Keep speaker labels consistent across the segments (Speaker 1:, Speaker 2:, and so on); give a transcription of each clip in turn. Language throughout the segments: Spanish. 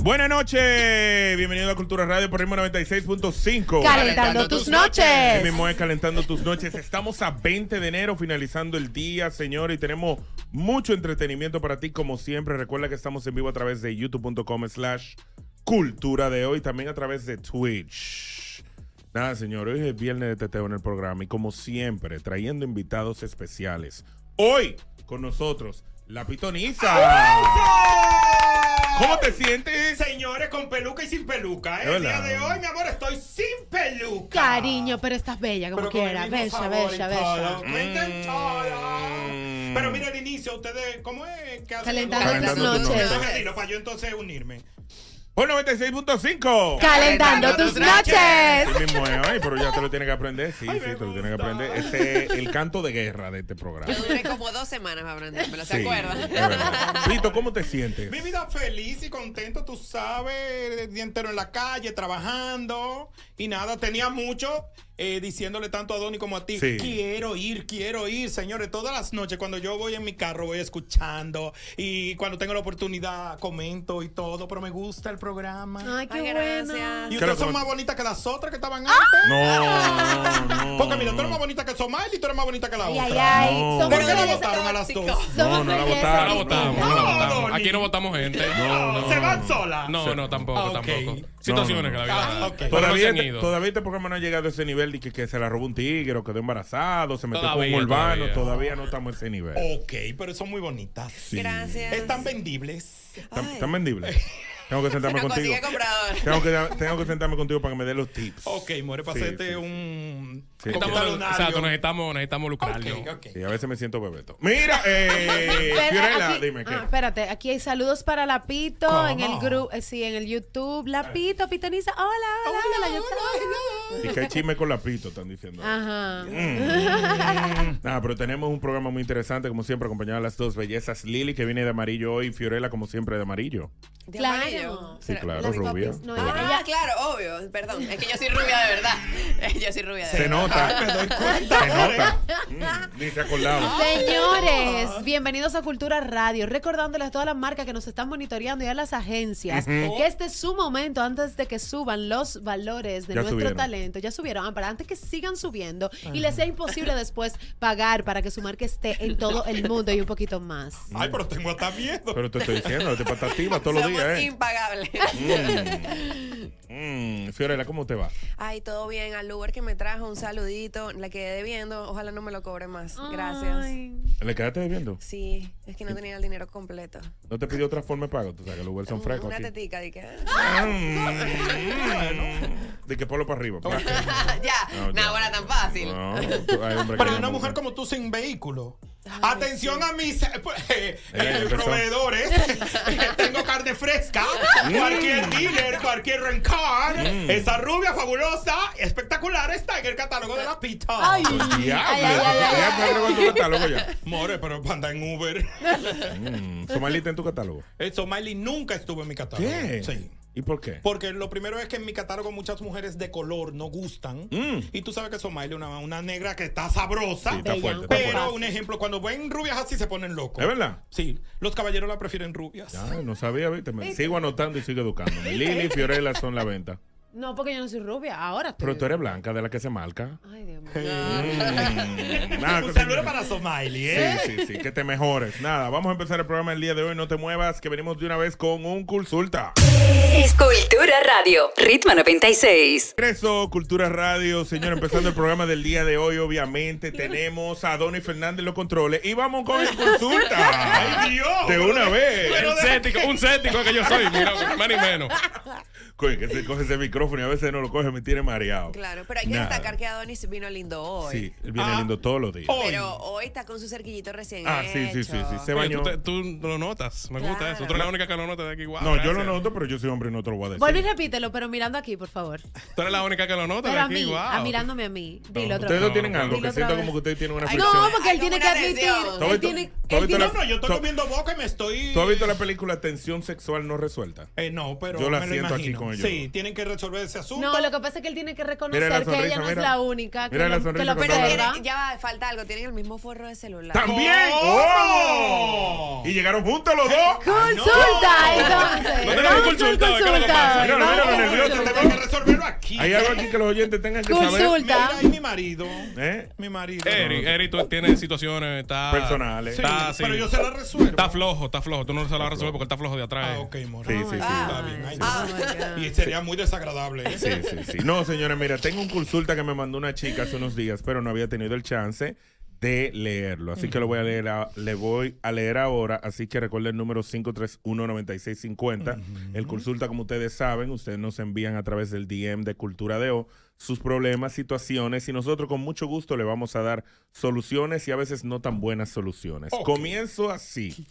Speaker 1: Buenas noches, bienvenido a Cultura Radio por Ritmo 96.5.
Speaker 2: Calentando tus
Speaker 1: Mi
Speaker 2: noches.
Speaker 1: es calentando tus noches. Estamos a 20 de enero, finalizando el día, señor, y tenemos mucho entretenimiento para ti, como siempre. Recuerda que estamos en vivo a través de youtube.com slash cultura de hoy, también a través de Twitch. Nada, señor, hoy es viernes de teteo en el programa y como siempre, trayendo invitados especiales. Hoy con nosotros, la pitoniza. ¿Cómo te sientes?
Speaker 3: Señores, con peluca y sin peluca. ¿eh?
Speaker 1: Es
Speaker 3: El día
Speaker 1: verdad.
Speaker 3: de hoy, mi amor, estoy sin peluca.
Speaker 2: Cariño, pero estás bella como
Speaker 3: Pero con el
Speaker 2: quiera.
Speaker 3: mismo
Speaker 2: Bella,
Speaker 3: sabor y
Speaker 2: bella, Ah,
Speaker 3: todo.
Speaker 2: bella.
Speaker 3: Cuenten todo. Pero mira el inicio, ustedes, ¿cómo es? que hacen?
Speaker 2: Calentando
Speaker 1: Calentando
Speaker 2: tus
Speaker 1: tus
Speaker 2: noches.
Speaker 1: noches.
Speaker 3: Entonces, dilo, para yo entonces unirme.
Speaker 1: Por 96.5.
Speaker 2: Calentando tus noches.
Speaker 1: Sí mismo es. Ay, pero ya te lo tienes que aprender. Sí, sí, te lo tienes que aprender. Ese es el canto de guerra de este programa.
Speaker 4: Duré como dos semanas para aprendérmelo, ¿se
Speaker 1: Sí, es
Speaker 4: acuerdan?
Speaker 1: verdad. Pito, ¿cómo te sientes?
Speaker 3: Mi vida feliz y contento, tú sabes, el día entero en la calle, trabajando y nada, tenía mucho eh, diciéndole tanto a Donny como a ti,
Speaker 1: Sí.
Speaker 3: quiero ir, quiero ir, señores, todas las noches cuando yo voy en mi carro voy escuchando y cuando tengo la oportunidad comento y todo, pero me gusta el programa.
Speaker 2: Ay, qué
Speaker 4: Ay,
Speaker 2: bueno. ¡Ah!
Speaker 3: Y
Speaker 4: gracias.
Speaker 1: Claro,
Speaker 3: ustedes son
Speaker 1: como-
Speaker 3: más bonitas que las otras que estaban antes.
Speaker 1: No, no.
Speaker 3: Porque mira, tú eres más bonita que Somalia y tú eres más bonita que la
Speaker 2: Ay,
Speaker 3: otra.
Speaker 2: ay, ay.
Speaker 1: No.
Speaker 2: Somos
Speaker 3: ¿Por qué la
Speaker 2: belleza-
Speaker 3: votaron a las dos?
Speaker 2: somos
Speaker 1: No, no la
Speaker 2: belleza
Speaker 1: votaron.
Speaker 5: No la votamos, no la
Speaker 3: No,
Speaker 5: votamos.
Speaker 3: Donny.
Speaker 5: Aquí no votamos gente.
Speaker 1: No, no.
Speaker 3: Se van solas.
Speaker 5: No, no, tampoco,
Speaker 3: Ah, ok.
Speaker 5: tampoco. Situaciones
Speaker 1: No,
Speaker 3: no.
Speaker 1: no,
Speaker 5: que la vida.
Speaker 3: Ah, ok.
Speaker 5: Pero no se
Speaker 1: Todavía,
Speaker 5: han ido.
Speaker 1: todavía este programa no ha llegado a ese nivel de que, que se la robó un tigre o quedó embarazado, se metió
Speaker 5: Todavía,
Speaker 1: con un urbano. Todavía.
Speaker 5: todavía.
Speaker 1: no estamos a ese nivel.
Speaker 3: Ok, pero son muy bonitas.
Speaker 4: Gracias.
Speaker 3: Están vendibles.
Speaker 1: ¿Están están vendibles? Tengo que
Speaker 4: Se
Speaker 1: sentarme
Speaker 4: nos
Speaker 1: contigo.
Speaker 4: consigue comprador.
Speaker 1: Tengo que, tengo que sentarme contigo para que me dé los tips.
Speaker 3: Ok, more,
Speaker 1: Sí,
Speaker 3: pasete
Speaker 1: sí, sí.
Speaker 3: un.
Speaker 1: Sí.
Speaker 3: un
Speaker 5: Estamos-
Speaker 3: talonario.
Speaker 5: exacto, necesitamos, necesitamos lucrarlo.
Speaker 3: Ok, ok.
Speaker 1: Y a veces me siento bebeto. Mira, eh,
Speaker 2: Pero
Speaker 1: Fiorella,
Speaker 2: aquí-
Speaker 1: dime qué.
Speaker 2: ah, espérate, aquí hay saludos para la Pito
Speaker 3: ¿Cómo?
Speaker 2: en el grupo, sí, en el YouTube. La Pito, Pitoniza. Hola, hola, hola, yo-
Speaker 1: Y que hay chisme con la pito, están
Speaker 2: Ah.
Speaker 1: diciendo.
Speaker 2: Ajá.
Speaker 1: Nada, pero tenemos un programa muy interesante, como siempre, acompañado de las dos bellezas. Lili, que viene de amarillo hoy, y Fiorella, como siempre, de amarillo.
Speaker 4: De
Speaker 2: Claro.
Speaker 4: amarillo.
Speaker 1: Sí, claro,
Speaker 2: Las
Speaker 1: rubia.
Speaker 2: popis, no,
Speaker 4: Ah,
Speaker 2: ella- ella-
Speaker 4: claro, obvio. Perdón, es que yo soy rubia de verdad. Eh, Yo soy rubia de
Speaker 1: Se
Speaker 4: verdad.
Speaker 1: nota.
Speaker 3: Me doy cuenta.
Speaker 1: Se nota. Mm, ni se acordaba.
Speaker 2: Ah.
Speaker 1: Ah.
Speaker 2: Señores, bienvenidos a Cultura Radio, recordándoles a todas las marcas que nos están monitoreando y a las agencias que este es su momento antes de que suban los valores
Speaker 1: Ya
Speaker 2: de nuestro
Speaker 1: subieron.
Speaker 2: talento. Ya subieron, ah, para antes que sigan subiendo y les sea imposible después pagar para que su marca esté en todo el mundo y un poquito más.
Speaker 3: Ay, pero tengo hasta miedo.
Speaker 1: Pero te estoy diciendo, te patativa todos los
Speaker 4: Somos
Speaker 1: días, ¿eh?
Speaker 4: impagables.
Speaker 1: Mm, Fiorella, ¿cómo te va?
Speaker 4: Ay, todo bien. Al Uber que me trajo un saludito, la quedé debiendo. Ojalá no me lo cobre más. Gracias.
Speaker 2: Ay.
Speaker 1: ¿Le quedaste debiendo?
Speaker 4: Sí, es que no tenía el dinero completo.
Speaker 1: ¿No te pidió otra forma de pago? Tú sabes que los Uber son frescos
Speaker 4: Una
Speaker 1: aquí.
Speaker 4: tetica, "Ah". di que.
Speaker 1: Mm. De que polo para arriba. pa.
Speaker 4: ya,
Speaker 1: Ah, No, ya.
Speaker 4: nada, bueno, tan fácil.
Speaker 1: No, tú- ay, hombre, que
Speaker 3: Pero
Speaker 1: yo
Speaker 3: una
Speaker 1: no-
Speaker 3: mujer como tú sin vehículo. Atención a mis eh, eh, eh,
Speaker 1: empezó.
Speaker 3: proveedores. Tengo carne fresca.
Speaker 1: Mm.
Speaker 3: Cualquier dealer, cualquier rencar. Esa rubia fabulosa, espectacular, está en el catálogo de la pita. Ay,
Speaker 1: Diablo,
Speaker 2: ay, ay, ay,
Speaker 1: ya te agregó en tu catálogo ya.
Speaker 3: more, pero anda en Uber.
Speaker 1: Mm, Somalita en tu catálogo.
Speaker 3: Eso, Miley Eh, nunca estuvo en mi catálogo.
Speaker 1: ¿Qué?
Speaker 3: Sí.
Speaker 1: ¿Y por qué?
Speaker 3: Porque lo primero es que en mi catálogo muchas mujeres de color no gustan. Y tú sabes que Somalia es una, una negra que está sabrosa.
Speaker 1: Mm. Sí, está Bella. fuerte, está
Speaker 3: pero
Speaker 1: fuerte.
Speaker 3: un ejemplo, cuando ven rubias así se ponen locos.
Speaker 1: ¿Es verdad?
Speaker 3: Sí. Los caballeros la prefieren rubias.
Speaker 1: Ya, no sabía, viste. Me
Speaker 2: ¿Viste?
Speaker 1: sigo anotando y sigo educando. Lili y Fiorella son la venta.
Speaker 2: No, porque yo no soy rubia. Ahora estoy.
Speaker 1: Pero tú Ah, eres blanca, de la que se marca.
Speaker 2: Ay, Dios mío.
Speaker 1: Nada,
Speaker 3: un
Speaker 1: que-
Speaker 3: saludo para Somalia. ¿eh?
Speaker 1: Sí, sí, sí, que te mejores. Nada, vamos a empezar el programa el día de hoy. No te muevas, que venimos de una vez con un consulta.
Speaker 6: Escultura Radio, Ritmo 96.
Speaker 1: Regreso, Cultura Radio, señor, empezando el programa del día de hoy, obviamente, tenemos a Donny Fernández los controles y vamos con el consulta.
Speaker 3: ¡Ay, Dios!
Speaker 1: De una vez.
Speaker 5: Un cético, un cético que yo soy, mira, ni más ni menos.
Speaker 1: Coño, que se coge ese micrófono y a veces no lo coge, me tiene mareado.
Speaker 4: Claro, pero hay que
Speaker 1: Nada.
Speaker 4: destacar que Adonis vino lindo hoy.
Speaker 1: Sí, él
Speaker 3: Ah.
Speaker 1: viene lindo todos los días.
Speaker 4: Pero hoy está con su cerquillito recién
Speaker 1: Ah, sí, sí, sí, sí, se
Speaker 5: Oye,
Speaker 1: bañó.
Speaker 5: tú, te- tú lo notas, me gusta
Speaker 4: Claro.
Speaker 5: eso. Tú eres la única que lo nota de aquí. Wow,
Speaker 1: No, yo lo
Speaker 5: gracias.
Speaker 1: noto, pero yo soy hombre y no te lo voy a decir.
Speaker 2: Vuelve y repítelo, pero mirando aquí, por favor.
Speaker 5: Tú eres la única que lo nota
Speaker 2: Pero
Speaker 5: de
Speaker 2: a
Speaker 5: aquí.
Speaker 2: mí,
Speaker 5: wow.
Speaker 2: a mirándome a mí. Dilo
Speaker 5: No,
Speaker 2: otra
Speaker 1: Ustedes
Speaker 2: vez.
Speaker 1: dos tienen algo
Speaker 2: Dilo
Speaker 1: que
Speaker 2: otra
Speaker 1: siento
Speaker 2: vez.
Speaker 1: como que ustedes tienen una
Speaker 2: Ay,
Speaker 1: fricción.
Speaker 2: No, porque
Speaker 4: Ay,
Speaker 2: él tiene que
Speaker 4: una
Speaker 2: admitir.
Speaker 4: adhesión.
Speaker 1: ¿Tú has
Speaker 2: Él
Speaker 1: visto-
Speaker 2: tiene.
Speaker 1: tú has
Speaker 2: él
Speaker 1: visto
Speaker 2: tiene-
Speaker 1: la-
Speaker 3: No, yo estoy
Speaker 1: To-
Speaker 3: comiendo boca y me estoy.
Speaker 1: ¿Tú has visto la película Tensión Sexual No Resuelta?
Speaker 3: Eh, no, pero
Speaker 1: Yo la
Speaker 3: me lo
Speaker 1: siento aquí
Speaker 3: imagino.
Speaker 1: con ellos.
Speaker 3: Sí, tienen que resolver ese asunto.
Speaker 2: No, lo que pasa es que él tiene que reconocer
Speaker 1: Mira la
Speaker 2: que
Speaker 1: sonrisa,
Speaker 2: ella no
Speaker 1: mira.
Speaker 2: es la única. Que
Speaker 1: Mira la
Speaker 2: lo- que
Speaker 1: sonrisa
Speaker 2: lo
Speaker 1: cuando
Speaker 4: Pero
Speaker 1: habla.
Speaker 2: observa.
Speaker 4: tiene- ya va, falta algo. Tienen el mismo forro de celular.
Speaker 1: ¡También!
Speaker 3: ¿Cómo?
Speaker 1: ¡Oh! Y llegaron juntos los dos.
Speaker 2: Consulta, entonces.
Speaker 5: No tenemos
Speaker 2: Vamos con
Speaker 5: consulta, ¿qué es lo que pasa?
Speaker 1: Míralo,
Speaker 2: Vamos
Speaker 1: míralo,
Speaker 2: con
Speaker 1: nervioso,
Speaker 2: consulta.
Speaker 3: Tengo que resolverlo aquí.
Speaker 1: Hay algo aquí que los oyentes tengan que saber.
Speaker 2: Consulta.
Speaker 3: Mira, ahí mi marido.
Speaker 1: ¿Eh?
Speaker 3: Mi marido.
Speaker 5: Eric, Eric tú tienes situaciones está,
Speaker 1: Personales.
Speaker 3: Sí,
Speaker 5: Está,
Speaker 3: pero
Speaker 5: sí.
Speaker 3: yo se la resuelvo.
Speaker 5: Está flojo, está flojo. Tú no se lo vas a resolver porque él está flojo de atrás.
Speaker 3: Ah, ok, amor.
Speaker 1: Sí, sí, sí.
Speaker 3: Está bien, ahí
Speaker 2: ah,
Speaker 3: está. y sería muy desagradable. ¿eh?
Speaker 1: Sí, sí, sí. No, señores, mira, tengo un consulta que me mandó una chica hace unos días, pero no había tenido el chance de leerlo. Así que lo voy a leer, a- le voy a leer ahora. Así que recuerden el número 5319650. El consulta, como ustedes saben, ustedes nos envían a través del DM de Cultura de O sus problemas, situaciones, y nosotros con mucho gusto le vamos a dar soluciones y a veces no tan buenas soluciones.
Speaker 3: Ok.
Speaker 1: Comienzo así.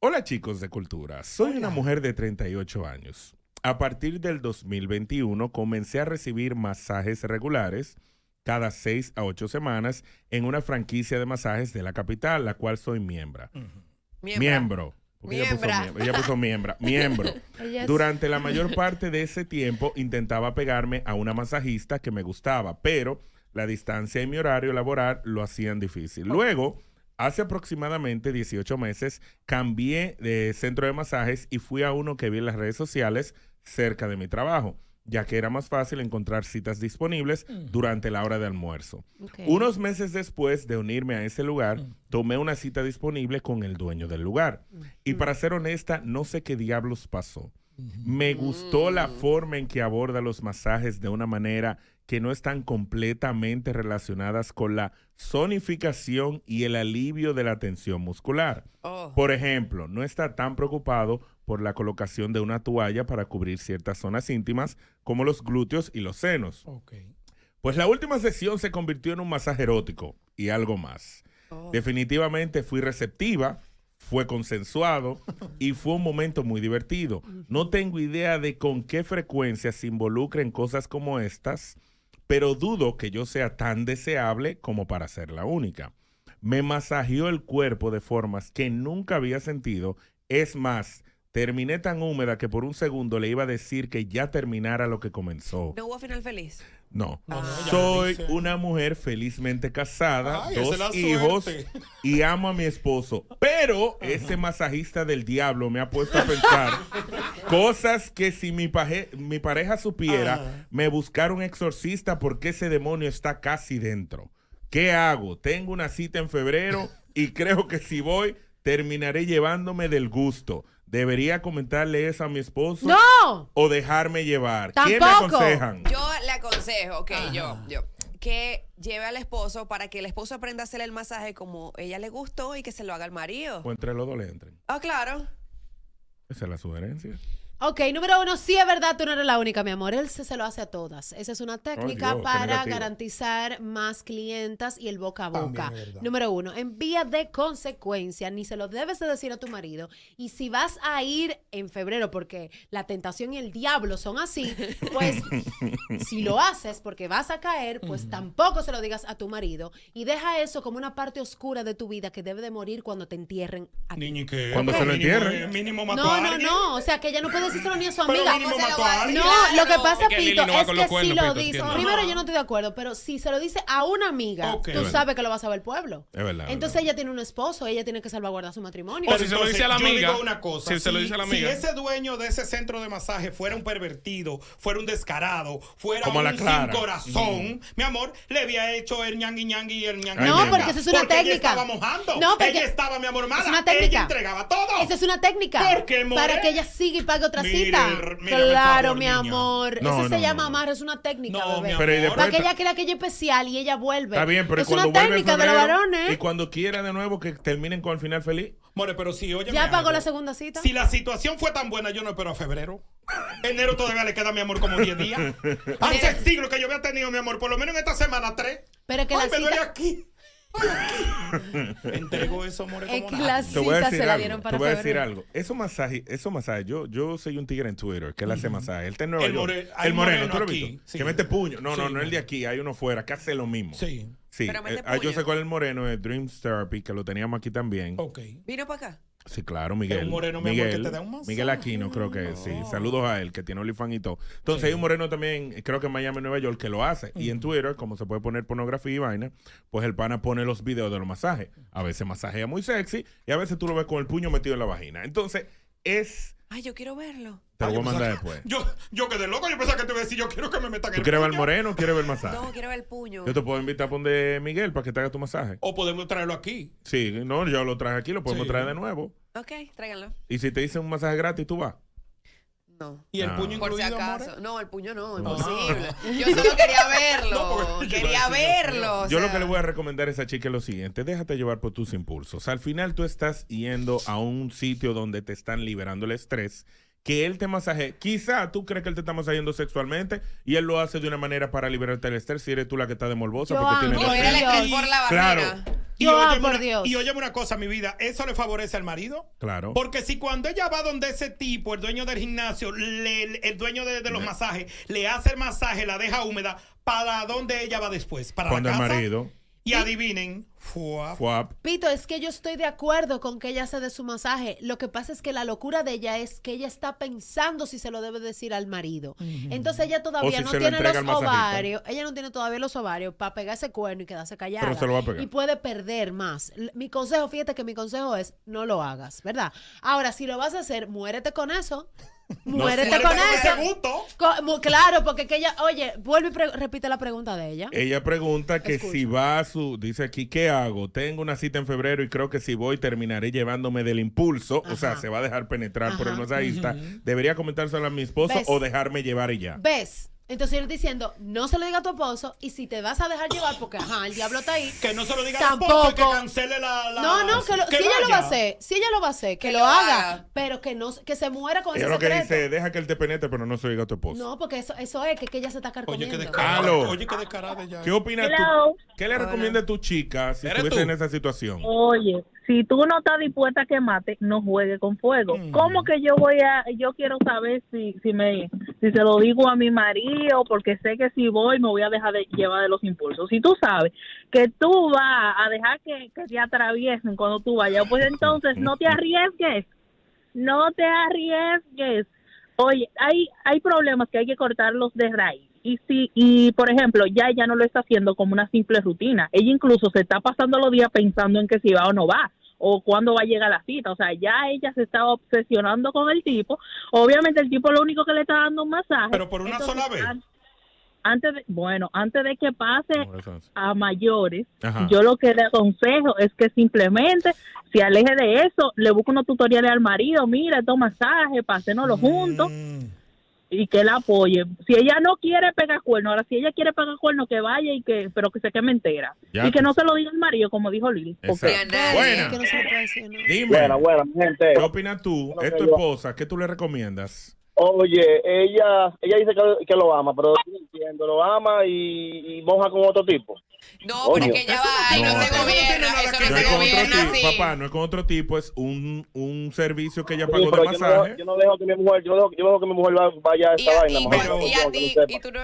Speaker 1: Hola chicos de Cultura, soy una mujer de 38 años. A partir del 2021 comencé a recibir masajes regulares cada 6 a 8 semanas en una franquicia de masajes de la capital, la cual soy miembra. Miembro. Porque ella puso
Speaker 4: Miembra.
Speaker 1: miembro. Ella puso miembra. Miembro.
Speaker 2: Ella es-
Speaker 1: Durante la mayor parte de ese tiempo intentaba pegarme a una masajista que me gustaba, pero la distancia y mi horario laboral lo hacían difícil. Luego, hace aproximadamente 18 meses, cambié de centro de masajes y fui a uno que vi en las redes sociales cerca de mi trabajo, ya que era más fácil encontrar citas disponibles durante la hora de almuerzo.
Speaker 2: Ok.
Speaker 1: Unos meses después de unirme a ese lugar, tomé una cita disponible con el dueño del lugar. Y para ser honesta, no sé qué diablos pasó. Me gustó la forma en que aborda los masajes de una manera que no están completamente relacionadas con la zonificación y el alivio de la tensión muscular.
Speaker 4: Oh.
Speaker 1: Por ejemplo, no está tan preocupado por la colocación de una toalla para cubrir ciertas zonas íntimas como los glúteos y los senos.
Speaker 3: Ok.
Speaker 1: Pues la última sesión se convirtió en un masaje erótico y algo más. Definitivamente fui receptiva, fue consensuado y fue un momento muy divertido. No tengo idea de con qué frecuencia se involucren cosas como estas, pero dudo que yo sea tan deseable como para ser la única. Me masajeó el cuerpo de formas que nunca había sentido. Es más, terminé tan húmeda que por un segundo le iba a decir que ya terminara lo que comenzó.
Speaker 4: No hubo final feliz.
Speaker 1: No.
Speaker 3: Ah, No, no, ella lo
Speaker 1: Soy
Speaker 3: dice.
Speaker 1: una mujer felizmente casada,
Speaker 3: Ay, esa es la
Speaker 1: dos hijos
Speaker 3: suerte.
Speaker 1: y amo a mi esposo. Pero ese masajista del diablo me ha puesto a pensar cosas que si mi, paje- mi pareja supiera, me buscar un exorcista porque ese demonio está casi dentro. ¿Qué hago? Tengo una cita en febrero y creo que si voy, terminaré llevándome del gusto. ¿Debería comentarle eso a mi esposo?
Speaker 2: ¡No!
Speaker 1: ¿O dejarme llevar? ¿Quién me
Speaker 2: Tampoco.
Speaker 1: aconsejan?
Speaker 4: Yo le aconsejo, ok, yo, yo, que lleve al esposo para que el esposo aprenda a hacerle el masaje como ella le gustó y que se lo haga al marido.
Speaker 1: O entre los dos le entren.
Speaker 4: Ah, claro.
Speaker 1: Esa es la sugerencia.
Speaker 2: Ok, número uno, sí es verdad, tú no eres la única, mi amor. Él se, se lo hace a todas. Esa es una técnica
Speaker 7: Dios, qué
Speaker 2: para
Speaker 7: negativo.
Speaker 2: garantizar más clientas y el boca a boca.
Speaker 7: También es verdad.
Speaker 2: Número uno, en vía de consecuencia, ni se lo debes de decir a tu marido. Y si vas a ir en febrero, porque la tentación y el diablo son así, pues si lo haces porque vas a caer, pues tampoco se lo digas a tu marido. Y deja eso como una parte oscura de tu vida que debe de morir cuando te entierren
Speaker 3: Niño, ¿y qué?
Speaker 1: Cuando se lo
Speaker 3: Mínimo,
Speaker 1: entierren.
Speaker 3: eh, Mínimo mató a
Speaker 2: no, no,
Speaker 3: alguien.
Speaker 2: no. O sea, que ella no puede decirlo ni a su
Speaker 3: Pero
Speaker 2: amiga.
Speaker 3: mínimo
Speaker 2: No, se lo
Speaker 3: mató
Speaker 2: va
Speaker 3: a
Speaker 2: a-
Speaker 3: alguien.
Speaker 2: no, lo que
Speaker 3: Es
Speaker 2: pasa,
Speaker 3: que Lili
Speaker 2: Pito,
Speaker 3: no va
Speaker 2: es
Speaker 3: con
Speaker 2: que
Speaker 3: los
Speaker 2: si
Speaker 3: cuernos,
Speaker 2: lo
Speaker 3: Pito,
Speaker 2: dice.
Speaker 3: entiendo.
Speaker 2: Primero, yo no estoy de acuerdo, pero si se lo dice a una amiga,
Speaker 3: Ok.
Speaker 2: tú
Speaker 3: Bueno.
Speaker 2: sabes que lo va a saber el pueblo.
Speaker 5: Es verdad, es
Speaker 2: Entonces ella tiene un esposo, ella tiene que salvaguardar su matrimonio.
Speaker 5: O si se lo dice a la
Speaker 3: yo
Speaker 5: amiga.
Speaker 3: digo una cosa.
Speaker 5: Si se lo dice a la amiga.
Speaker 3: si ese dueño de ese centro de masaje fuera un pervertido, fuera un descarado, fuera
Speaker 5: Como
Speaker 3: un
Speaker 5: la Clara. Mm.
Speaker 3: sin corazón, mi amor, le había hecho el ñangui ñangui y el ñangui
Speaker 2: No,
Speaker 3: ñanga.
Speaker 2: porque eso es una
Speaker 3: Porque
Speaker 2: técnica.
Speaker 3: Ella estaba mojando.
Speaker 2: No, porque-
Speaker 3: ella estaba, mi amor, mala.
Speaker 2: Es una técnica.
Speaker 3: Ella entregaba todo.
Speaker 2: Esa es una técnica.
Speaker 3: ¿Por qué, more?
Speaker 2: Para que ella siga y pague otra
Speaker 3: Mire,
Speaker 2: cita.
Speaker 3: r- mira, por
Speaker 2: claro,
Speaker 3: favor,
Speaker 2: mi
Speaker 3: niña.
Speaker 2: amor.
Speaker 1: No,
Speaker 2: Eso se
Speaker 1: no,
Speaker 2: llama
Speaker 1: no.
Speaker 2: amar, es una técnica, bebé.
Speaker 1: amor. Pero y después
Speaker 2: Para que
Speaker 1: está-
Speaker 2: ella crea que ella es especial y ella vuelve.
Speaker 1: Está bien, pero
Speaker 2: es
Speaker 1: cuando
Speaker 2: una
Speaker 1: vuelve en
Speaker 2: técnica de los
Speaker 1: febrero,
Speaker 2: varones.
Speaker 1: Y cuando quiera de nuevo que terminen con el final feliz.
Speaker 3: More, pero si, oye,
Speaker 2: Ya pagó la segunda cita.
Speaker 3: si la situación fue tan buena, yo no espero a febrero. Enero todavía le queda, mi amor, como 10 días. Hace siglos que yo había tenido, mi amor, por lo menos en esta semana, tres.
Speaker 2: Pero que
Speaker 3: Ay,
Speaker 2: la
Speaker 3: me duele
Speaker 2: cita-
Speaker 3: aquí. Ay, aquí. Entrego eso, more,
Speaker 2: Es
Speaker 3: como
Speaker 2: que
Speaker 3: nada.
Speaker 2: la
Speaker 1: Te voy a
Speaker 2: cita
Speaker 1: decir
Speaker 2: se la
Speaker 1: algo.
Speaker 2: dieron
Speaker 1: Te
Speaker 2: para
Speaker 1: voy a decir
Speaker 2: febrero.
Speaker 1: algo. Eso masaje, eso masaje. Yo, yo soy un tigre en Twitter que le hace masaje. Él está en Nueva
Speaker 3: El
Speaker 1: York.
Speaker 3: more- hay
Speaker 1: el moreno,
Speaker 3: moreno
Speaker 1: ¿tú lo has
Speaker 3: aquí,
Speaker 1: visto?
Speaker 3: sí.
Speaker 1: Que mete puño. No,
Speaker 3: Sí,
Speaker 1: no, no el de aquí. Hay uno fuera que hace lo mismo.
Speaker 3: Sí.
Speaker 1: Sí.
Speaker 4: Pero mete
Speaker 1: Eh, ah, yo
Speaker 4: puño.
Speaker 1: sé cuál es el moreno de Dream Therapy, que lo teníamos aquí también.
Speaker 3: Ok.
Speaker 4: Vino para acá.
Speaker 1: Sí, claro, Miguel.
Speaker 3: Pero un moreno, mi amor,
Speaker 1: Miguel,
Speaker 3: que te da un masaje.
Speaker 1: Miguel Aquino, creo que sí. Saludos a él, que tiene OnlyFans y todo. Entonces hay un moreno también, creo que en Miami, Nueva York, que lo hace. Y
Speaker 3: Mm.
Speaker 1: en Twitter, como se puede poner pornografía y vaina, pues el pana pone los videos de los masajes. A veces masajea muy sexy y a veces tú lo ves con el puño metido en la vagina. Entonces es...
Speaker 4: Ay, yo quiero verlo.
Speaker 1: Te lo voy
Speaker 3: pues,
Speaker 1: a mandar después.
Speaker 3: Yo, yo quedé loco, yo pensaba que te iba a decir, yo quiero que me metan
Speaker 1: ¿Tú
Speaker 3: el
Speaker 1: quieres ver el
Speaker 3: puño.
Speaker 1: moreno o quieres ver el masaje?
Speaker 4: No, quiero ver el puño.
Speaker 1: Yo te puedo invitar a donde Miguel para que te haga tu masaje.
Speaker 3: O podemos traerlo aquí.
Speaker 1: Sí, no, yo lo traje aquí, lo podemos
Speaker 3: Sí.
Speaker 1: traer de nuevo.
Speaker 4: Ok, tráiganlo.
Speaker 1: Y si te dicen un masaje gratis, tú vas.
Speaker 4: No.
Speaker 3: Y el
Speaker 1: Ah.
Speaker 3: puño
Speaker 4: Por si
Speaker 3: incluido,
Speaker 4: acaso.
Speaker 3: more.
Speaker 4: No, el puño no,
Speaker 1: No.
Speaker 4: imposible. Yo solo quería
Speaker 3: No,
Speaker 4: verlo.
Speaker 3: porque yo iba
Speaker 4: quería
Speaker 3: a decir, Dios mío.
Speaker 4: verlo. o
Speaker 1: Yo lo
Speaker 4: sea.
Speaker 1: que le voy a recomendar a esa chica es lo siguiente: déjate llevar por tus impulsos. Al final tú estás yendo a un sitio donde te están liberando el estrés. Que él te masaje, quizá tú crees que él te está masajeando sexualmente y él lo hace de una manera para liberarte del estrés. Si eres tú la que está de morbosa,
Speaker 2: Yo
Speaker 1: porque
Speaker 2: amo,
Speaker 1: tiene
Speaker 4: Pero
Speaker 2: Por
Speaker 4: era el
Speaker 2: Dios.
Speaker 4: estrés por la
Speaker 1: Claro.
Speaker 4: vagina.
Speaker 3: Y
Speaker 2: Yo, ah,
Speaker 3: óyeme,
Speaker 2: por
Speaker 3: una-
Speaker 2: Dios.
Speaker 3: y óyeme una cosa, mi vida, ¿eso le favorece al marido?
Speaker 1: Claro.
Speaker 3: Porque si cuando ella va donde ese tipo, el dueño del gimnasio, le- le- el dueño de, de los masajes, le hace el masaje, la deja húmeda, ¿para dónde ella va después? ¿Para
Speaker 1: Cuando
Speaker 3: la
Speaker 1: el
Speaker 3: casa?
Speaker 1: marido,
Speaker 3: Y adivinen, fue
Speaker 1: fuap,
Speaker 2: Pito, es que yo estoy de acuerdo con que ella se dé su masaje. Lo que pasa es que la locura de ella es que ella está pensando si se lo debe decir al marido. Entonces ella
Speaker 1: O
Speaker 2: todavía
Speaker 1: si
Speaker 2: no
Speaker 1: se lo
Speaker 2: tiene
Speaker 1: entrega
Speaker 2: los
Speaker 1: al masajista.
Speaker 2: ovarios. Ella no tiene todavía los ovarios para pegar ese cuerno y quedarse callada.
Speaker 1: Pero se lo va a pegar.
Speaker 2: Y puede perder más. L- Mi consejo, fíjate que mi consejo es no lo hagas, ¿verdad? Ahora, si lo vas a hacer, muérete con eso. Muérete
Speaker 3: muérete
Speaker 2: con
Speaker 3: con ese
Speaker 2: eso.
Speaker 3: gusto.
Speaker 2: Co- mu- claro, porque que ella, oye, vuelve y pre- repite la pregunta de ella.
Speaker 1: Ella pregunta que si va a su, dice aquí, ¿qué hago? Tengo una cita en febrero y creo que si voy terminaré llevándome del impulso, o sea, se va a dejar penetrar por el masajista. ¿Debería comentárselo a mi esposo
Speaker 2: ¿Ves?
Speaker 1: o dejarme llevar y ya?
Speaker 2: ¿Ves? Entonces yo le estoy diciendo, no se lo diga a tu esposo y si te vas a dejar llevar, porque ajá, el diablo está ahí.
Speaker 3: Que no se lo diga
Speaker 2: Tampoco.
Speaker 3: al esposo y que cancele la. la-
Speaker 2: No, no, que, lo- si ella lo va
Speaker 3: vaya.
Speaker 2: a hacer, si ella lo va a hacer, que, lo haga, pero que no que se muera con
Speaker 1: Ella
Speaker 2: ese
Speaker 1: lo que
Speaker 2: pues, secreto.
Speaker 1: dice, deja que él te penetre, pero no se lo diga a tu esposo.
Speaker 2: No, porque eso, eso es que, que ella se está
Speaker 3: Oye,
Speaker 2: carcomiendo.
Speaker 3: qué descarada.
Speaker 1: Aló.
Speaker 3: Oye, qué descarada ella.
Speaker 1: ¿Qué opinas
Speaker 8: Hello.
Speaker 1: tú? ¿Qué le recomienda a tu chica si
Speaker 5: ¿Eres
Speaker 1: estuviese
Speaker 5: tú?
Speaker 1: en esa situación?
Speaker 8: Oye, si tú no estás dispuesta a quemarte, no juegue con fuego. ¿Cómo que yo voy a, yo quiero saber si, si me, si se lo digo a mi marido, porque sé que si voy me voy a dejar de llevar de los impulsos. Si tú sabes que tú vas a dejar que, que te atraviesen cuando tú vayas, pues entonces no te arriesgues, no te arriesgues. Oye, hay, hay problemas que hay que cortarlos de raíz. Y si, y por ejemplo, ya ella no lo está haciendo como una simple rutina. Ella incluso se está pasando los días pensando en que si va o no va, o cuándo va a llegar la cita. O sea, ya ella se está obsesionando con el tipo. Obviamente el tipo lo único que le está dando un masaje.
Speaker 3: Pero por una sola vez.
Speaker 8: an- Antes de, bueno, antes de que pase a mayores,
Speaker 1: Ajá.
Speaker 8: yo lo que le aconsejo es que simplemente se aleje de eso, le busque unos tutoriales al marido, mira, toma masaje, pasénoslo
Speaker 1: Mm.
Speaker 8: juntos y que la apoye. Si ella no quiere pegar cuerno, ahora si ella quiere pegar cuerno, que vaya y que, pero que se queme entera.
Speaker 1: Ya
Speaker 8: y que
Speaker 1: tú-
Speaker 8: no se lo diga el marido, como dijo Lili. porque-
Speaker 1: Exacto.
Speaker 4: Ni a nadie.
Speaker 2: Que
Speaker 1: Buena.
Speaker 2: no se lo puede decir, ¿no?
Speaker 1: Dime.
Speaker 9: Bueno, bueno, mi gente.
Speaker 1: ¿Qué opinas tú?
Speaker 9: Bueno,
Speaker 1: Es tu
Speaker 9: yo-
Speaker 1: esposa. ¿Qué tú le recomiendas?
Speaker 10: Oye, ella ella dice que, que lo ama, pero yo no entiendo, lo ama y, y moja con otro tipo.
Speaker 4: No,
Speaker 10: Oye,
Speaker 1: No es con otro tipo, papá, no es con otro tipo, es un, un servicio que ella
Speaker 10: Sí,
Speaker 1: pagó de
Speaker 10: pero yo, no
Speaker 1: masaje.
Speaker 10: dejo, yo no dejo que mi mujer, yo, dejo, yo dejo que mi mujer vaya a esa vaina. mujer.
Speaker 4: Y a ti,
Speaker 10: sepa.
Speaker 4: y tú no,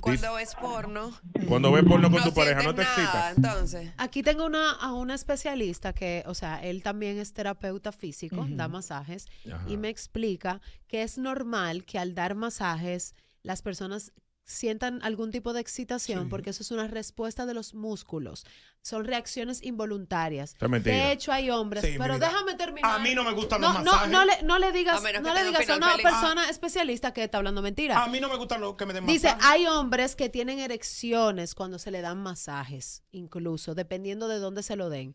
Speaker 4: cuando ves porno,
Speaker 1: Cuando ves porno con tu pareja, no te excitas.
Speaker 4: ah, entonces.
Speaker 2: Aquí tengo una, a una especialista que, o sea, él también es terapeuta físico,
Speaker 4: Ujú.
Speaker 2: da masajes,
Speaker 4: Ajá.
Speaker 2: y me explica que es normal que al dar masajes las personas sientan algún tipo de excitación porque eso es una respuesta de los músculos. Son reacciones involuntarias.
Speaker 1: Esto es mentira.
Speaker 2: De hecho, hay hombres,
Speaker 3: Sí,
Speaker 2: pero
Speaker 3: mira.
Speaker 2: déjame terminar.
Speaker 3: A mí no me gustan
Speaker 2: no,
Speaker 3: los
Speaker 2: no-
Speaker 3: masajes.
Speaker 2: No, le, no le
Speaker 3: A
Speaker 2: digas,
Speaker 3: menos que
Speaker 2: no le
Speaker 3: tenga un
Speaker 2: digas a
Speaker 3: final
Speaker 2: una
Speaker 3: feliz.
Speaker 2: persona especialista que está hablando mentira.
Speaker 3: A mí no me gustan los que me den
Speaker 2: Dice,
Speaker 3: masaje.
Speaker 2: hay hombres que tienen erecciones cuando se le dan masajes, incluso, dependiendo de dónde se lo den.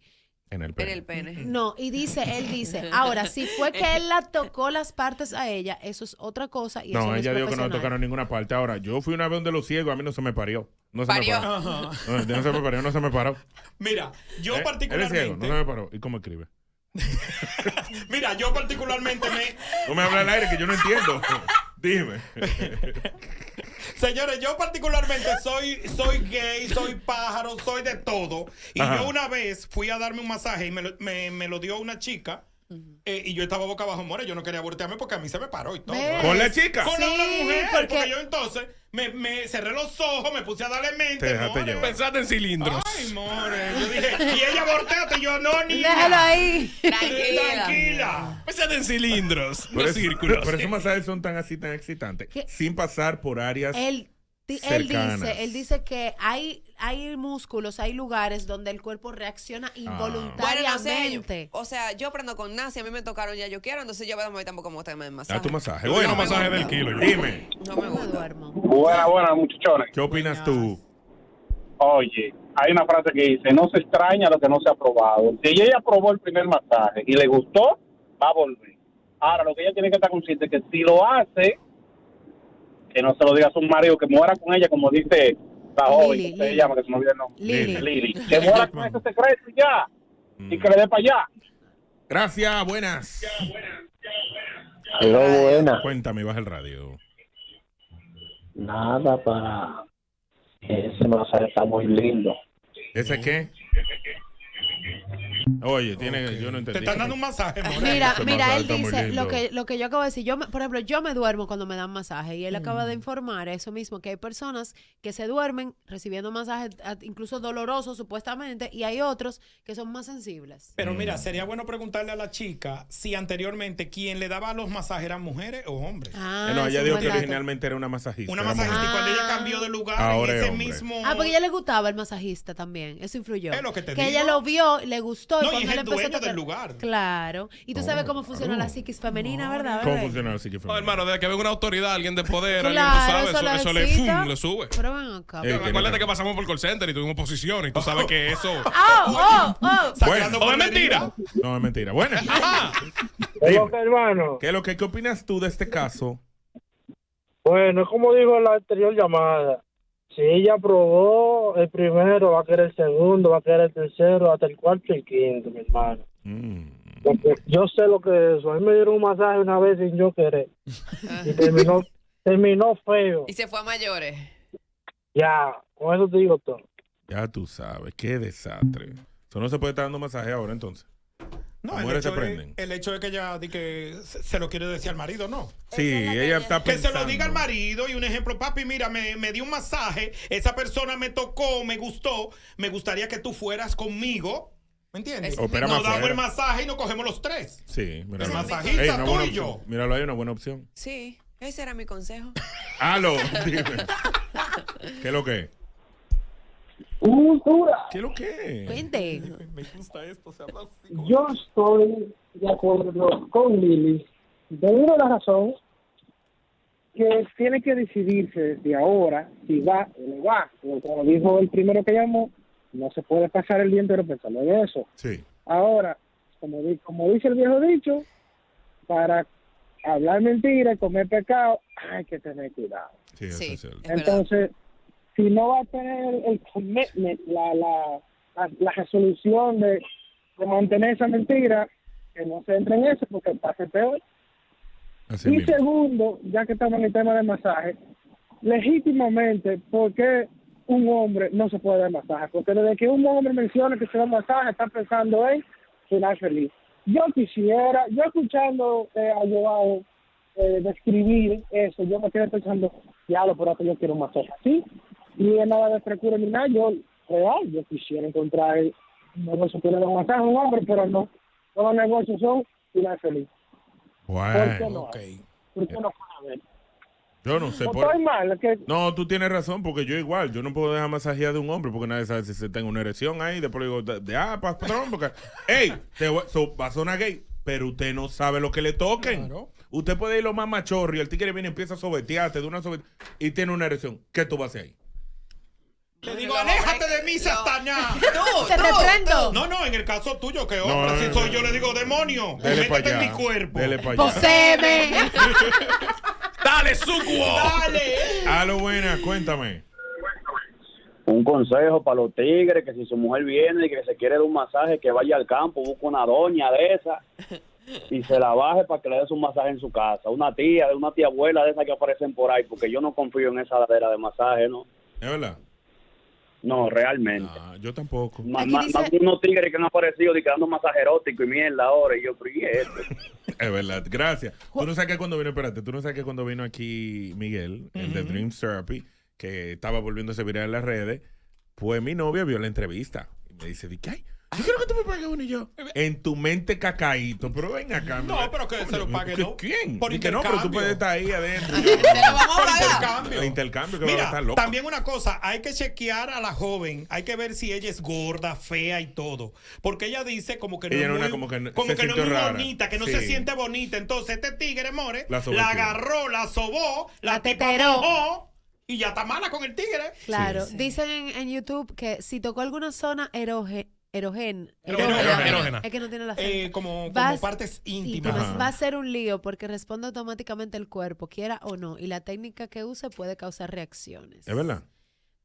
Speaker 1: En el
Speaker 4: En el pene.
Speaker 3: Mm.
Speaker 2: No, y dice, él dice, ahora, si fue que él la tocó las partes a ella, eso es otra cosa y eso
Speaker 1: No,
Speaker 2: no es
Speaker 1: ella dijo que no
Speaker 2: profesional.
Speaker 1: tocaron ninguna parte. Ahora, yo fui una vez donde los ciegos, a mí no se me parió. No se
Speaker 2: Parió.
Speaker 1: me paró. No,
Speaker 3: Ajá.
Speaker 1: no se me parió, no se me paró.
Speaker 3: Ah, Mira, yo
Speaker 1: Eh, Eres
Speaker 3: particularmente.
Speaker 1: ciego, no se me paró. ¿Y cómo escribe?
Speaker 3: Mira, yo particularmente me.
Speaker 1: No me habla al aire, que yo no entiendo. Dime.
Speaker 3: Señores, yo particularmente soy, soy gay, soy pájaro, soy de todo. Y
Speaker 1: Ajá.
Speaker 3: yo una vez fui a darme un masaje y me lo, me- me lo dio una chica. eh, y yo estaba boca abajo, more, yo no quería voltearme porque a mí se me paró y todo.
Speaker 1: ¿Ves? ¿Con la chica?
Speaker 3: Con la
Speaker 1: Sí,
Speaker 3: una mujer, porque...
Speaker 1: porque-
Speaker 3: yo entonces me, me cerré los ojos, me puse a darle
Speaker 5: Te
Speaker 3: mente,
Speaker 5: dejaste
Speaker 3: more.
Speaker 5: llevar. Pensaste en cilindros.
Speaker 3: Ay, more. Yo dije, y ella volteate, y yo no, ni
Speaker 5: Déjalo ahí.
Speaker 3: Tranquila. Tranquila.
Speaker 5: Pensaste en cilindros,
Speaker 1: Por
Speaker 5: no
Speaker 1: eso-
Speaker 5: círculos.
Speaker 1: Por esos masajes son tan así, tan excitantes.
Speaker 2: ¿Qué?
Speaker 1: Sin pasar por áreas.
Speaker 2: Él, di- él
Speaker 1: cercanas.
Speaker 2: dice, él dice que hay, hay músculos, hay lugares donde el cuerpo reacciona
Speaker 3: Ah.
Speaker 4: Bueno, no sé, yo-
Speaker 2: involuntariamente.
Speaker 4: o sea, yo aprendo con Nancy, a mí me tocaron ya yo quiero, entonces yo voy a dormir tampoco como usted me masaje.
Speaker 1: A tu masaje.
Speaker 5: Yo
Speaker 1: Bueno,
Speaker 5: digo,
Speaker 1: masaje
Speaker 5: me
Speaker 1: del
Speaker 5: gusta.
Speaker 1: kilo. Dime.
Speaker 10: Buena, buena, muchachones.
Speaker 1: ¿Qué opinas tú?
Speaker 10: Oye, hay una frase que dice, no se extraña lo que no se ha probado. Si ella probó el primer masaje y le gustó, va a volver. Ahora, lo que ella tiene que estar consciente es que si lo hace, que no se lo diga a su marido, que muera con ella, como dice la joven, que se llama, que se me olvida el nombre.
Speaker 1: Lili.
Speaker 10: Lili. Que muera
Speaker 1: Mm.
Speaker 10: con ese secreto y ya. Y que le dé para allá.
Speaker 1: Gracias, buenas.
Speaker 11: Hello, buena.
Speaker 1: Cuéntame, baja el radio.
Speaker 11: Nada para. Ese masaje está muy lindo.
Speaker 1: ¿Ese qué? Oye, tiene, yo no entendí.
Speaker 3: Te están dando un masaje, more.
Speaker 2: Mira,
Speaker 1: Ese
Speaker 2: mira,
Speaker 1: masaje
Speaker 2: él
Speaker 1: está muy
Speaker 2: dice
Speaker 1: lindo.
Speaker 2: lo que, lo que yo acabo de decir. Yo, me- por ejemplo, yo me duermo cuando me dan masaje y
Speaker 3: Mm.
Speaker 2: él acaba de informar eso mismo, que hay personas que se duermen recibiendo masajes a- incluso dolorosos supuestamente y hay otros que son más sensibles.
Speaker 3: Pero mira, sería bueno preguntarle a la chica si anteriormente quien le daba los masajes eran mujeres o hombres.
Speaker 2: Ah,
Speaker 1: Eh, no, ella dijo que originalmente era una masajista.
Speaker 3: Una
Speaker 1: era
Speaker 3: masajista y
Speaker 1: mujer.
Speaker 3: cuando ella cambió de lugar
Speaker 1: Ahora
Speaker 3: en
Speaker 1: es
Speaker 3: ese
Speaker 1: hombre.
Speaker 3: mismo...
Speaker 2: Ah, porque a ella le gustaba el masajista también. Eso influyó.
Speaker 3: Es lo que te digo.
Speaker 2: ella lo vio, le gustó.
Speaker 3: No, y
Speaker 2: y cuando
Speaker 3: es
Speaker 2: él
Speaker 3: el
Speaker 2: empezó
Speaker 3: dueño
Speaker 2: a tocar-
Speaker 3: del lugar.
Speaker 2: Claro. Y tú sabes cómo funciona la psiquis femenina, ¿verdad?
Speaker 1: ¿Cómo
Speaker 2: bebé?
Speaker 1: funciona el psique
Speaker 5: No, hermano, desde que venga una autoridad, alguien de poder,
Speaker 2: Claro,
Speaker 5: alguien, tú
Speaker 2: eso lo
Speaker 5: sabes, eso, eso le,
Speaker 2: excita.
Speaker 5: fum, le sube.
Speaker 2: Pero ven acá.
Speaker 5: Eh, acuérdate que pasamos por call center y tuvimos posiciones y tú sabes que eso.
Speaker 2: ¡Oh, oh, oh!
Speaker 1: Bueno,
Speaker 5: ¿O es mentira?
Speaker 1: No, es mentira. Buenas.
Speaker 12: Digo que, hermano.
Speaker 1: ¿Qué es lo que qué opinas tú de este caso?
Speaker 12: Bueno, es como dijo la anterior llamada, si ella probó el primero, va a querer el segundo, va a querer el tercero, hasta el cuarto y quinto, mi hermano.
Speaker 5: Mm.
Speaker 12: Porque yo sé lo que es eso. A mí me dieron un masaje una vez sin yo querer. Y terminó, terminó feo.
Speaker 4: Y se fue a mayores.
Speaker 12: Ya, con eso te digo todo.
Speaker 1: Ya tú sabes, qué desastre. Eso no se puede estar dando masaje ahora entonces.
Speaker 3: No,
Speaker 1: Las
Speaker 3: el
Speaker 1: mujeres se
Speaker 3: hecho, es,
Speaker 1: prenden.
Speaker 3: el hecho es que ella di que se se lo quiere decir al marido, ¿no?
Speaker 1: Sí, ella está
Speaker 3: Que se
Speaker 1: pensando.
Speaker 3: lo diga al marido y un ejemplo, papi, mira, me, me dio un masaje, esa persona me tocó, me gustó, me gustaría que tú fueras conmigo, ¿me entiendes?
Speaker 1: Opera
Speaker 3: nos
Speaker 1: más
Speaker 3: damos
Speaker 1: fuera.
Speaker 3: el masaje y nos cogemos los tres.
Speaker 1: Sí, mira.
Speaker 3: El masajista, tú y yo.
Speaker 1: Míralo, hay una buena opción.
Speaker 4: Sí, ese era mi consejo.
Speaker 1: Aló, dime. ¿Qué es lo que es? ¿Qué es lo que es?
Speaker 2: Vente.
Speaker 3: Me gusta esto, se habla así.
Speaker 12: Yo estoy de acuerdo con Lili, debido a la razón que tiene que decidirse desde ahora si va o no va. Porque Como dijo el primero que llamó, no se puede pasar el día entero pensando en eso.
Speaker 1: Sí.
Speaker 12: Ahora, como, di- como dice el viejo dicho, para hablar mentira y comer pecado, hay que tener cuidado.
Speaker 1: Sí, eso es cierto.
Speaker 12: Entonces, si no va a tener el commitment, la, la, la, la resolución de, de mantener esa mentira, que no se entre en eso porque pase peor.
Speaker 1: Así
Speaker 12: y
Speaker 1: mismo.
Speaker 12: segundo, ya que estamos en el tema de masaje, legítimamente, ¿por qué un hombre no se puede dar masaje? Porque desde que un hombre menciona que se da masaje, está pensando en final feliz. Yo quisiera, yo escuchando eh, a Joao eh, describir eso, yo me quedé pensando, ya lo por yo quiero un masaje así, y es nada de frescura ni nada, yo real, yo quisiera encontrar un negocio que le da un masaje a un hombre, pero no, todos los negocios son final feliz.
Speaker 1: Eh,
Speaker 12: ¿Por qué no? ¿Por qué no puede haber?
Speaker 1: Yo no sé
Speaker 12: O
Speaker 1: por
Speaker 12: estoy mal, que-
Speaker 1: No, tú tienes razón, porque yo igual, yo no puedo dejar masajear de un hombre porque nadie sabe si se tengo una erección ahí. Después le digo, de, de- ah, patrón, porque, hey, te voy- so- va a sonar gay, pero usted no sabe lo que le toquen. Usted puede ir lo más machorro y el tigre viene y empieza a sobetearte de una sobet y tiene una erección. ¿Qué tú vas a hacer ahí?
Speaker 3: Te digo, aléjate de mí, Satanás.
Speaker 2: Te reprendo.
Speaker 3: No, no, en el caso tuyo, que
Speaker 1: No,
Speaker 3: hombre,
Speaker 1: no,
Speaker 3: si
Speaker 1: no,
Speaker 3: soy
Speaker 1: no.
Speaker 3: yo, le digo, demonio,
Speaker 1: Dele pa'
Speaker 3: métete en mi
Speaker 1: allá.
Speaker 3: cuerpo.
Speaker 1: Dele pa' allá.
Speaker 2: Poseeme.
Speaker 1: ¡Dale, sucuo!
Speaker 3: ¡Dale!
Speaker 1: A lo buena, cuéntame.
Speaker 13: Un consejo para los tigres, que si su mujer viene y que se quiere dar un masaje, que vaya al campo, busque una doña de esa y se la baje para que le des un masaje en su casa. Una tía, una tía abuela de esas que aparecen por ahí, porque yo no confío en esa ladera de masaje, ¿no?
Speaker 1: ¿Es verdad? Ah,
Speaker 13: No, realmente.
Speaker 1: yo tampoco.
Speaker 13: Más,
Speaker 1: Aquí
Speaker 13: más-
Speaker 1: dice-
Speaker 13: más unos tigres que han aparecido y que dando masaje erótico y mierda ahora. Y yo, pero ¿y esto?
Speaker 1: Es verdad, gracias. Tú no sabes que cuando vino, espérate, tú no sabes que cuando vino aquí Miguel, el de Dream Therapy, que estaba volviéndose viral en las redes, pues mi novia vio la entrevista y me dice, di que, ay, yo quiero que tú me pagues uno y yo. En tu mente cacaíto, pero ven acá.
Speaker 3: No, pero que se lo pague,
Speaker 1: ¿Qué-
Speaker 3: ¿no?
Speaker 1: ¿Quién?
Speaker 3: Por
Speaker 1: Di que no, pero tú
Speaker 3: intercambio.
Speaker 1: puedes estar ahí adentro.
Speaker 3: Por intercambio.
Speaker 1: El intercambio que va a
Speaker 3: Mira,
Speaker 1: estar loco.
Speaker 3: también una cosa, hay que chequear a la joven, hay que ver si ella es gorda, fea y todo, porque ella dice como que no es
Speaker 1: Ella era
Speaker 3: muy,
Speaker 1: una como que no-
Speaker 3: como
Speaker 1: se
Speaker 3: que no es
Speaker 1: sintió
Speaker 3: muy
Speaker 1: rara.
Speaker 3: bonita, que no se
Speaker 1: Sí.
Speaker 3: siente bonita, entonces este tigre more
Speaker 1: La
Speaker 3: la,
Speaker 1: sometió.
Speaker 3: agarró, la sobó, la, tipa mojó, y ya está mala con el tigre.
Speaker 2: Claro, dicen en, en YouTube que si tocó alguna zona eroge- erogen-
Speaker 3: Erógena.
Speaker 2: erógena,
Speaker 3: Erógena.
Speaker 2: es que no tiene la
Speaker 3: Eh, como,
Speaker 2: Vas-
Speaker 3: como partes íntimas.
Speaker 2: Va a ser un lío porque responde automáticamente el cuerpo, quiera o no, y la técnica que use puede causar reacciones.
Speaker 1: Es verdad.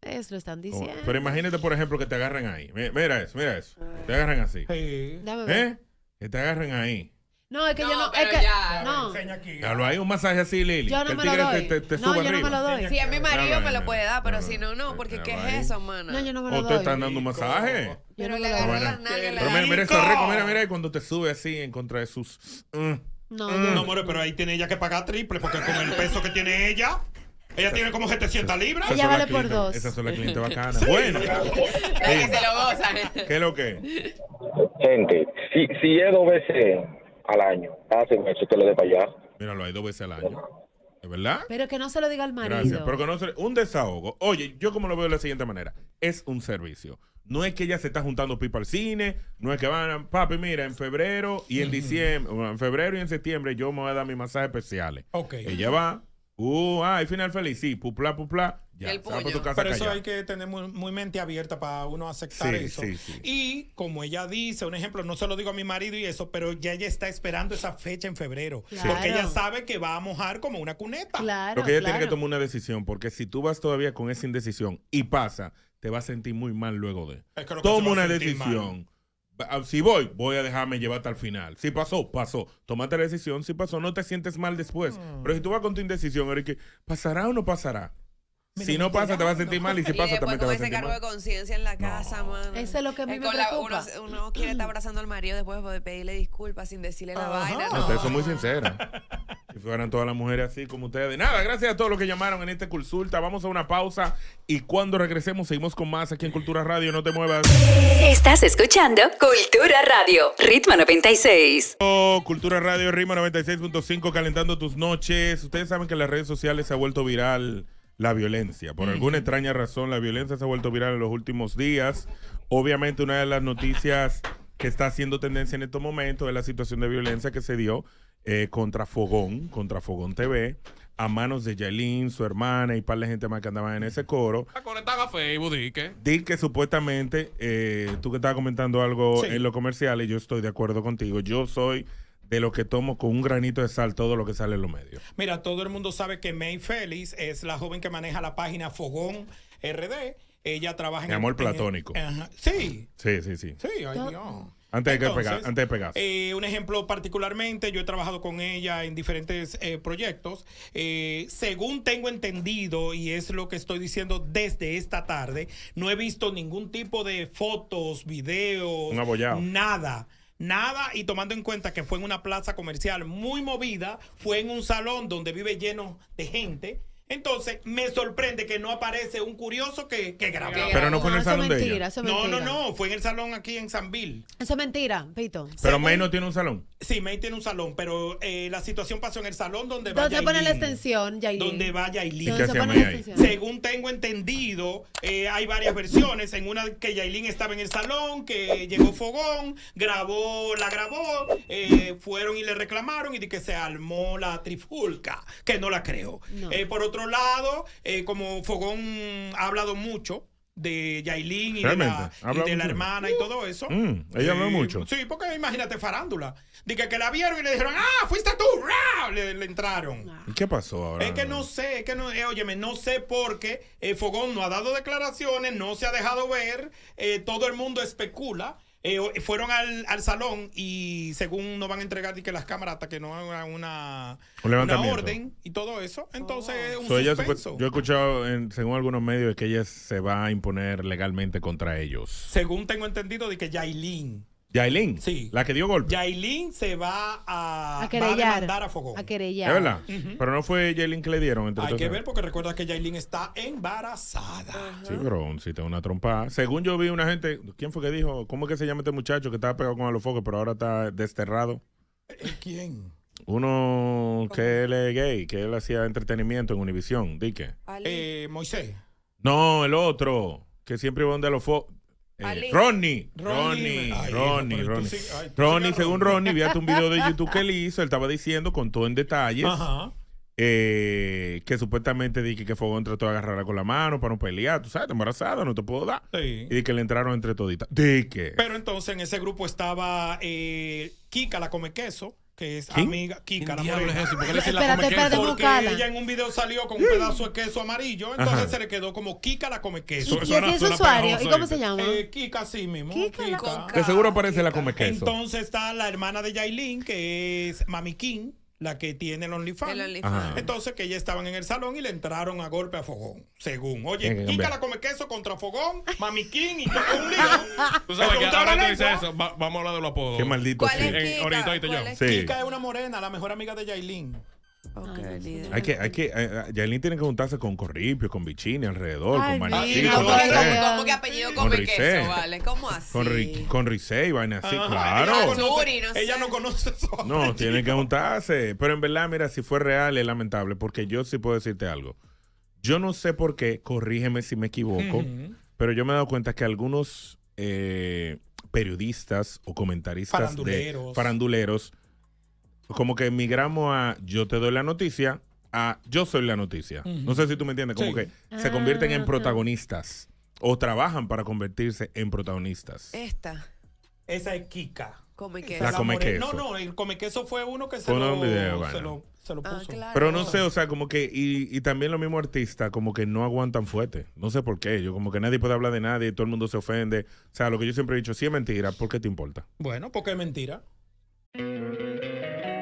Speaker 2: Eso lo están
Speaker 1: Oh,
Speaker 2: diciendo.
Speaker 1: Pero imagínate, por ejemplo, que te agarren ahí. Mi- Mira eso, mira eso. Te agarran así.
Speaker 2: Dame ver.
Speaker 1: ¿Eh? Que te agarren ahí.
Speaker 2: No, es que yo no, es que no.
Speaker 1: Hablo ahí un masaje así, Lili.
Speaker 2: Yo no
Speaker 1: que el
Speaker 2: me lo
Speaker 1: tigre
Speaker 2: doy.
Speaker 1: Te, te, te
Speaker 2: No,
Speaker 1: suba
Speaker 2: yo no me
Speaker 1: arriba.
Speaker 2: lo doy.
Speaker 4: Sí, a mi marido me lo
Speaker 1: no,
Speaker 4: puede dar, pero si no, no, porque ¿qué
Speaker 1: ahí.
Speaker 4: es eso, mana?
Speaker 2: No, yo no me
Speaker 1: O
Speaker 2: lo
Speaker 1: te
Speaker 2: doy.
Speaker 1: están dando un masaje.
Speaker 2: Yo no me lo
Speaker 4: le
Speaker 2: doy.
Speaker 4: agarro
Speaker 1: Bueno.
Speaker 4: las nalgas, le
Speaker 1: Pero mira,
Speaker 4: agarro-
Speaker 1: mira eso rico, mira, mira, y cuando te sube así en contra de sus. Mm.
Speaker 2: No,
Speaker 3: no, more, pero ahí tiene ella que pagar triple, porque con el peso que tiene ella, ella tiene como 700 libras.
Speaker 1: Esas son las clientes- Esas son las clientes bacanas.
Speaker 3: Sí.
Speaker 1: Bueno.
Speaker 4: que se lo gozan.
Speaker 1: ¿Qué es lo que?
Speaker 11: Gente, si, si es dos veces al año, hace meses que le dé para allá.
Speaker 1: Míralo, hay dos veces al año. ¿Es verdad?
Speaker 2: Pero que no se lo diga al marido.
Speaker 1: Gracias. Pero que no se- un desahogo. Oye, yo como lo veo de la siguiente manera. Es un servicio. No es que ella se está juntando pipa al cine, no es que van, a- papi, mira, en febrero y en diciembre, bueno, en febrero y en septiembre yo me voy a dar mis masajes especiales.
Speaker 3: Ok.
Speaker 1: Ella va, uh, ah, y final feliz, sí, pupla, pupla, ya, se va para tu casa
Speaker 3: Pero eso
Speaker 1: callado.
Speaker 3: hay que tener muy, muy mente abierta para uno aceptar
Speaker 1: Sí,
Speaker 3: eso.
Speaker 1: sí, sí.
Speaker 3: Y como ella dice, un ejemplo, no se lo digo a mi marido y eso, pero ya ella está esperando esa fecha en febrero.
Speaker 1: Claro.
Speaker 3: Porque ella sabe que va a mojar como una cuneta.
Speaker 2: Claro.
Speaker 1: Lo que ella tiene que tomar una decisión, porque si tú vas todavía con esa indecisión y pasa, te vas a sentir muy mal luego de.
Speaker 3: Es que lo que se
Speaker 1: Toma
Speaker 3: va a
Speaker 1: una
Speaker 3: sentir
Speaker 1: decisión. Ah, Si voy, voy a dejarme llevar hasta el final. Si pasó, pasó. Tómate la decisión. Si pasó, no te sientes mal después. Pero si tú vas con tu indecisión, ahora es que ¿pasará o no pasará? si no pasa, te vas a sentir mal. Y si
Speaker 4: Y
Speaker 1: pasa,
Speaker 4: después
Speaker 1: también te vas
Speaker 4: con
Speaker 1: a
Speaker 4: ese
Speaker 1: sentir
Speaker 4: cargo de
Speaker 1: mal.
Speaker 4: conciencia en la casa, mano.
Speaker 2: Eso es lo que a mí
Speaker 4: Es
Speaker 2: me
Speaker 4: con la-
Speaker 2: preocupa.
Speaker 4: uno, uno quiere estar abrazando al marido después de pedirle disculpas sin decirle la vaina.
Speaker 1: No, Ustedes son muy sinceras. Si fueran todas las mujeres así como ustedes. Nada, gracias a todos los que llamaron en esta consulta. Vamos a una pausa y cuando regresemos seguimos con más aquí en Cultura Radio. No te muevas.
Speaker 6: Estás escuchando Cultura Radio, Ritmo 96.
Speaker 1: Oh, Cultura Radio Rima 96.5 calentando tus noches. Ustedes saben que en las redes sociales se ha vuelto viral la violencia. Por alguna extraña razón, la violencia se ha vuelto viral en los últimos días. Obviamente, una de las noticias que está haciendo tendencia en estos momentos es la situación de violencia que se dio eh, contra Fogón, contra Fogón TV, a manos de Yailin, su hermana y par de gente más que andaban en ese coro.
Speaker 5: La conectan a Facebook, di que.
Speaker 1: Di que supuestamente, eh, tú que estabas comentando algo en lo comercial y yo estoy de acuerdo contigo. Yo soy de los que tomo con un granito de sal todo lo que sale en los medios.
Speaker 3: Mira, todo el mundo sabe que May Félix es la joven que maneja la página Fogón RD. Ella trabaja en
Speaker 1: Mi amor
Speaker 3: en-
Speaker 1: platónico.
Speaker 3: Ajá. Sí,
Speaker 1: Sí, sí, sí.
Speaker 3: sí, ay
Speaker 2: Yo-
Speaker 3: Dios.
Speaker 1: Antes de que
Speaker 3: Entonces,
Speaker 1: pega- antes de pegarse.
Speaker 3: eh, un ejemplo particularmente, yo he trabajado con ella en diferentes eh, proyectos. Eh, según tengo entendido, y es lo que estoy diciendo desde esta tarde, no he visto ningún tipo de fotos, videos,
Speaker 1: Un abollado.
Speaker 3: nada. Nada, y tomando en cuenta que fue en una plaza comercial muy movida, fue en un salón donde vive lleno de gente. Entonces, me sorprende que no aparece un curioso que, que grabó.
Speaker 1: Pero no fue en el salón de
Speaker 2: mentira,
Speaker 1: ella.
Speaker 2: eso es
Speaker 3: No, no,
Speaker 2: mentira.
Speaker 3: no, fue en el salón aquí en Sanville.
Speaker 2: Eso es mentira, Pito.
Speaker 1: Pero May no tiene un salón.
Speaker 3: Sí, May tiene un salón, pero eh, la situación pasó en el salón donde va
Speaker 2: ¿Dónde se pone la
Speaker 3: Yailin.
Speaker 2: extensión, Yailin?
Speaker 3: Donde va Yailin.
Speaker 2: ¿Y qué ¿Dónde se
Speaker 1: hacía pone la May ahí?
Speaker 3: Según tengo entendido, eh, hay varias versiones. En una que Yailin estaba en el salón, que llegó Fogón, grabó, la grabó, eh, fueron y le reclamaron y de que se armó la trifulca, que no la creo.
Speaker 14: No.
Speaker 3: Eh, por otro lado, eh, como Fogón ha hablado mucho de Yailin y de la,
Speaker 1: Realmente,
Speaker 3: y
Speaker 1: habla
Speaker 3: de la
Speaker 1: mucho.
Speaker 3: hermana y todo eso.
Speaker 1: Mm, ella habló
Speaker 3: Eh,
Speaker 1: mucho.
Speaker 3: Sí, porque imagínate, farándula. Dije que, que la vieron y le dijeron, ah, fuiste tú, ¡Ra! le, le entraron.
Speaker 1: ¿Y qué pasó ahora?
Speaker 3: Ah. Es que no sé, es que no, eh, óyeme, no sé por qué eh, Fogón no ha dado declaraciones, no se ha dejado ver, eh, todo el mundo especula. Eh, o- fueron al, al salón y según no van a entregar ni que las cámaras hasta que no haga una, una
Speaker 1: Un levantamiento.
Speaker 3: orden y todo eso. Entonces, es un
Speaker 1: So, ella supu-
Speaker 3: suspenso.
Speaker 1: yo he escuchado, en- según algunos medios, que ella se va a imponer legalmente contra ellos.
Speaker 3: Según tengo entendido, de que Yailin,
Speaker 1: Yailin, sí. la que dio golpe.
Speaker 3: Yailin se va a,
Speaker 2: A
Speaker 3: va a
Speaker 2: querellar.
Speaker 3: demandar a Fogón.
Speaker 2: A querellar.
Speaker 1: ¿Es verdad?
Speaker 3: Ujú.
Speaker 1: Pero no fue Yailin que le dieron. Entre
Speaker 3: Hay que
Speaker 1: otras-
Speaker 3: ver porque recuerda que Yailin está embarazada.
Speaker 1: Sí, pero si te da una trompada. Según yo vi una gente, ¿quién fue que dijo? ¿Cómo es que se llama este muchacho que estaba pegado con Alofoque, pero ahora está desterrado?
Speaker 3: ¿Eh, ¿Quién?
Speaker 1: Uno que él es gay, que él hacía entretenimiento en Univisión, di que.
Speaker 3: Eh, Moisés.
Speaker 1: No, el otro, que siempre iba donde Alofoque.
Speaker 3: Ali.
Speaker 1: Ronnie,
Speaker 3: Ronnie.
Speaker 1: Ronnie,
Speaker 3: Ay, hijo,
Speaker 1: Ronnie,
Speaker 3: pero tú
Speaker 1: Ronnie.
Speaker 3: sí- ay, tú
Speaker 1: Ronnie,
Speaker 3: sí que
Speaker 1: según
Speaker 3: Ronnie.
Speaker 1: Ronnie, viate un video de YouTube que él hizo, él estaba diciendo con todo en detalles
Speaker 3: Ajá.
Speaker 1: eh, que supuestamente dije que Fogón trató de agarrarla con la mano para no pelear, tú sabes, está embarazada, no te puedo dar.
Speaker 3: Sí.
Speaker 1: Y de que le entraron entre toditas. Di que.
Speaker 3: Pero entonces en ese grupo estaba eh, Kika, la come queso, que es
Speaker 1: ¿Quién?
Speaker 3: amiga. Kika, la
Speaker 1: diablo
Speaker 3: morena.
Speaker 1: es eso? ¿Por qué le dicen la Espérate, come espérate, queso?
Speaker 3: Porque
Speaker 1: buscala.
Speaker 3: ella en un video salió con un pedazo de queso amarillo, entonces
Speaker 1: Ajá.
Speaker 3: se le quedó como Kika, la come
Speaker 1: ¿Y-
Speaker 3: queso.
Speaker 1: y ese Suena- es suena usuario? pegajoso, ¿Y cómo
Speaker 2: se llama?
Speaker 3: Eh, Kika, sí mismo. Kika,
Speaker 1: De seguro aparece la come queso.
Speaker 3: ¿eh? Entonces está la hermana de Yailin, que es Mami King, la que tiene el OnlyFans.
Speaker 1: OnlyFans. Ajá.
Speaker 3: Entonces que ella estaban en el salón y le entraron a golpe a Fogón, según.
Speaker 1: Tiene
Speaker 3: Oye,
Speaker 1: que
Speaker 3: Kika
Speaker 1: cambiar.
Speaker 3: la come queso contra Fogón, Mami King y un lío.
Speaker 5: Tú sabes que
Speaker 3: Pregunta
Speaker 5: ahora
Speaker 3: la
Speaker 5: tú dices
Speaker 3: lengua.
Speaker 5: eso. va- vamos a hablar de los apodos.
Speaker 1: Qué maldito ¿Cuál sí. es
Speaker 5: En-
Speaker 1: Kika?
Speaker 5: Ahorita, ahorita
Speaker 1: ¿Cuál
Speaker 5: yo.
Speaker 1: es Sí.
Speaker 3: Kika es una morena, la mejor amiga de Yailin.
Speaker 1: Hay que, hay que, eh, eh, Yailin tiene que juntarse con Corripio, con Bichini alrededor,
Speaker 4: Ay,
Speaker 1: con Manasí,
Speaker 4: mira,
Speaker 1: con
Speaker 4: ¿cómo que-
Speaker 1: Ricé.
Speaker 4: cómo que apellido come
Speaker 1: Ricé.
Speaker 4: queso, vale? ¿Cómo así?
Speaker 1: Con, Ri- con Ricé y vaina así,
Speaker 3: Ajá,
Speaker 1: claro.
Speaker 3: Ella,
Speaker 4: Suri,
Speaker 3: conoce,
Speaker 4: no
Speaker 3: ella no conoce eso.
Speaker 1: No, tienen que juntarse. Pero en verdad, mira, si fue real es lamentable, porque yo sí puedo decirte algo. Yo no sé por qué, corrígeme si me equivoco,
Speaker 3: Ujú.
Speaker 1: pero yo me he dado cuenta que algunos eh, periodistas o comentaristas de
Speaker 3: Faranduleros.
Speaker 1: faranduleros, como que migramos a yo te doy la noticia a yo soy la noticia.
Speaker 5: Ujú.
Speaker 1: No sé si tú me entiendes, como
Speaker 5: Sí.
Speaker 1: que se convierten en
Speaker 5: Ajá.
Speaker 1: protagonistas o trabajan para convertirse en protagonistas.
Speaker 3: Eh,
Speaker 4: Esta.
Speaker 3: Esa es Kika.
Speaker 4: Come
Speaker 1: queso. La come
Speaker 3: morena.
Speaker 1: queso.
Speaker 3: No, no, el come queso fue uno que se
Speaker 1: Fue uno
Speaker 3: lo,
Speaker 1: de un video,
Speaker 3: se
Speaker 1: bueno.
Speaker 3: lo, se lo puso.
Speaker 1: Pero no sé, o sea, como que, y, y también los mismos artistas, como que no aguantan fuerte. No sé por qué. Yo, como que nadie puede hablar de nadie, todo el mundo se ofende. O sea, lo que yo siempre he dicho, si es mentira, ¿por qué te importa?
Speaker 3: Bueno, porque es mentira.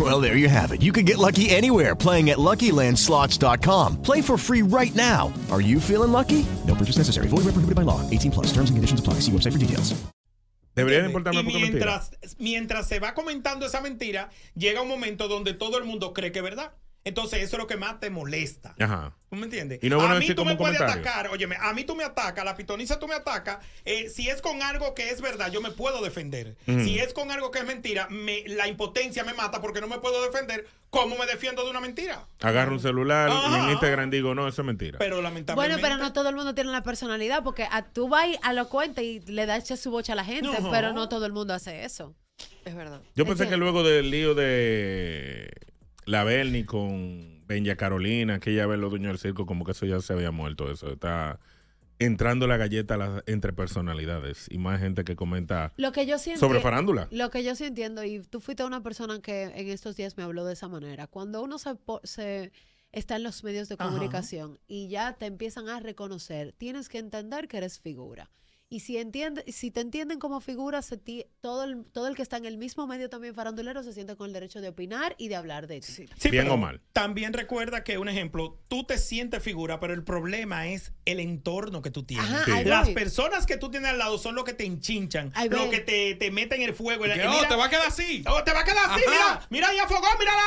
Speaker 15: Well, there you have it. You can get lucky anywhere playing at LuckyLandSlots.com. Play for free right now. Are you feeling lucky? No purchase necessary. Void where prohibited by law. 18 plus. Terms and conditions apply. See website for details.
Speaker 1: Debería de importarme
Speaker 3: Y
Speaker 1: porque es mentira.
Speaker 3: mientras, mientras se va comentando esa mentira, llega un momento donde todo el mundo cree que es verdad. Entonces, eso es lo que más te molesta.
Speaker 1: Ajá.
Speaker 3: ¿Tú me entiendes?
Speaker 1: Y no es bueno
Speaker 3: a mí
Speaker 1: decir
Speaker 3: tú
Speaker 1: como
Speaker 3: me
Speaker 1: un
Speaker 3: puedes
Speaker 1: comentario.
Speaker 3: atacar, óyeme, a mí tú me atacas, la pitoniza tú me atacas. eh, si es con algo que es verdad, yo me puedo defender.
Speaker 1: Mm.
Speaker 3: Si es con algo que es mentira, me- la impotencia me mata porque no me puedo defender. ¿Cómo me defiendo de una mentira?
Speaker 1: Agarro un celular y en
Speaker 3: Ajá.
Speaker 1: Instagram digo, no, eso es mentira.
Speaker 3: Pero
Speaker 2: Bueno,
Speaker 3: lamentablemente...
Speaker 2: pero no todo el mundo tiene la personalidad, porque a- tú vas a lo cuenta y le das su bocha a la gente,
Speaker 4: No.
Speaker 2: pero no todo el mundo hace eso.
Speaker 4: Es verdad.
Speaker 1: Yo pensé que luego del lío de la Berni con Benja Carolina, que ya ve los dueños del circo, como que eso ya se había muerto. Eso está entrando la galleta a las- entre personalidades y más gente que comenta.
Speaker 2: Lo que yo sí enti-
Speaker 1: Sobre farándula.
Speaker 2: Lo que yo sí entiendo, y tú fuiste una persona que en estos días me habló de esa manera. Cuando uno se, po- se- está en los medios de
Speaker 4: Ajá.
Speaker 2: comunicación y ya te empiezan a reconocer, tienes que entender que eres figura. Y si, entiende, si te entienden como figura, se ti- todo, el, todo el que está en el mismo medio también farandulero se siente con el derecho de opinar y de hablar de ti.
Speaker 3: Sí,
Speaker 1: Bien
Speaker 3: pero
Speaker 1: o mal.
Speaker 3: También recuerda que, un ejemplo, tú te sientes figura, pero el problema es el entorno que tú tienes.
Speaker 2: Ajá, Sí. ahí voy.
Speaker 3: Las personas que tú tienes al lado son los que te enchinchan,
Speaker 2: Ahí
Speaker 3: los
Speaker 2: voy.
Speaker 3: que te, te meten el fuego.
Speaker 5: Que, oh, te va a quedar así.
Speaker 3: Oh, te va a quedar así,
Speaker 5: Ajá.
Speaker 3: mira. Mira ahí a fogón, mírala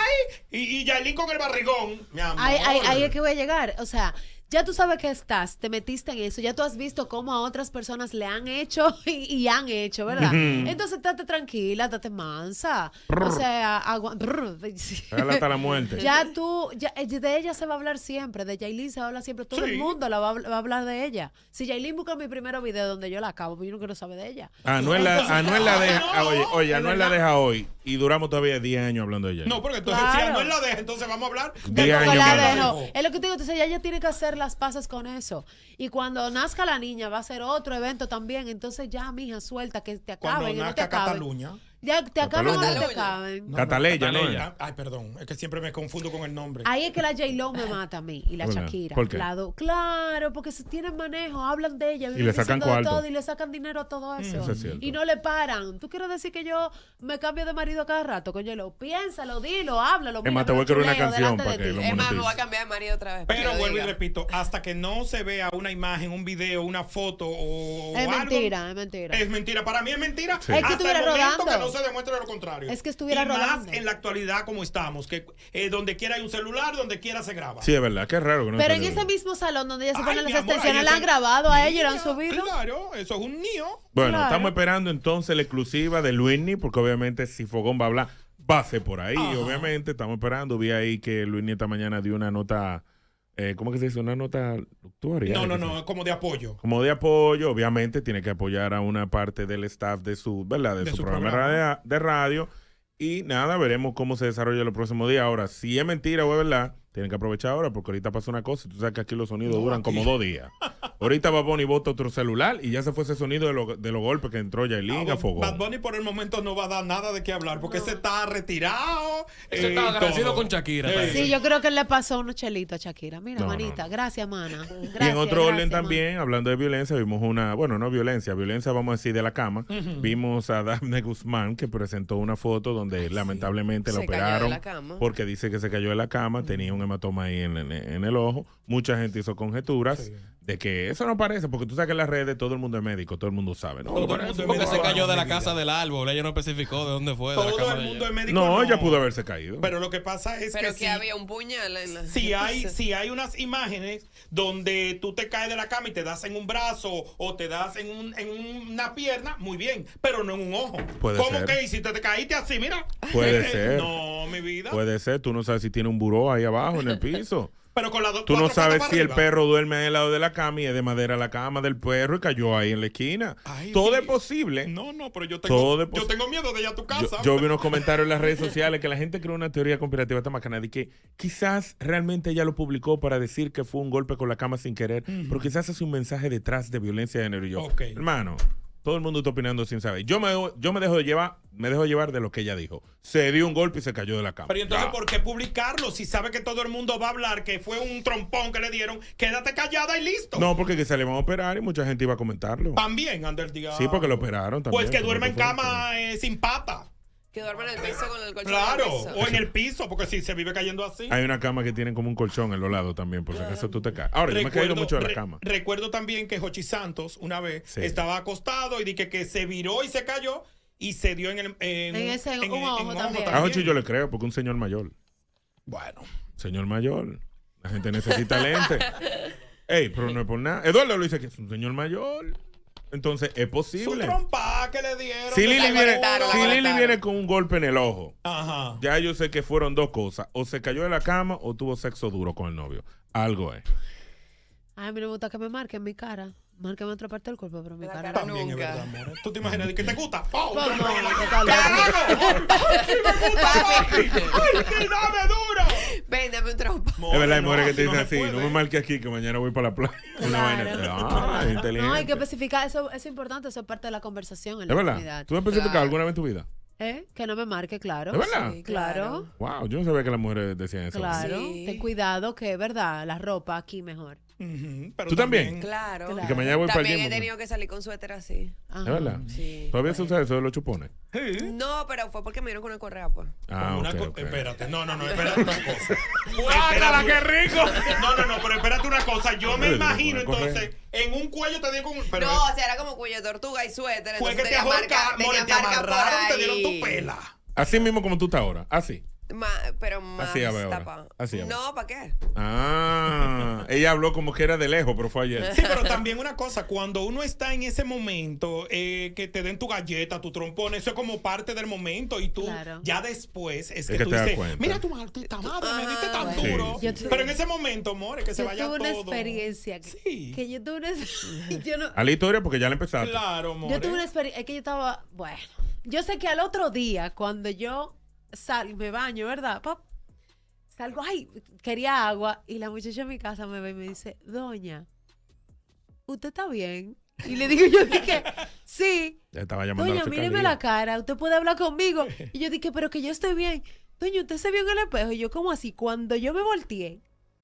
Speaker 3: ahí. Y, y Yailin con el barrigón. Mi amor.
Speaker 2: Ahí, ahí- ahí es que voy a llegar. O sea, ya tú sabes que estás, te metiste en eso, ya tú has visto cómo a otras personas le han hecho y, y han hecho, ¿verdad?
Speaker 1: Ujú.
Speaker 2: Entonces, estate tranquila, date mansa. O sea, agua- brr, sí.
Speaker 1: Hágala hasta la muerte.
Speaker 2: Ya tú, ya- eh, de ella se va a hablar siempre, de Yailin se va a hablar siempre, todo el mundo la va, a habl- va a hablar de ella. Si Yailin busca mi primer video donde yo la acabo, pues yo no quiero saber de ella.
Speaker 1: Anuel Ah, la, Anuel la deja, ah, oye, oye,
Speaker 3: Es
Speaker 1: Anuel la
Speaker 3: verdad.
Speaker 1: deja hoy y duramos todavía 10 años hablando de ella.
Speaker 3: No, porque entonces si
Speaker 2: Claro.
Speaker 3: Anuel la deja, entonces vamos a hablar. de
Speaker 1: 10
Speaker 3: cómo
Speaker 1: años
Speaker 3: la
Speaker 1: hablando.
Speaker 3: dejó.
Speaker 2: Pero es lo que te digo, entonces ella ya tiene que hacer las paces con eso. Y cuando nazca la niña va a ser otro evento también, entonces ya, mija, suelta que te
Speaker 3: Cuando
Speaker 2: acaben, y no te
Speaker 3: nazca
Speaker 2: acaben.
Speaker 3: Cataluña.
Speaker 2: Ya te acaben o no te
Speaker 3: Cataluña.
Speaker 2: acaben.
Speaker 1: Cataleya, ¿no?
Speaker 3: Cataleya. Ay, perdón, es que siempre me confundo con el nombre.
Speaker 2: Ahí es que la J-Lo me mata a mí y la
Speaker 1: ¿Verdad?
Speaker 2: Shakira.
Speaker 1: ¿Por qué?
Speaker 2: la do- Claro, porque se tienen manejo, hablan de ella, viven
Speaker 1: le sacan
Speaker 2: diciendo de
Speaker 1: cuarto.
Speaker 2: todo y le sacan dinero a
Speaker 4: Mm,
Speaker 2: todo eso.
Speaker 1: eso es cierto.
Speaker 2: y no le paran. ¿Tú quieres decir que yo me cambio de marido cada rato con J-Lo? Piénsalo, dilo, háblalo.
Speaker 1: Es más, te voy a crear una canción para que lo
Speaker 4: Es más, me voy a
Speaker 1: monetice.
Speaker 4: cambiar de marido otra vez.
Speaker 3: Pero
Speaker 4: que lo
Speaker 3: vuelvo y
Speaker 4: diga.
Speaker 3: repito, hasta que no se vea una imagen, un video, una foto o
Speaker 2: Es
Speaker 3: algo,
Speaker 2: mentira, es mentira.
Speaker 3: Es mentira, para mí es mentira.
Speaker 2: Sí. Es que
Speaker 3: hasta
Speaker 2: estuviera
Speaker 3: el momento
Speaker 2: rodando.
Speaker 3: que no se demuestre lo contrario.
Speaker 2: Es que estuviera
Speaker 3: y
Speaker 2: rodando.
Speaker 3: más en la actualidad como estamos, que eh, donde quiera hay un celular, donde quiera se graba.
Speaker 1: Sí, es verdad, qué raro que no
Speaker 2: Pero
Speaker 1: se
Speaker 2: en
Speaker 1: le-
Speaker 2: ese mismo salón donde ella se
Speaker 3: Ay,
Speaker 2: ponen las
Speaker 3: mi amor, ahí
Speaker 2: extensiones, la
Speaker 3: es
Speaker 2: han
Speaker 3: el-
Speaker 2: grabado a ella y la han subido.
Speaker 3: Claro, eso es un niño.
Speaker 1: Bueno,
Speaker 2: Claro.
Speaker 1: estamos esperando entonces la exclusiva de Luini, porque obviamente si Fogón va a hablar, va a ser por ahí, obviamente. Estamos esperando. Vi ahí que Luini esta mañana dio una nota, eh, ¿cómo que se dice? Una nota luctuaria.
Speaker 3: No, no,
Speaker 1: ¿qué se
Speaker 3: no,
Speaker 1: dice?
Speaker 3: es como de apoyo.
Speaker 1: Como de apoyo, obviamente tiene que apoyar a una parte del staff de su, ¿verdad? De, su, programa, radia- de radio. Y nada, veremos cómo se desarrolla los próximos días. Ahora, si es mentira o es verdad, tienen que aprovechar ahora, porque ahorita pasa una cosa y tú sabes que aquí los sonidos
Speaker 5: No,
Speaker 1: duran
Speaker 5: aquí.
Speaker 1: como dos días. Ahorita Bad Bunny bota otro celular y ya se fue ese sonido de, lo- de los golpes que entró Yailin a Fogón.
Speaker 3: Bad Bunny por el momento no va a dar nada de qué hablar porque se está retirado.
Speaker 5: Ese
Speaker 3: eh,
Speaker 5: está agradecido
Speaker 3: todo.
Speaker 5: con Shakira.
Speaker 3: Eh,
Speaker 2: Sí, yo creo que le pasó unos chelitos a Shakira. Mira,
Speaker 1: No,
Speaker 2: manita, gracias, mana.
Speaker 4: Mm.
Speaker 1: Y en
Speaker 2: Gracias,
Speaker 1: otro orden
Speaker 2: gracias, mana.
Speaker 1: también, hablando de violencia, vimos una, bueno, no violencia, violencia vamos a decir de la cama.
Speaker 2: Ujú.
Speaker 1: Vimos a Daphne Guzmán que presentó una foto donde lamentablemente la
Speaker 4: Ah, Se cayó de
Speaker 1: operaron
Speaker 4: la cama.
Speaker 1: porque dice que se cayó de la cama, tenía un hematoma ahí en, en- en el ojo. Mucha gente hizo conjeturas de que eso no parece, porque tú sabes que en las redes todo el mundo es médico, todo el mundo sabe, ¿no? no parece.
Speaker 5: Porque se cayó de la casa del árbol. Ella no especificó de dónde fue. de la
Speaker 3: Todo
Speaker 5: cama
Speaker 3: el
Speaker 5: de
Speaker 3: mundo
Speaker 5: ella.
Speaker 3: es médico.
Speaker 1: No, ella pudo haberse caído.
Speaker 3: Pero lo que pasa es
Speaker 4: Pero
Speaker 3: que,
Speaker 4: que
Speaker 3: si-
Speaker 4: había un puñal en la.
Speaker 3: si hay, si hay unas imágenes donde tú te caes de la cama y te das en un brazo o te das en, un- en una pierna, muy bien, pero no en un ojo.
Speaker 1: Puede
Speaker 3: ¿Cómo
Speaker 1: ser.
Speaker 3: que hiciste? Te caíste así, mira.
Speaker 1: Puede ser.
Speaker 3: No, mi vida.
Speaker 1: Puede ser, tú no sabes si tiene un buró ahí abajo en el piso.
Speaker 3: Pero con la do-
Speaker 1: Tú no
Speaker 3: cuatro
Speaker 1: sabes
Speaker 3: patas
Speaker 1: si el
Speaker 3: para arriba.
Speaker 1: perro duerme al lado de la cama y es de madera la cama del perro y cayó ahí en la esquina. Todo es posible.
Speaker 3: No, no, pero yo
Speaker 1: Todo es
Speaker 3: tengo, yo
Speaker 1: posible.
Speaker 3: tengo miedo de ir a tu
Speaker 1: Yo,
Speaker 3: casa.
Speaker 1: yo vi unos comentarios en las redes sociales que la gente creó una teoría conspirativa tan bacana de que quizás realmente ella lo publicó para decir que fue un golpe con la cama sin querer, pero quizás es un mensaje detrás de violencia de género. Y yo,
Speaker 3: Ok.
Speaker 1: hermano, todo el mundo está opinando sin saber. Yo me, yo me dejo llevar, me dejo llevar de lo que ella dijo. Se dio un golpe y se cayó de la cama.
Speaker 3: Pero ¿y entonces,
Speaker 1: Ya.
Speaker 3: ¿por qué publicarlo? Si sabe que todo el mundo va a hablar que fue un trompón que le dieron, quédate callada y listo.
Speaker 1: No, porque que se le van a operar y mucha gente iba a comentarlo.
Speaker 3: También, Ander, diga.
Speaker 1: Sí, porque lo operaron también.
Speaker 3: Pues que duerma en
Speaker 1: Fue-
Speaker 3: cama eh, sin pata.
Speaker 4: Que duerma en el piso con el colchón.
Speaker 3: Claro,
Speaker 4: en el piso.
Speaker 3: o en el piso, porque si se vive cayendo así.
Speaker 1: Hay una cama que tienen como un colchón en los lados también, por si acaso tú te caes. Ahora, yo me he caído
Speaker 3: Recuerdo-
Speaker 1: mucho de la
Speaker 3: re-
Speaker 1: cama.
Speaker 3: Recuerdo también que Jochi Santos una vez
Speaker 1: Sí.
Speaker 3: estaba acostado y dije que se viró y se cayó y se dio en el. En,
Speaker 2: En ese- un ojo también.
Speaker 1: A Jochi yo le creo, porque un señor mayor. Ah, Bueno, señor mayor, la gente necesita lente. Ey, pero no es por nada. Eduardo Luis que es un señor mayor. Entonces, es posible.
Speaker 3: Trompa que le dieron.
Speaker 1: Si
Speaker 3: que
Speaker 1: Lili,
Speaker 3: la
Speaker 1: viene,
Speaker 3: conectaron, la
Speaker 1: si Lili
Speaker 3: conectaron.
Speaker 1: viene con un golpe en el ojo,
Speaker 3: Ajá.
Speaker 1: ya yo sé que fueron dos cosas. O se cayó de la cama o tuvo sexo duro con el novio. Algo es.
Speaker 2: Ay, a mí no me gusta que me marquen mi cara. Márquenme otra parte del cuerpo, pero mi cara,
Speaker 3: También es verdad, amor. ¿Tú te imaginas de que te gusta? ¡Pum!
Speaker 2: Pues no,
Speaker 3: ¡Carajo!
Speaker 2: ¿qué tal?
Speaker 3: ¡Ay, sí me gusta! ¡Ay, qué dame duro!
Speaker 4: Ven, dame un trompo.
Speaker 1: es verdad, hay mujeres que te dicen así, no me marques aquí que mañana voy para la playa. Una vaina. Ah, inteligente.
Speaker 2: No, hay que especificar, eso, eso es importante, eso es parte de la conversación en
Speaker 1: Es
Speaker 2: la
Speaker 1: verdad.
Speaker 2: intimidad.
Speaker 1: ¿Tú has especificado alguna vez en tu vida?
Speaker 2: ¿Eh? Que no me marque, claro.
Speaker 1: ¿Es verdad?
Speaker 2: Sí, claro,
Speaker 1: Wow, yo no sabía que las mujeres decían eso.
Speaker 2: claro. Ten cuidado que es verdad, la ropa aquí mejor.
Speaker 1: ¿Tú también?
Speaker 4: Claro.
Speaker 1: Y que mañana voy para el
Speaker 4: También
Speaker 1: gym,
Speaker 4: he
Speaker 1: ¿no?
Speaker 4: tenido que salir con suéter así.
Speaker 1: ¿Es verdad?
Speaker 2: Mm,
Speaker 4: Sí.
Speaker 1: ¿Todavía se usa eso de los chupones?
Speaker 4: No, pero fue porque me dieron con una correa, pues.
Speaker 1: Ah, ok, ok.
Speaker 3: Espérate, no, no, no, espérate una cosa.
Speaker 1: ¡Guácala,
Speaker 3: Espérate.
Speaker 1: qué rico!
Speaker 3: No, no, no, pero espérate una cosa. Yo me
Speaker 1: Espérate,
Speaker 3: imagino
Speaker 1: una correa.
Speaker 3: entonces, en un cuello te dio con. pero-
Speaker 4: no, o sea, era como cuello de tortuga y suéter.
Speaker 3: Fue
Speaker 4: entonces
Speaker 3: que te
Speaker 4: tenía marca,
Speaker 3: ahorcaron,
Speaker 4: tenía
Speaker 3: te
Speaker 4: marca por
Speaker 3: amarraron, te dieron
Speaker 4: ahí.
Speaker 3: tu pela.
Speaker 1: Así mismo como tú estás ahora. Así.
Speaker 4: Ma- pero
Speaker 3: Ah,
Speaker 4: más
Speaker 1: Así, a ver, ahora.
Speaker 4: tapa.
Speaker 1: Así, a ver.
Speaker 4: no, ¿para qué?
Speaker 1: Ah, ella habló como que era de lejos, pero fue ayer.
Speaker 3: Sí, pero también una cosa, cuando uno está en ese momento, eh, que te den tu galleta, tu trompón, eso es como parte del momento y tú ya después es,
Speaker 1: Es
Speaker 3: que,
Speaker 1: que
Speaker 3: tú
Speaker 1: te das
Speaker 3: dices,
Speaker 1: cuenta.
Speaker 3: mira tu maldita madre,
Speaker 2: Ah.
Speaker 4: Ah,
Speaker 3: me diste tan
Speaker 1: Sí,
Speaker 3: duro.
Speaker 1: sí, sí.
Speaker 3: Pero en ese momento, more, que se
Speaker 2: yo
Speaker 3: vaya
Speaker 2: tuve una
Speaker 3: todo.
Speaker 2: experiencia que, que yo tuve una yo no-
Speaker 1: A la historia porque ya la empezaste.
Speaker 3: Claro, more.
Speaker 2: Yo tuve una experiencia, es que yo estaba, bueno, yo sé que al otro día, cuando yo sal, me baño, ¿verdad? Pap, salgo, ay, quería agua, y la muchacha en mi casa me ve y me dice, doña, ¿usted está bien? Y le digo, yo dije, sí.
Speaker 1: Ya estaba llamando a
Speaker 2: Doña,
Speaker 1: la
Speaker 2: míreme
Speaker 1: fiscalía.
Speaker 2: la cara, usted puede hablar conmigo. Y yo dije, pero que yo estoy bien. Doña, usted se vio en el espejo. Y yo, como así? Cuando yo me volteé,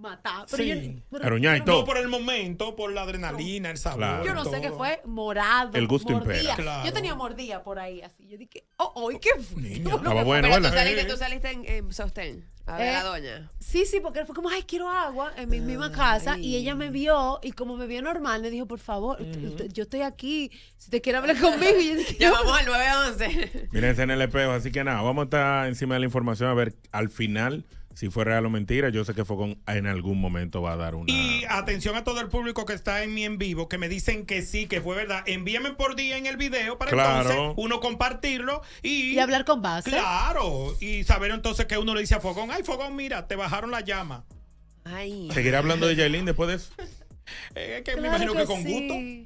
Speaker 2: matá. Pero
Speaker 3: Sí.
Speaker 2: yo,
Speaker 1: Aruñá y
Speaker 3: No
Speaker 1: todo.
Speaker 3: por el momento, por la adrenalina, el sabor.
Speaker 1: Claro.
Speaker 2: yo no sé qué fue morado.
Speaker 1: El gusto
Speaker 2: mordía.
Speaker 1: impera.
Speaker 2: Yo tenía mordida por ahí, así. Yo dije, oh, oh, ¿qué fue?
Speaker 1: Estaba Ah, bueno,
Speaker 4: pero tú
Speaker 1: ¿verdad?
Speaker 4: saliste, tú saliste en, en sostén. A ver,
Speaker 2: Eh,
Speaker 4: la doña.
Speaker 2: Sí, sí, porque fue como, ay, quiero agua en mi
Speaker 3: Ah,
Speaker 2: misma casa. Y ella me vio, y como me vio normal, me dijo, por favor, usted- yo estoy aquí. Si te quiere hablar conmigo. Y yo dije,
Speaker 4: Llamamos al 911.
Speaker 1: Mírense en el espejo, así que nada, vamos a estar encima de la información a ver al final si fue real o mentira. Yo sé que fue con en algún momento va a dar una.
Speaker 3: Y atención a todo el público que está en mi en vivo, que me dicen que sí, que fue verdad. Envíenme por día en el video para
Speaker 1: Claro.
Speaker 3: entonces uno compartirlo y,
Speaker 2: Y hablar con base.
Speaker 3: Claro, y saber entonces que uno le dice a Fogón, ay Fogón, mira, te bajaron la llama.
Speaker 4: Ay.
Speaker 1: ¿Seguiré hablando de Yailin después de eso?
Speaker 3: Eh, que me
Speaker 2: Claro
Speaker 3: imagino
Speaker 2: que
Speaker 3: que, con
Speaker 2: sí.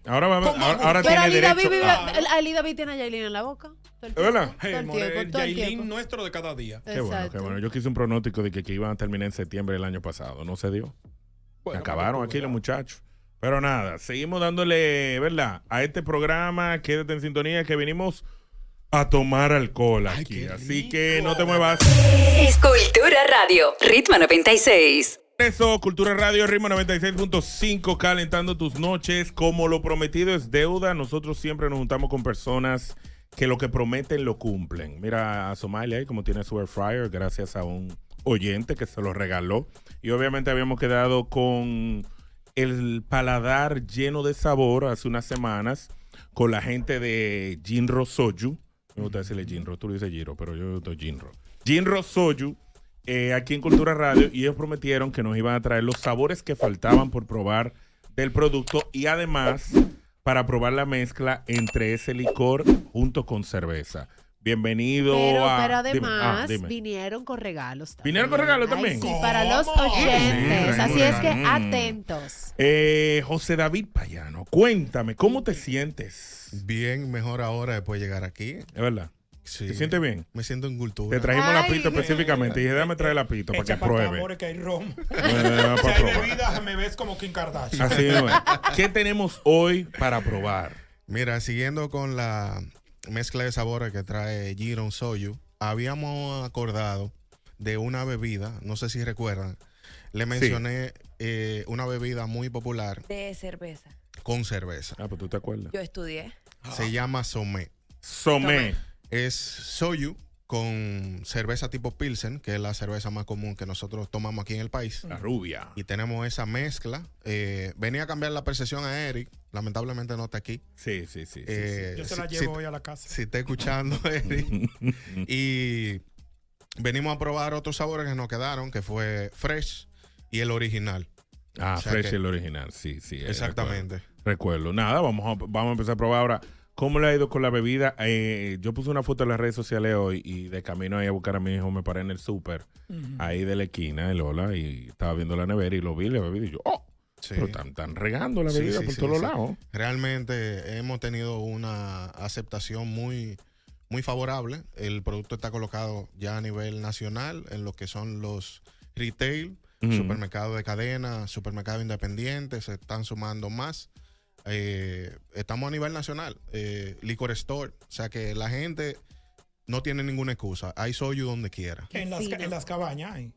Speaker 3: gusto.
Speaker 1: Ahora va a ver-
Speaker 3: ¿Cómo?
Speaker 1: ahora, ahora
Speaker 2: Pero
Speaker 1: tiene
Speaker 2: Ali David,
Speaker 1: derecho.
Speaker 2: vive-
Speaker 1: a-
Speaker 2: el- Ali David tiene a Yailin en la boca. todo el tiempo,
Speaker 1: ¿Verdad?
Speaker 2: todo el tiempo, todo el tiempo.
Speaker 3: Yailin nuestro de cada día.
Speaker 1: Qué bueno, qué
Speaker 2: Exacto.
Speaker 1: bueno. Yo quise un pronóstico de que, que iban a terminar en septiembre del año pasado. No se dio. Acabaron aquí los muchachos. Pero nada, seguimos dándole, ¿verdad? A este programa, quédate en sintonía, que venimos a tomar alcohol aquí. Así que no te muevas.
Speaker 6: Es Cultura Radio, Ritmo 96.
Speaker 1: Eso, Cultura Radio, Ritmo 96.5, calentando tus noches. Como lo prometido es deuda, nosotros siempre nos juntamos con personas que lo que prometen lo cumplen. Mira a Somalia ahí, como tiene su air fryer, gracias a un oyente que se lo regaló. Y obviamente habíamos quedado con el paladar lleno de sabor hace unas semanas con la gente de Jinro Soju. Me gusta decirle Jinro, tú le dices Jinro, pero yo digo Jinro. Jinro Soju, eh, aquí en Cultura Radio, y ellos prometieron que nos iban a traer los sabores que faltaban por probar del producto y además para probar la mezcla entre ese licor junto con cerveza. Bienvenido
Speaker 2: Pero,
Speaker 1: a.
Speaker 2: pero
Speaker 1: dime, ah,
Speaker 2: además
Speaker 1: dime.
Speaker 2: vinieron con regalos.
Speaker 1: ¿Vinieron con regalo
Speaker 2: Ay,
Speaker 1: también? Oh,
Speaker 2: sí, para los
Speaker 1: Sí,
Speaker 2: oyentes.
Speaker 1: traen
Speaker 2: Así
Speaker 1: un
Speaker 2: es que
Speaker 1: regalo. Mm.
Speaker 2: atentos.
Speaker 1: Eh, José David Payano, cuéntame, ¿cómo te sientes?
Speaker 16: Bien, mejor ahora después de llegar aquí. Es
Speaker 1: verdad.
Speaker 16: Sí.
Speaker 1: ¿Te sientes bien?
Speaker 16: Me siento en cultura.
Speaker 1: Te trajimos la pito específicamente. Dije, déjame traer la pito para que pruebe.
Speaker 3: Amores, que hay ron.
Speaker 1: bueno,
Speaker 3: si
Speaker 1: para
Speaker 3: hay
Speaker 1: probar.
Speaker 3: bebidas, me ves como Kim Kardashian.
Speaker 1: Así mismo es. ¿Qué tenemos hoy para probar?
Speaker 16: Mira, siguiendo con la mezcla de sabores que trae Giron Soyu, habíamos acordado de una bebida, no sé si recuerdan, le mencioné eh, una bebida muy popular
Speaker 4: De cerveza.
Speaker 16: con cerveza.
Speaker 1: Ah, pues tú te acuerdas.
Speaker 4: Yo estudié.
Speaker 16: Se llama Somé.
Speaker 1: Ah. Somé.
Speaker 16: Es soyu con cerveza tipo Pilsen, que es la cerveza más común que nosotros tomamos aquí en el país.
Speaker 1: La rubia.
Speaker 16: Y tenemos esa mezcla. Eh, venía a cambiar la percepción a Eric. Lamentablemente no está aquí.
Speaker 1: Sí, sí, sí.
Speaker 16: Eh,
Speaker 3: Yo se
Speaker 16: si-
Speaker 3: la
Speaker 16: si-
Speaker 3: llevo hoy a la casa.
Speaker 16: Si está escuchando, Eric. y venimos a probar otros sabores que nos quedaron, que fue Fresh y el original.
Speaker 1: Ah,
Speaker 16: O sea
Speaker 1: Fresh
Speaker 16: que-
Speaker 1: el original, sí, sí. eh,
Speaker 16: Exactamente.
Speaker 1: Recuerdo. Recuerdo. Nada, vamos a, vamos a empezar a probar ahora. ¿Cómo le ha ido con la bebida? Eh, yo puse una foto en las redes sociales hoy y de camino ahí a buscar a mi hijo me paré en el súper,
Speaker 5: Ujú.
Speaker 1: ahí de la esquina, el Lola, y estaba viendo la nevera y lo vi, la bebida, y yo, oh, pero están, están regando la
Speaker 16: Sí,
Speaker 1: bebida
Speaker 16: sí,
Speaker 1: por
Speaker 16: sí,
Speaker 1: todos
Speaker 16: sí.
Speaker 1: lados.
Speaker 16: Realmente hemos tenido una aceptación muy, muy favorable. El producto está colocado ya a nivel nacional en lo que son los retail,
Speaker 1: Ujú.
Speaker 16: supermercados de cadena, supermercados independientes, se están sumando más. Eh, estamos a nivel nacional, eh, liquor store, o sea que la gente no tiene ninguna excusa. Hay soyu donde quiera.
Speaker 3: En las, ca- en las cabañas hay.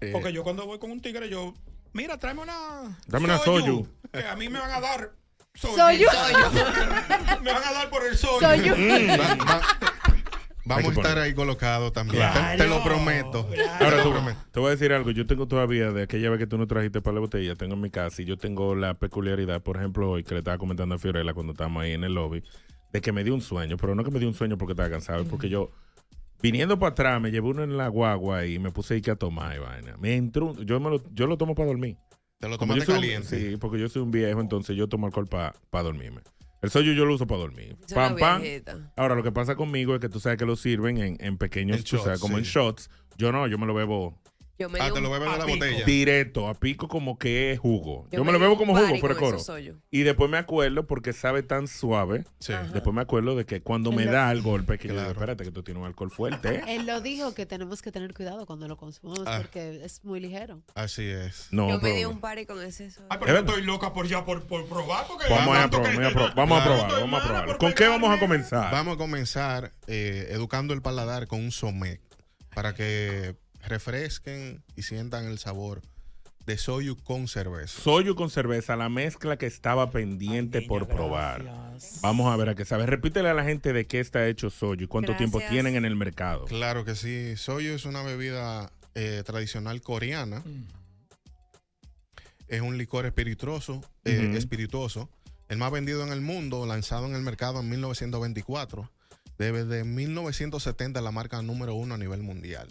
Speaker 16: Eh,
Speaker 3: Porque yo cuando voy con un tigre, yo, mira, tráeme una.
Speaker 16: Dame una soyu.
Speaker 3: Que a mí me van a dar.
Speaker 2: Soyu.
Speaker 3: me van a dar por el soyu.
Speaker 2: Soyu.
Speaker 16: Mm. Va- va- vamos a estar ahí colocados también. Te- Te, lo prometo.
Speaker 1: Ahora tú, te voy a decir algo. Yo tengo todavía de aquella vez que tú no trajiste para la botella, tengo en mi casa y yo tengo la peculiaridad, por ejemplo, hoy que le estaba comentando a Fiorella cuando estábamos ahí en el lobby, de que me dio un sueño, pero no que me dio un sueño porque estaba cansado, es porque yo viniendo para atrás me llevé uno en la guagua y me puse ahí que a tomar y vaina. Me entró, un- yo me lo, yo lo tomo para dormir.
Speaker 16: Te lo
Speaker 1: Como
Speaker 16: tomaste
Speaker 1: yo soy un-
Speaker 16: caliente.
Speaker 1: sí, porque yo soy un viejo, entonces yo tomo alcohol para dormirme. El soyo yo lo uso para dormir.
Speaker 4: Soy
Speaker 1: Pam,
Speaker 4: una
Speaker 1: pam.
Speaker 4: viejita.
Speaker 1: Ahora, lo que pasa conmigo es que tú sabes que lo sirven en, en pequeños,
Speaker 16: En
Speaker 1: tú sabes,
Speaker 16: shots,
Speaker 1: como en
Speaker 16: sí.
Speaker 1: shots. Yo no, yo me lo bebo
Speaker 4: Yo me
Speaker 16: Ah,
Speaker 4: di
Speaker 16: te
Speaker 4: un
Speaker 16: lo bebes de la
Speaker 4: papico.
Speaker 16: botella.
Speaker 1: directo, a pico como que es jugo. Yo,
Speaker 4: Yo
Speaker 1: me
Speaker 4: me
Speaker 1: lo
Speaker 4: di
Speaker 1: bebo
Speaker 4: un
Speaker 1: como jugo,
Speaker 4: bari
Speaker 1: fuera
Speaker 4: con
Speaker 1: coro.
Speaker 4: esos sollos.
Speaker 1: Y después me acuerdo porque sabe tan suave. Después me acuerdo de que cuando me
Speaker 2: El-
Speaker 1: da el golpe, que yo digo, espérate, que tú tienes un alcohol fuerte. ¿eh?".
Speaker 2: Él lo dijo que tenemos que tener cuidado cuando lo consumamos
Speaker 16: Ah.
Speaker 2: porque es muy ligero. Oh,
Speaker 16: Así es.
Speaker 1: No, Ah,
Speaker 4: Yo me
Speaker 1: pero-
Speaker 4: di un party con ese soyu.
Speaker 3: Ay,
Speaker 1: Es
Speaker 3: pero yo
Speaker 1: verdad.
Speaker 3: estoy loca por ya por, por probar. Porque
Speaker 1: Vamos a
Speaker 3: tanto
Speaker 1: probar,
Speaker 3: que-
Speaker 1: vamos a probar, vamos a
Speaker 16: Claro.
Speaker 1: probarlo, vamos a probarlo. ¿Con qué vamos a comenzar?
Speaker 16: Vamos a comenzar eh, educando el paladar con un somet para que refresquen y sientan el sabor de soyu con cerveza.
Speaker 1: Soyu con cerveza, la mezcla que estaba pendiente por probar. Vamos a ver a qué sabe. Repítele a la gente de qué está hecho Soyu y cuánto tiempo
Speaker 16: Gracias.
Speaker 1: tienen en el mercado.
Speaker 16: Claro que sí. Soyu es una bebida eh, tradicional coreana. Es un licor espirituoso, eh,
Speaker 1: Ujú.
Speaker 16: espirituoso. El más vendido en el mundo, lanzado en el mercado en 1924. Desde 1970 la marca número uno a nivel mundial.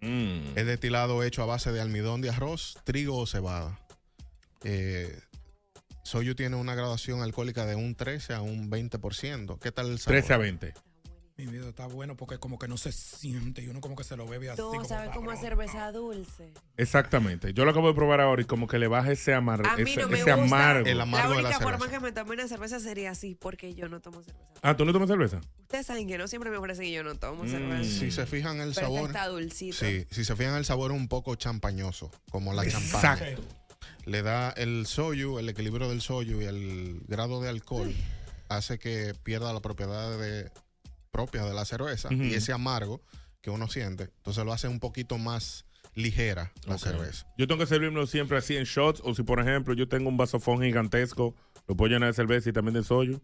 Speaker 1: Mm.
Speaker 16: Es destilado hecho a base de almidón de arroz, trigo o cebada. Eh, Soyu tiene una graduación alcohólica de un 13 a un 20%. ¿Qué tal el sabor?
Speaker 1: 13 a 20.
Speaker 3: Mi vida está bueno porque como que no se siente y uno como que se lo bebe así.
Speaker 4: No,
Speaker 3: como
Speaker 4: ¿sabes cómo es cerveza dulce?
Speaker 1: Exactamente. Yo lo acabo de probar ahora y como que le baja ese, amar
Speaker 4: A mí
Speaker 1: ese,
Speaker 4: no me
Speaker 1: ese
Speaker 4: gusta.
Speaker 1: amargo.
Speaker 4: la única forma que me tome una cerveza sería así, porque yo no tomo cerveza.
Speaker 1: Ah, ¿tú no tomas cerveza?
Speaker 4: Ustedes saben que no siempre me ofrecen y yo no tomo
Speaker 3: Mm.
Speaker 4: cerveza.
Speaker 16: Si se fijan el
Speaker 4: Pero esta
Speaker 16: sabor.
Speaker 4: está dulcito.
Speaker 16: Sí, si se fijan el sabor es un poco champañoso, como la champaña.
Speaker 1: Exacto.
Speaker 16: Le da el soyu, el equilibrio del soyu y el grado de alcohol hace que pierda la propiedad de, propia de la cerveza
Speaker 1: Ujú.
Speaker 16: y ese amargo que uno siente. Entonces lo hace un poquito más ligera la
Speaker 1: Ok.
Speaker 16: cerveza.
Speaker 1: Yo tengo que servirlo siempre así en shots o si por ejemplo yo tengo un vasofón gigantesco, lo puedo llenar de cerveza y también de soyo.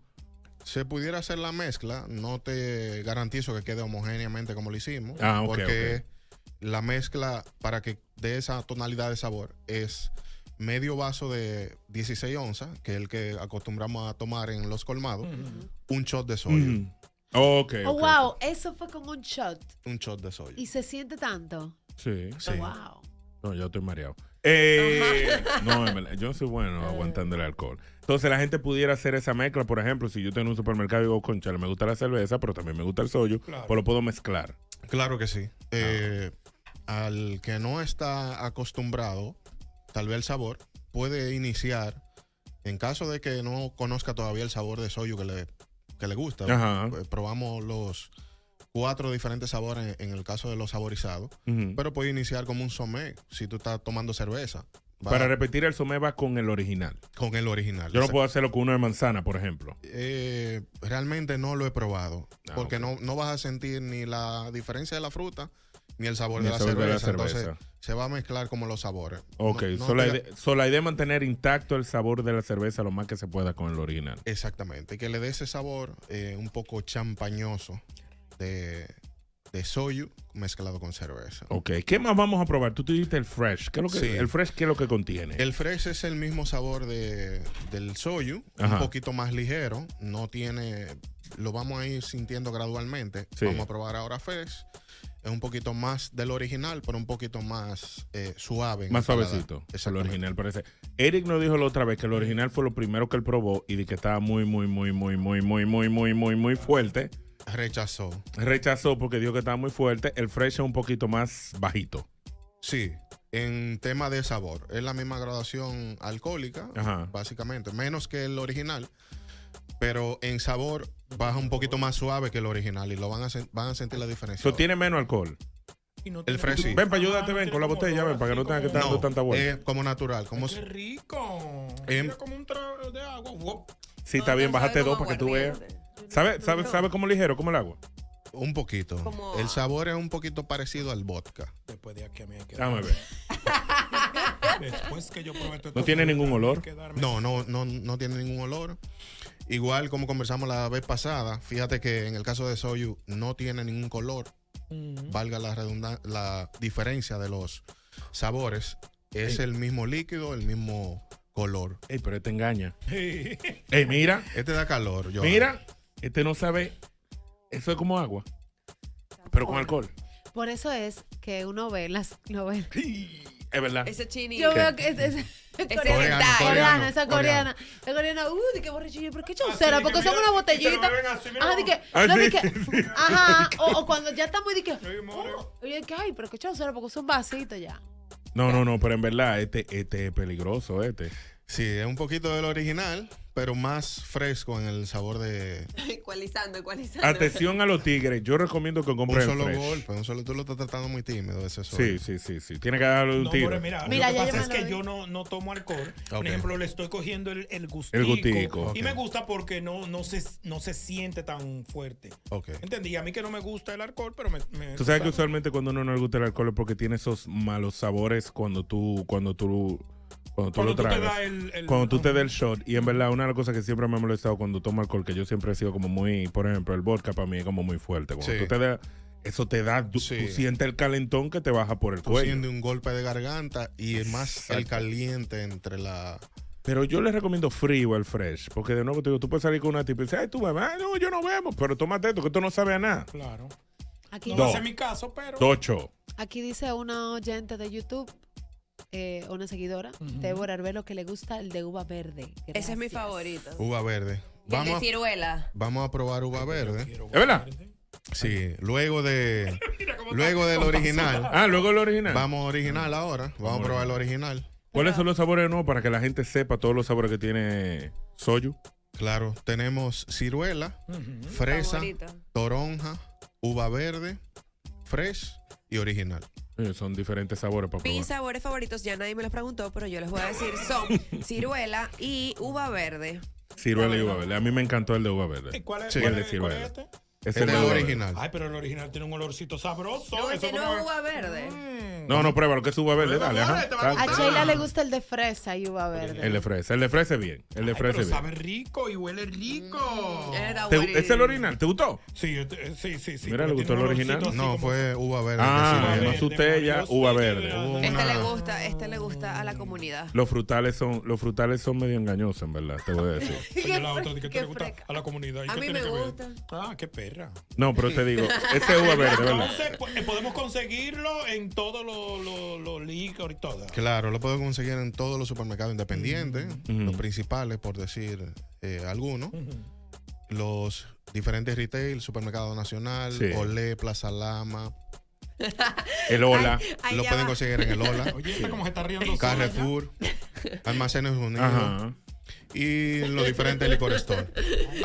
Speaker 16: Se pudiera hacer la mezcla, no te garantizo que quede homogéneamente como lo hicimos,
Speaker 1: Ah, ok,
Speaker 16: porque la mezcla para que dé esa tonalidad de sabor es medio vaso de 16 onzas, que es el que acostumbramos a tomar en los colmados, un shot de soya.
Speaker 1: Ok.
Speaker 2: Oh, wow, eso fue como un shot
Speaker 16: Un shot de soya.
Speaker 2: y se siente tanto.
Speaker 1: Sí.
Speaker 4: Oh,
Speaker 2: Wow.
Speaker 1: No, yo estoy mareado. Eh, no, en verdad, yo soy
Speaker 4: Eh.
Speaker 1: bueno aguantando el alcohol. Entonces la gente pudiera hacer esa mezcla, por ejemplo, si yo tengo un supermercado y digo, concha, me gusta la cerveza, pero también me gusta el sollo,
Speaker 16: Claro.
Speaker 1: pues lo puedo mezclar.
Speaker 16: Claro que sí. Eh, al que no está acostumbrado, tal vez el sabor, puede iniciar, en caso de que no conozca todavía el sabor de soyu que le, que le gusta,
Speaker 1: Ajá.
Speaker 16: eh, probamos los cuatro diferentes sabores en, en el caso de los saborizados,
Speaker 1: Ujú.
Speaker 16: pero puede iniciar como un somé si tú estás tomando cerveza. Va-
Speaker 1: Para repetir el somé va con el original.
Speaker 16: Con el original.
Speaker 1: Yo no
Speaker 16: Exacto.
Speaker 1: puedo hacerlo con uno de manzana, por ejemplo.
Speaker 16: Eh, realmente no lo he probado.
Speaker 1: Ah,
Speaker 16: porque no, no vas a sentir ni la diferencia de la fruta ni el sabor, de,
Speaker 1: Ni el
Speaker 16: la
Speaker 1: sabor de la
Speaker 16: cerveza.
Speaker 1: cerveza.
Speaker 16: Entonces se va a mezclar como los sabores.
Speaker 1: Ok,
Speaker 16: No- no
Speaker 1: solo, la
Speaker 16: te-
Speaker 1: idea, solo la idea es mantener intacto el sabor de la cerveza lo más que se pueda con el original.
Speaker 16: Exactamente. Que le dé ese sabor eh, un poco champañoso de, de soyu mezclado con cerveza.
Speaker 1: Ok, ¿qué más vamos a probar? Tú te dijiste el fresh. ¿Qué es lo que,
Speaker 16: Sí.
Speaker 1: ¿El fresh qué es lo que contiene?
Speaker 16: El fresh es el mismo sabor de- del soyu,
Speaker 1: Ajá.
Speaker 16: un poquito más ligero, no tiene, lo vamos a ir sintiendo gradualmente.
Speaker 1: Sí.
Speaker 16: Vamos a probar ahora fresh, es un poquito más del original, pero un poquito más eh, suave. en
Speaker 1: Más
Speaker 16: el paladar.
Speaker 1: suavecito. El original parece. Eric nos dijo la otra vez que el original fue lo primero que él probó y de que estaba muy, muy, muy, muy, muy, muy, muy, muy, muy, muy fuerte.
Speaker 16: Rechazó.
Speaker 1: Rechazó porque dijo que estaba muy fuerte. El fresh es un poquito más bajito.
Speaker 16: Sí, en tema de sabor, es la misma graduación alcohólica,
Speaker 1: Ajá.
Speaker 16: básicamente, menos que el original, pero en sabor baja un poquito más suave que el original y lo van a, sen- van a sentir la diferencia.
Speaker 1: Eso tiene menos alcohol.
Speaker 16: El fresh sí.
Speaker 1: Ven para ayudarte, ven con la botella, ven para que no tengas que estar dando
Speaker 16: No,
Speaker 1: tanta vuelta.
Speaker 16: eh, como natural, como
Speaker 1: si-
Speaker 3: Rico.
Speaker 16: Em.
Speaker 3: Mira como un trago de agua. Wop.
Speaker 1: Sí, está bien, bájate dos para que tú veas. ¿Sabes sabe, sabe como ligero, como el agua?
Speaker 16: Un poquito.
Speaker 1: Como-
Speaker 16: El sabor es un poquito parecido al vodka.
Speaker 3: Después de aquí me he quedado.
Speaker 1: Dame ver.
Speaker 3: Después que yo probé todo
Speaker 16: No
Speaker 3: esto,
Speaker 16: tiene ningún
Speaker 1: olor.
Speaker 16: No, no, no, no tiene ningún olor. Igual como conversamos la vez pasada, fíjate que en el caso de Soyu no tiene ningún color. Valga la redundancia, la diferencia de los sabores. Es
Speaker 1: Ey.
Speaker 16: el mismo líquido, el mismo color.
Speaker 1: Ey, pero este engaña. Ey, mira.
Speaker 16: Este da calor. Johan.
Speaker 1: Mira, este no sabe. Eso es como agua. Pero con alcohol.
Speaker 2: Por eso es que uno ve en las novelas.
Speaker 1: Es verdad.
Speaker 4: Ese chinito.
Speaker 2: Yo veo que es, es,
Speaker 1: coreano,
Speaker 2: coreana,
Speaker 1: coreano,
Speaker 2: esa
Speaker 1: coreano. Ah,
Speaker 2: coreana, esa coreana, uh, de qué borracho, yo, pero qué chaucera,
Speaker 3: de que
Speaker 2: porque son
Speaker 3: mira,
Speaker 2: una
Speaker 3: y se lo
Speaker 2: botellita.
Speaker 3: beben así, mira.
Speaker 2: Ajá, de que,
Speaker 3: Ah,
Speaker 2: no,
Speaker 3: sí,
Speaker 2: de que-
Speaker 3: sí, sí.
Speaker 2: ajá, o, o cuando ya está muy de que,
Speaker 3: eh.
Speaker 2: uh, y de que, ay, pero qué chaucera, porque son vasitos ya.
Speaker 1: No, no, no, pero en verdad, este, este es peligroso, este.
Speaker 16: Sí, es un poquito del original, pero más fresco en el sabor de...
Speaker 4: Ecualizando, ecualizando.
Speaker 1: Atención a los tigres, yo recomiendo que
Speaker 16: Un
Speaker 1: compren el
Speaker 16: solo
Speaker 1: fresh.
Speaker 16: golpe, un solo... Tú lo estás tratando muy tímido ese
Speaker 1: Sí, sí, sí, sí. Tiene que darle un
Speaker 3: No,
Speaker 1: tiro.
Speaker 3: pero mira,
Speaker 2: Mira,
Speaker 3: lo
Speaker 2: ya
Speaker 3: que pasa
Speaker 2: yo
Speaker 3: es
Speaker 2: me lo
Speaker 3: que
Speaker 2: doy.
Speaker 3: yo no, no tomo alcohol.
Speaker 1: Ok.
Speaker 3: Por ejemplo, le estoy cogiendo el, el gustico.
Speaker 1: gustico,
Speaker 3: Y
Speaker 1: ok.
Speaker 3: me gusta porque no, no, se, no se siente tan fuerte.
Speaker 16: Ok.
Speaker 3: Entendí, a mí que no me gusta el alcohol, pero me... me-
Speaker 1: Tú sabes que
Speaker 3: o sea,
Speaker 1: usualmente cuando uno no le gusta el alcohol es porque tiene esos malos sabores cuando tú, cuando tú, cuando tú
Speaker 3: Cuando
Speaker 1: lo
Speaker 3: tú te
Speaker 1: tragas.
Speaker 3: das el- el-
Speaker 1: cuando tú te das el shot. Y en verdad, una de las cosas que siempre me ha molestado cuando tomo alcohol, que yo siempre he sido como muy, por ejemplo, el vodka para mí es como muy fuerte. Cuando
Speaker 16: Sí.
Speaker 1: tú te das, eso te da, tú,
Speaker 16: Sí.
Speaker 1: tú sientes el calentón que te baja por el
Speaker 16: Tú
Speaker 1: cuello.
Speaker 16: sientes un golpe de garganta y es más el
Speaker 1: Exacto.
Speaker 16: caliente entre la...
Speaker 1: Pero yo les recomiendo frío el fresh, porque de nuevo te digo, tú puedes salir con una tipa y decir, ay, tú bebes, ay, no, yo no bebo, pero tómate esto, que esto no sabe a nada.
Speaker 3: Claro.
Speaker 2: Aquí,
Speaker 1: No va a ser mi
Speaker 3: caso, pero-
Speaker 1: Tocho.
Speaker 2: Aquí dice una oyente de YouTube, eh, una seguidora, Débora Arbelo, que le gusta el de uva verde.
Speaker 4: Ese es mi favorito.
Speaker 16: Uva verde.
Speaker 4: Y el
Speaker 16: Vamos
Speaker 4: de
Speaker 16: a-
Speaker 4: ciruela.
Speaker 16: Vamos a probar uva verde.
Speaker 1: ¿Es verdad?
Speaker 16: Sí, luego de luego del original.
Speaker 1: Ah, luego el original.
Speaker 16: Vamos original ahora. Vamos a probar el original.
Speaker 1: ¿Cuáles son los sabores nuevos para que la gente sepa todos los sabores que tiene Soyu?
Speaker 16: Claro, tenemos ciruela, fresa,
Speaker 4: Favorito.
Speaker 16: toronja, uva verde, fresh y original.
Speaker 1: Eh, Son diferentes sabores para
Speaker 4: Mis sabores favoritos, ya nadie me los preguntó, pero yo les voy a decir, son ciruela y uva verde.
Speaker 1: Ciruela y uva verde. A mí me encantó el de uva verde.
Speaker 3: ¿Y cuál es-
Speaker 1: Y
Speaker 3: cuál
Speaker 1: el de
Speaker 3: es-
Speaker 1: ciruela.
Speaker 3: cuál es Ah,
Speaker 1: este?
Speaker 16: Este es el
Speaker 1: uva verde.
Speaker 16: original.
Speaker 3: Ay, pero el original tiene un olorcito sabroso.
Speaker 4: No,
Speaker 3: eso
Speaker 4: este no
Speaker 3: como- Mm.
Speaker 4: es uva verde.
Speaker 1: No, no, pruébalo, que es uva verde. Dale, ajá.
Speaker 2: A
Speaker 1: Dale.
Speaker 2: Sheila le gusta el de fresa y uva verde.
Speaker 1: El de fresa. El de fresa es bien. El de fresa
Speaker 3: Pero
Speaker 1: es bien.
Speaker 3: sabe rico y huele rico.
Speaker 4: Mm,
Speaker 1: ¿Te- ¿Es el original? ¿Te gustó?
Speaker 3: Sí, este- sí, sí. sí
Speaker 1: Mira, ¿le
Speaker 3: porque
Speaker 1: gustó
Speaker 3: tiene
Speaker 1: el
Speaker 3: un olorcito
Speaker 1: original?
Speaker 3: así
Speaker 16: No,
Speaker 3: como-
Speaker 16: fue uva verde.
Speaker 1: Ah,
Speaker 16: que sí,
Speaker 1: no
Speaker 16: bueno.
Speaker 1: asusté ella, uva verde.
Speaker 4: Este le gusta, este le gusta a la comunidad.
Speaker 1: Los frutales son, los frutales son medio engañosos, en verdad, te voy a decir.
Speaker 4: Qué
Speaker 3: Oye, la otra, ¿de qué te
Speaker 4: qué
Speaker 3: le gusta? A la comunidad. ¿y
Speaker 4: A
Speaker 3: qué
Speaker 4: mí
Speaker 3: tiene
Speaker 4: me
Speaker 3: que ver?
Speaker 4: gusta.
Speaker 3: Ah, qué pena. perra.
Speaker 1: No, pero te digo, ese uva verde, ¿verdad?
Speaker 3: Entonces, po- eh, podemos conseguirlo en todos los lo, lo licores y todo.
Speaker 16: Claro, lo puedo conseguir en todos los supermercados independientes, los principales, por decir eh, algunos. Los diferentes retail, Supermercado Nacional,
Speaker 1: Sí.
Speaker 16: Olé, Plaza Lama.
Speaker 1: El Ola.
Speaker 4: ay,
Speaker 16: lo
Speaker 4: ya
Speaker 16: pueden
Speaker 4: va.
Speaker 16: conseguir en el Ola.
Speaker 4: Oye, esta como se está riendo sola
Speaker 16: Carrefour, Almacenes Unidos.
Speaker 1: Ajá.
Speaker 16: Y los diferentes licor store.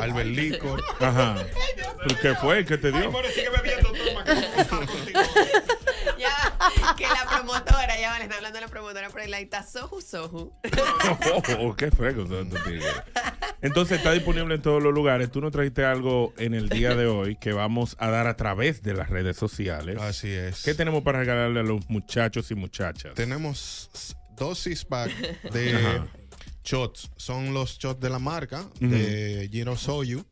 Speaker 16: Albert Licor.
Speaker 1: Ajá. ¿Pero ¿Qué fue? ¿Qué te dio?
Speaker 4: Ya, que la promotora, ya va, le está hablando a la promotora por el ahí está Soju Soju.
Speaker 1: Oh, qué fresco. son tus tigres. Entonces está disponible en todos los lugares. Tú nos trajiste algo en el día de hoy que vamos a dar a través de las redes sociales.
Speaker 16: Así es.
Speaker 1: ¿Qué tenemos para regalarle a los muchachos y muchachas?
Speaker 16: Tenemos s- dos six pack de
Speaker 1: Ajá.
Speaker 16: shots. Son los shots de la marca
Speaker 1: Ujú.
Speaker 16: de Gino Soyu.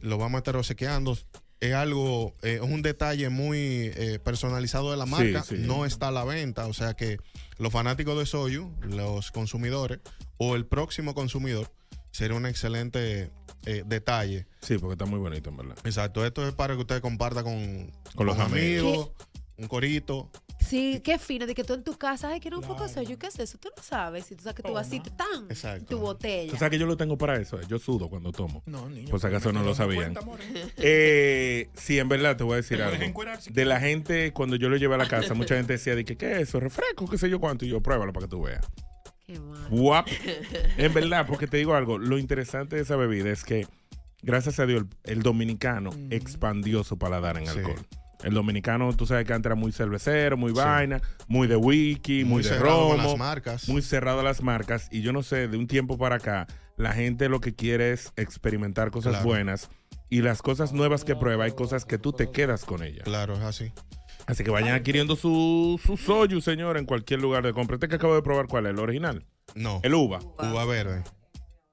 Speaker 16: Lo vamos a estar obsequiando. Es algo, eh, es un detalle muy eh, personalizado de la
Speaker 1: Sí,
Speaker 16: marca.
Speaker 1: sí.
Speaker 16: No está a la venta. O sea que los fanáticos de Soyu, los consumidores o el próximo consumidor, sería un excelente eh, detalle.
Speaker 1: Sí, porque está muy bonito, en verdad.
Speaker 16: Exacto. Esto es para que usted comparta con,
Speaker 1: Con los amigos.
Speaker 16: un corito.
Speaker 2: Sí, qué fino, de que tú en tu casa, ay, quiero un poco de soyu, ¿qué es eso? Tú lo sabes, si tú sabes que
Speaker 3: Pues
Speaker 2: tú así, tan,
Speaker 1: Exacto.
Speaker 2: tu botella.
Speaker 1: Tú sabes que yo lo tengo para eso. eh. Yo sudo cuando tomo.
Speaker 2: No, niño,
Speaker 1: Por si acaso no lo sabían.
Speaker 2: amores.
Speaker 1: Eh, sí, en verdad te voy a decir algo.
Speaker 2: puedes encuerar, sí.
Speaker 1: De la gente, cuando yo lo llevé a la casa, mucha gente decía, de que, ¿qué es eso? ¿Refresco? ¿Qué sé yo cuánto? Y yo, pruébalo para que tú veas. Guap. En verdad, porque te digo algo, lo interesante de esa bebida es que, gracias a Dios, el, el dominicano expandió su paladar en alcohol. El dominicano, tú sabes que antes era muy cervecero, muy vaina, muy de wiki, muy,
Speaker 16: Muy
Speaker 1: de
Speaker 16: cerrado
Speaker 1: romo.
Speaker 16: con las marcas.
Speaker 1: Muy cerrado a las marcas. Y yo no sé, de un tiempo para acá, la gente lo que quiere es experimentar cosas
Speaker 16: Claro.
Speaker 1: buenas. Y las cosas nuevas que prueba, hay cosas que tú te quedas con ellas.
Speaker 16: Claro, es así.
Speaker 1: Así que vayan adquiriendo su, su soyu, señor, en cualquier lugar de compra. Este que acabo de probar, ¿cuál es? ¿El original?
Speaker 16: No.
Speaker 1: El uva.
Speaker 16: Uva verde.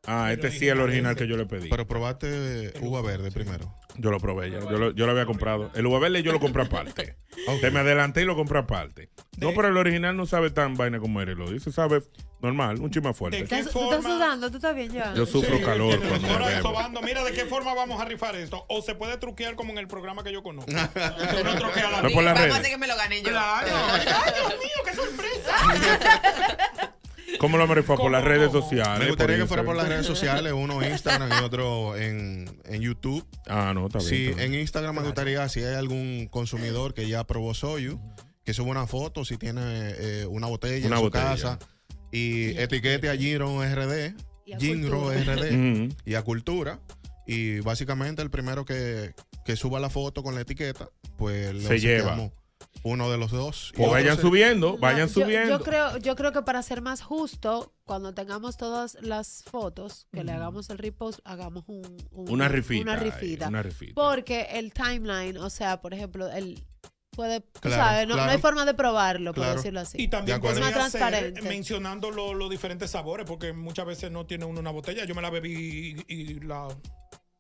Speaker 1: Ah, este sí es el original que yo le pedí.
Speaker 16: Pero probaste eh, uva verde primero.
Speaker 1: Yo lo probé ya. Yo lo, yo lo había comprado. El uva verde yo lo compré aparte. Te me adelanté y lo compré aparte. No, pero el original no sabe tan vaina como Eri lo dice. Sabe normal, un chisme fuerte.
Speaker 2: ¿Estás, tú estás sudando, tú estás bien, Joan?
Speaker 1: Yo sufro calor cuando me
Speaker 3: Ahora,
Speaker 1: bebo.
Speaker 3: Sobando, mira de qué forma vamos a rifar esto. O se puede truquear como en el programa que yo conozco. Se puede truquear la-
Speaker 1: No por las
Speaker 4: Vamos a
Speaker 1: redes.
Speaker 4: hacer que me lo gane yo.
Speaker 3: Claro. Ay, Dios mío, qué
Speaker 4: sorpresa.
Speaker 1: ¿Cómo lo me fue? Por las redes
Speaker 16: Me
Speaker 1: sociales.
Speaker 16: gustaría
Speaker 1: por
Speaker 16: que fuera por las
Speaker 1: Instagram.
Speaker 16: redes sociales, uno en Instagram y otro en, en YouTube.
Speaker 1: Ah, no, está bien.
Speaker 16: Si
Speaker 1: está bien.
Speaker 16: en Instagram me gustaría, si hay algún consumidor que ya probó Soyu, que suba una foto, si tiene eh, una botella
Speaker 1: Una
Speaker 16: en su
Speaker 1: botella.
Speaker 16: casa, y etiquete a Giro RD,
Speaker 1: a
Speaker 16: Giro
Speaker 1: Cultura.
Speaker 16: RD
Speaker 1: Ujú.
Speaker 16: y a Cultura. Y básicamente el primero que, que suba la foto con la etiqueta, pues le
Speaker 1: Se lleva.
Speaker 16: obsequiamos uno de los dos.
Speaker 1: Pues
Speaker 16: Y
Speaker 1: vayan
Speaker 16: otro se-
Speaker 1: subiendo, vayan
Speaker 2: Yo, yo
Speaker 1: subiendo.
Speaker 2: creo, yo creo que para ser más justo, cuando tengamos todas las fotos, que le hagamos el repost, hagamos un, un-
Speaker 1: Una rifita,
Speaker 2: Una
Speaker 1: ay,
Speaker 2: rifita.
Speaker 1: una rifita.
Speaker 2: Porque el timeline, o sea, por ejemplo, el puede, tú
Speaker 3: Claro,
Speaker 2: sabes, no, no
Speaker 3: claro.
Speaker 2: hay forma de probarlo, por decirlo así.
Speaker 3: Y también
Speaker 2: es más
Speaker 3: podría ser
Speaker 2: transparente.
Speaker 3: mencionando lo- los diferentes sabores, porque muchas veces no tiene uno una botella. Yo me la bebí y, y la.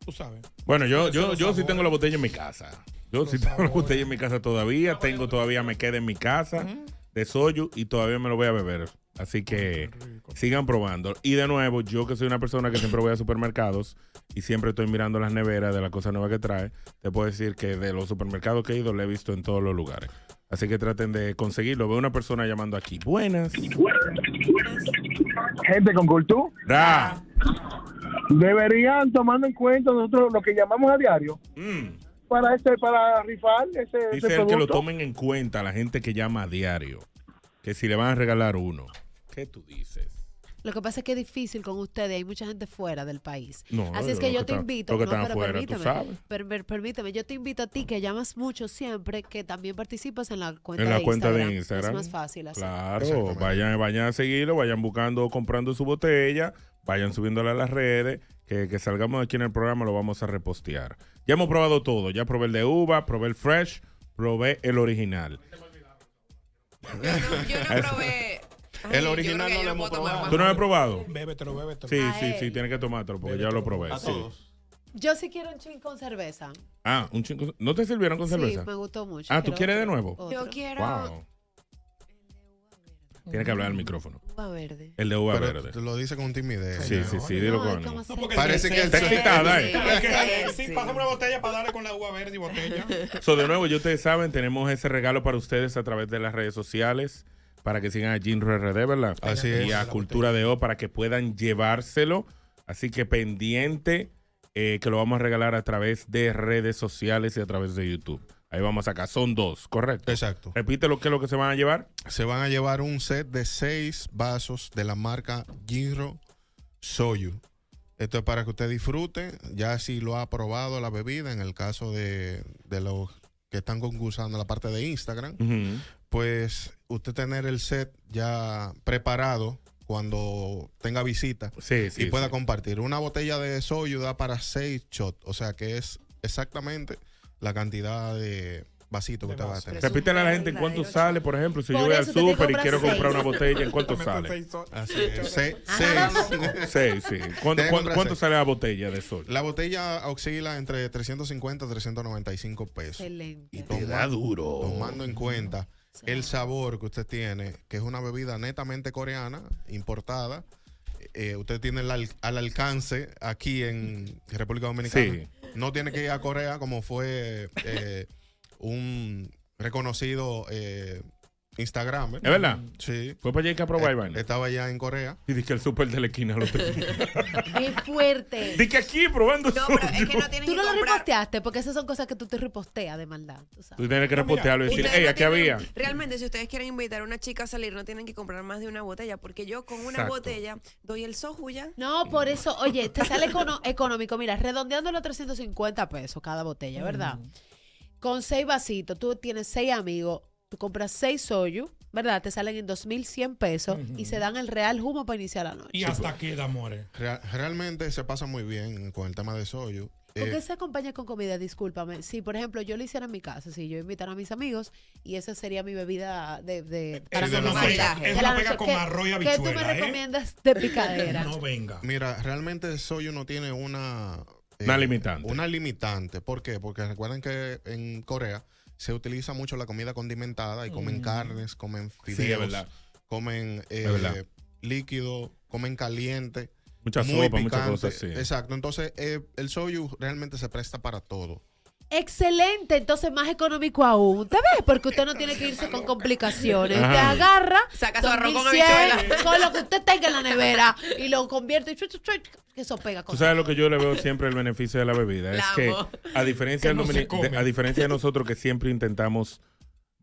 Speaker 3: Tú sabes.
Speaker 1: Bueno, yo,
Speaker 3: Eso
Speaker 1: yo,
Speaker 3: los
Speaker 1: yo sí
Speaker 3: sabores.
Speaker 1: tengo la botella en mi casa. Yo sí tengo la botella en mi casa todavía. Tengo todavía, me queda en mi casa de soyu y todavía me lo voy a beber. Así que sigan probando. Y de nuevo, yo que soy una persona que siempre voy a supermercados y siempre estoy mirando las neveras de las cosas nuevas que trae, te puedo decir que de los supermercados que he ido, lo he visto en todos los lugares. Así que traten de conseguirlo. Veo una persona llamando aquí. Buenas.
Speaker 10: Gente con cultura.
Speaker 1: Ra.
Speaker 10: Ah. Deberían tomando en cuenta nosotros lo que llamamos a diario
Speaker 1: Mm.
Speaker 10: para este para rifar ese, ese
Speaker 1: Dice él que lo
Speaker 10: producto.
Speaker 1: tomen en cuenta la gente que llama a diario. Que si le van a regalar uno. ¿Qué tú dices?
Speaker 2: Lo que pasa es que es difícil con ustedes, hay mucha gente fuera del país.
Speaker 1: No,
Speaker 2: Así es
Speaker 1: lo
Speaker 2: que
Speaker 1: que
Speaker 2: yo te
Speaker 1: está-
Speaker 2: invito,
Speaker 1: lo que
Speaker 2: no,
Speaker 1: está
Speaker 2: pero
Speaker 1: afuera, tú
Speaker 2: permíteme,
Speaker 1: sabes.
Speaker 2: per- per- permíteme, yo te invito a ti que llamas mucho siempre, que también participas en la cuenta,
Speaker 1: En la
Speaker 2: de,
Speaker 1: cuenta
Speaker 2: Instagram.
Speaker 1: de Instagram.
Speaker 2: Es más fácil así.
Speaker 1: Claro, vayan, vayan a seguirlo, vayan buscando, comprando su botella, vayan subiéndola a las redes, que, que salgamos aquí en el programa, lo vamos a repostear. Ya hemos probado todo, ya probé el de uva, probé el fresh, probé el original.
Speaker 4: probé.
Speaker 16: El original no lo hemos probado.
Speaker 1: ¿Tú no lo has probado?
Speaker 3: Bébetelo, bébetelo.
Speaker 1: Sí,
Speaker 2: A
Speaker 1: sí,
Speaker 2: él.
Speaker 1: sí, tienes que tomártelo porque ya lo probé.
Speaker 3: A
Speaker 1: sí.
Speaker 2: Yo sí quiero un chin con cerveza.
Speaker 1: Ah, un chingo. ¿No te sirvieron con
Speaker 2: Sí,
Speaker 1: cerveza?
Speaker 2: me gustó mucho.
Speaker 1: Ah, ¿tú
Speaker 2: Quiero
Speaker 1: quieres de
Speaker 2: otro-
Speaker 1: nuevo?
Speaker 2: otro. Yo quiero-
Speaker 1: Wow. Tiene que hablar al micrófono.
Speaker 4: Uva verde.
Speaker 1: El de uva
Speaker 16: Pero
Speaker 1: verde.
Speaker 16: Lo dice con timidez.
Speaker 1: Sí, sí, sí, dilo con ánimo.
Speaker 16: Parece que
Speaker 1: está excitada,
Speaker 3: Sí,
Speaker 16: Ah,
Speaker 1: ¿eh?
Speaker 3: sí, sí, pásame una botella para darle con la uva verde y botella.
Speaker 1: So, de nuevo, ya ustedes saben, tenemos ese regalo para ustedes a través de las redes sociales para que sigan a Jinro RD, ¿verdad?
Speaker 16: Así
Speaker 1: Y
Speaker 16: es.
Speaker 1: a Cultura de O para que puedan llevárselo. Así que pendiente eh, que lo vamos a regalar a través de redes sociales y a través de YouTube. Ahí vamos a sacar. Son dos, ¿correcto?
Speaker 16: Exacto.
Speaker 1: Repite lo que es lo que se van a llevar.
Speaker 16: Se van a llevar un set de seis vasos de la marca Ginro Soyu. Esto es para que usted disfrute, ya si lo ha probado la bebida, en el caso de, de los que están concursando en la parte de Instagram,
Speaker 1: Mm-hmm.
Speaker 16: pues usted tener el set ya preparado cuando tenga visita
Speaker 1: sí,
Speaker 16: y pueda
Speaker 1: sí.
Speaker 16: compartir. Una botella de soyu da para seis shots, o sea que es exactamente la cantidad de vasitos que usted va a tener.
Speaker 1: Repítele a la gente en cuánto sale, por ejemplo, si
Speaker 16: Por
Speaker 1: yo voy al
Speaker 16: eso te digo,
Speaker 1: súper y
Speaker 16: compra
Speaker 1: quiero comprar
Speaker 16: seis.
Speaker 1: una botella, ¿en cuánto
Speaker 16: Tómate
Speaker 1: sale?
Speaker 16: Así es. Se- seis.
Speaker 1: Seis, sí. ¿Cuánto,
Speaker 16: Debe
Speaker 1: cuánto,
Speaker 16: comprar
Speaker 1: cuánto
Speaker 16: seis.
Speaker 1: sale la botella de sol?
Speaker 16: La botella oscila entre 350 y 395 pesos.
Speaker 2: Excelente.
Speaker 16: Y te
Speaker 1: da duro.
Speaker 16: Tomando en cuenta el sabor que usted tiene, que es una bebida netamente coreana, importada. eh, usted tiene el al, al alcance aquí en República Dominicana. No tiene que ir a Corea como fue eh, un reconocido eh, Instagram. ¿eh?
Speaker 1: ¿Es verdad?
Speaker 16: Sí. Eh,
Speaker 1: Fue para allá que aprobó Iván.
Speaker 16: Estaba allá en Corea.
Speaker 1: Y dije el súper de la esquina lo tenía.
Speaker 2: Qué fuerte.
Speaker 1: Dije aquí probando soyu.
Speaker 2: Tú no lo reposteaste porque esas son cosas que tú te reposteas de maldad. tú sabes.
Speaker 1: Tú tienes que repostearlo y decir,
Speaker 4: Ustedes
Speaker 1: hey,
Speaker 4: no
Speaker 1: aquí había.
Speaker 4: tienen- Realmente, si ustedes quieren invitar a una chica a salir, no tienen que comprar más de una botella, porque yo con una
Speaker 2: Exacto.
Speaker 4: botella doy el soju ya.
Speaker 2: No, por eso, oye, te sale econo- económico. Mira, redondeando los 350 pesos cada botella, ¿verdad? Con seis vasitos, tú tienes seis amigos, tú compras seis soyu, ¿verdad? Te salen en 2.100 pesos y se dan el real humo para iniciar la noche.
Speaker 3: Y hasta queda, amores.
Speaker 16: Real- realmente se pasa muy bien con el tema de soyu.
Speaker 2: ¿Por
Speaker 16: Eh,
Speaker 2: qué se acompaña con comida? Discúlpame. Si, por ejemplo, yo lo hiciera en mi casa, si yo invitara a mis amigos y esa sería mi bebida de, de, para
Speaker 16: Eh, de la
Speaker 2: comenzar.
Speaker 16: pega- es
Speaker 2: De
Speaker 16: una
Speaker 2: la
Speaker 16: pega
Speaker 2: noche.
Speaker 16: con
Speaker 2: ¿Qué-
Speaker 16: arroz y
Speaker 2: ¿Qué tú me
Speaker 16: habichuela, ¿eh?
Speaker 2: recomiendas de picadera?
Speaker 3: venga.
Speaker 16: Mira, realmente Soyu no tiene una. eh,
Speaker 1: Una limitante.
Speaker 16: Una limitante. ¿Por qué? Porque recuerden que en Corea se utiliza mucho la comida condimentada y comen
Speaker 1: Mm.
Speaker 16: carnes, comen
Speaker 1: Sí, es
Speaker 16: fideos,
Speaker 1: verdad.
Speaker 16: comen eh,
Speaker 1: Es verdad.
Speaker 16: líquido, comen caliente.
Speaker 1: Mucha
Speaker 16: muy
Speaker 1: sopa, muchas
Speaker 16: picante.
Speaker 1: cosas, sí.
Speaker 16: Exacto. Entonces, eh, el Soyu realmente se presta para todo.
Speaker 2: Excelente, entonces más económico aún. ¿Usted ve? Porque usted no tiene que irse con complicaciones. Usted
Speaker 16: Ajá.
Speaker 2: agarra,
Speaker 4: Saca su arroz con
Speaker 2: 2100,
Speaker 4: habichuela.
Speaker 2: con lo que usted tenga en la nevera y lo convierte y chuc, chuc, chuc, que eso pega con
Speaker 1: Tú sabes lo que yo le veo siempre el beneficio de la bebida. es que, a diferencia,
Speaker 2: Que
Speaker 1: del
Speaker 2: no se
Speaker 1: domini- de- a diferencia de nosotros que siempre intentamos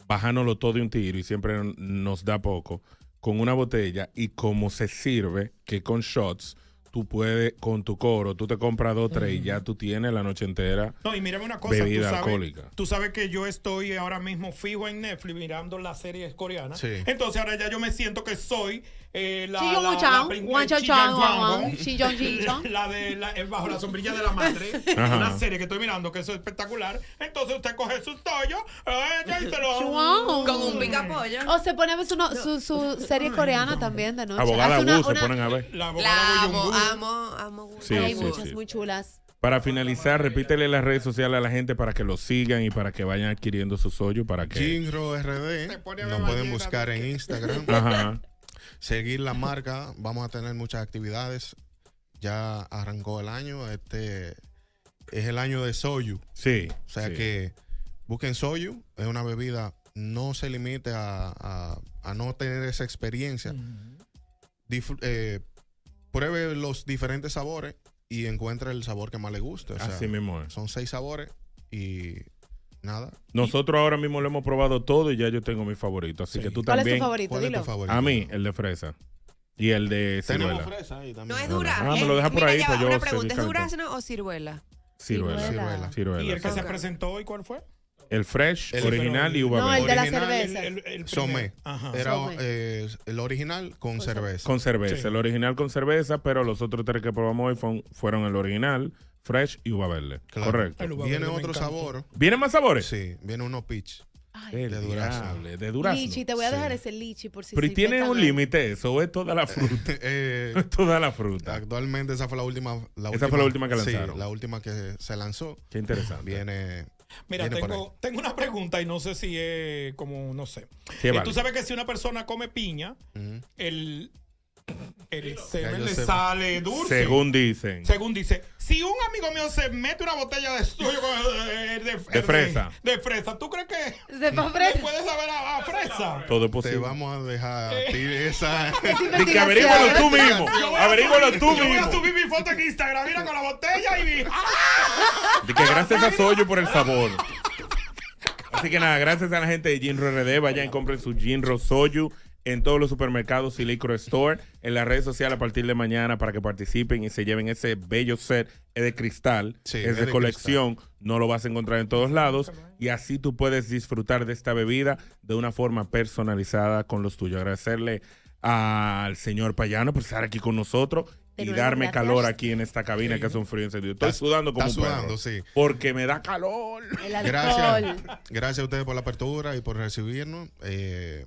Speaker 1: bajárnoslo todo de un tiro y siempre n- nos da poco, con una botella y como se sirve, que con shots, tú puedes, con tu coro, tú te compras dos, tres y ya tú tienes la noche entera.
Speaker 3: No, y mírame una cosa.
Speaker 1: Bebida
Speaker 3: tú sabes,
Speaker 1: alcohólica.
Speaker 3: Tú sabes que yo estoy ahora mismo fijo en Netflix mirando las series coreanas.
Speaker 1: Sí.
Speaker 3: Entonces ahora ya yo me siento que soy eh, la.
Speaker 2: Chi Yong
Speaker 3: la- la
Speaker 2: Chang,
Speaker 3: prim-
Speaker 2: Wan Chao
Speaker 3: Chi
Speaker 2: Chang,
Speaker 3: Yang
Speaker 2: Wan
Speaker 3: Wang,
Speaker 2: Wang, Chi Yong Chi Chang.
Speaker 3: La de la- eh, Bajo la sombrilla de la madre.
Speaker 1: Ajá.
Speaker 3: Una serie que estoy mirando que eso es espectacular. Entonces usted coge sus tollos y se lo.
Speaker 2: Chuan.
Speaker 4: picapollo.
Speaker 2: O se pone a ver su, no- su, su serie coreana también de noche.
Speaker 1: Abogada
Speaker 2: Hace una-
Speaker 1: Wu se
Speaker 2: una-
Speaker 1: ponen a ver.
Speaker 3: La
Speaker 4: La amo, amo, amo.
Speaker 1: Sí,
Speaker 2: Hay
Speaker 1: sí,
Speaker 2: muchas
Speaker 1: sí.
Speaker 2: muy chulas.
Speaker 1: Para finalizar, repítele las redes sociales a la gente para que lo sigan y para que vayan adquiriendo sus hoyos para que...
Speaker 16: Jinro RD. Nos pueden buscar en Instagram.
Speaker 1: Ajá.
Speaker 16: Seguir la marca. Vamos a tener muchas actividades. Ya arrancó el año. Este es el año de Soyu.
Speaker 1: Sí.
Speaker 16: O sea que busquen Soyu. Es una bebida. No se limite a, a- a no tener esa experiencia. Disfr- eh, pruebe los diferentes sabores y encuentre el sabor que más le guste. O sea,
Speaker 1: Así mismo es.
Speaker 16: Son seis sabores y nada.
Speaker 1: Nosotros ahora mismo lo hemos probado todo y ya yo tengo mi favorito. Así que tú
Speaker 16: ¿Cuál es tu
Speaker 1: también.
Speaker 16: favorito? ¿Cuál es tu Dilo. favorito?
Speaker 1: A mí, el de fresa. Y el de
Speaker 16: Tenemos
Speaker 1: ciruela.
Speaker 16: fresa ahí también.
Speaker 4: No es dura.
Speaker 1: Ah, me
Speaker 4: Eh,
Speaker 1: lo deja por
Speaker 4: mira,
Speaker 1: ahí
Speaker 4: ya
Speaker 1: para
Speaker 4: va,
Speaker 1: yo
Speaker 4: Una
Speaker 1: seguir
Speaker 4: pregunta, ¿es
Speaker 1: calentando.
Speaker 4: durazno o ciruela?
Speaker 1: Ciruela.
Speaker 16: Ciruela.
Speaker 1: Ciruela.
Speaker 3: Y el que se
Speaker 1: Ciruela.
Speaker 3: presentó y cuál fue?
Speaker 1: El fresh, original y uva
Speaker 3: No, el
Speaker 1: verde.
Speaker 3: de la
Speaker 16: Original,
Speaker 3: cerveza. Ah, el- el primer.
Speaker 16: Somé.
Speaker 3: Ajá.
Speaker 16: Era
Speaker 3: Somé.
Speaker 16: eh, el original con, cerveza.
Speaker 1: Con cerveza. El original con cerveza, pero los otros tres que probamos hoy fon- fueron el original, fresh y uva verde.
Speaker 16: Claro.
Speaker 1: Correcto.
Speaker 16: El uva Viene verde me otro encanta. sabor.
Speaker 1: ¿Vienen más sabores?
Speaker 16: Sí, viene uno peach.
Speaker 1: de
Speaker 16: durazno.
Speaker 1: durazno. De durazno.
Speaker 2: Lichi, te voy a dejar ese lichi por si
Speaker 1: Pero ¿y
Speaker 2: se
Speaker 1: tiene
Speaker 2: infectan
Speaker 1: un
Speaker 2: algo.
Speaker 1: límite eso? ¿O es toda la fruta? Es toda la fruta.
Speaker 16: Eh, Actualmente esa fue la última.
Speaker 1: Esa fue la última que
Speaker 16: sí,
Speaker 1: lanzaron.
Speaker 16: la última que se lanzó.
Speaker 1: Qué interesante.
Speaker 16: Viene
Speaker 3: Mira,
Speaker 16: Viene por
Speaker 3: tengo, tengo una pregunta y no sé si es como, no sé.
Speaker 16: Sí,
Speaker 3: Eh,
Speaker 16: vale.
Speaker 3: Tú sabes que si una persona come piña,
Speaker 16: Ujú.
Speaker 3: el, el
Speaker 1: Ya
Speaker 3: semen
Speaker 1: yo
Speaker 3: le
Speaker 1: sé.
Speaker 3: sale dulce.
Speaker 1: Según dicen.
Speaker 3: Según dice, si un amigo mío se mete una botella de suyo con- de, de-
Speaker 1: De fresa.
Speaker 3: de fresa, ¿tú crees que
Speaker 2: de fresa?
Speaker 3: puede saber a, a fresa?
Speaker 1: Todo es posible.
Speaker 16: Te vamos a dejar a ti esa.
Speaker 1: Di que averígualo tú mismo.
Speaker 3: Eh. Yo voy a
Speaker 1: Averígualo
Speaker 3: subir-
Speaker 1: tú
Speaker 3: Yo voy a
Speaker 1: mismo.
Speaker 3: subir mi foto en Instagram, mira con la botella y ¡ah! mi.
Speaker 1: Di que gracias a Soyo por el sabor. Así que nada, gracias a la gente de Ginro RD. Vayan y compren su Ginro Soyu en todos los supermercados y Licro Store. En las redes sociales a partir de mañana para que participen y se lleven ese bello set. Es de cristal,
Speaker 16: es
Speaker 1: es de,
Speaker 16: de
Speaker 1: colección. No lo vas a encontrar en todos lados. Y así tú puedes disfrutar de esta bebida de una forma personalizada con los tuyos. Agradecerle al señor Payano por estar aquí con nosotros
Speaker 16: De
Speaker 1: y
Speaker 16: nuevo,
Speaker 1: darme
Speaker 16: gracias.
Speaker 1: calor aquí en esta cabina que es un frío en serio. Estoy
Speaker 16: Está-
Speaker 1: sudando como
Speaker 16: está
Speaker 1: un perro,
Speaker 16: sudando, sí.
Speaker 1: Porque me da calor.
Speaker 16: Gracias. Gracias a ustedes por la apertura y por recibirnos. Eh,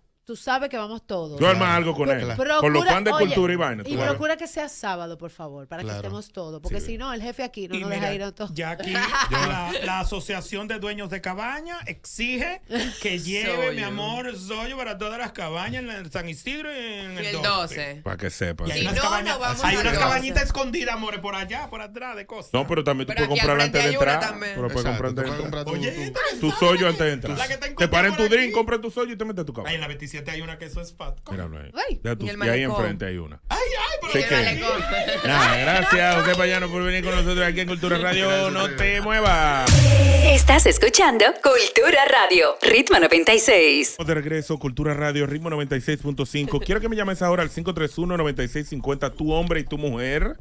Speaker 2: tú sabes que vamos todos.
Speaker 1: Yo arma algo con él.
Speaker 2: Procura-
Speaker 1: con los fans de
Speaker 2: oye,
Speaker 1: cultura y vaina. tú
Speaker 2: Y
Speaker 1: sabes.
Speaker 2: procura que sea sábado, por favor, para
Speaker 1: Claro.
Speaker 2: que estemos todos. Porque si no, el jefe aquí no
Speaker 3: Y
Speaker 2: nos
Speaker 3: mira,
Speaker 2: deja ir a todos.
Speaker 3: Ya aquí la, la Asociación de Dueños de Cabaña exige que lleve,
Speaker 4: Soyo.
Speaker 3: mi amor, Soyo para todas las cabañas en el San Isidro y en el,
Speaker 4: Y el
Speaker 3: 12.
Speaker 1: Para que sepan.
Speaker 3: Y hay unas,
Speaker 4: no,
Speaker 3: cabañas,
Speaker 4: no vamos
Speaker 3: hay
Speaker 4: al
Speaker 3: unas
Speaker 4: 12.
Speaker 3: cabañitas escondidas, amores, por allá, por atrás de cosas.
Speaker 1: No, pero también tú
Speaker 3: Pero
Speaker 1: puedes
Speaker 3: aquí al
Speaker 1: comprar antes
Speaker 3: frente hay
Speaker 1: de
Speaker 3: una
Speaker 1: entrar.
Speaker 3: también.
Speaker 1: Pero puedes
Speaker 3: Exacto,
Speaker 1: comprar antes de
Speaker 3: tú puedes
Speaker 1: entrar.
Speaker 3: comprar tu- Oye,
Speaker 1: tu, tu sollo antes de entrar. Te paren tu drink, compra tu sollo y te metes a tu cama.
Speaker 3: Ay, en la 27 hay una que eso es fat.
Speaker 1: Míralo ahí.
Speaker 3: Ay.
Speaker 1: Ya tú-
Speaker 3: Y el
Speaker 1: y ahí
Speaker 3: malecón.
Speaker 1: enfrente hay una.
Speaker 3: Ay, ay, pero
Speaker 1: Sí
Speaker 3: qué
Speaker 1: que-
Speaker 3: malecón.
Speaker 1: Nada, gracias José Payano por venir con nosotros aquí en Cultura Radio. No te muevas.
Speaker 6: Estás escuchando Cultura Radio, Ritmo 96.
Speaker 1: Estamos De regreso, Cultura Radio, ritmo 96.5. Quiero que me llames ahora al 531-9650, tu hombre y tu mujer,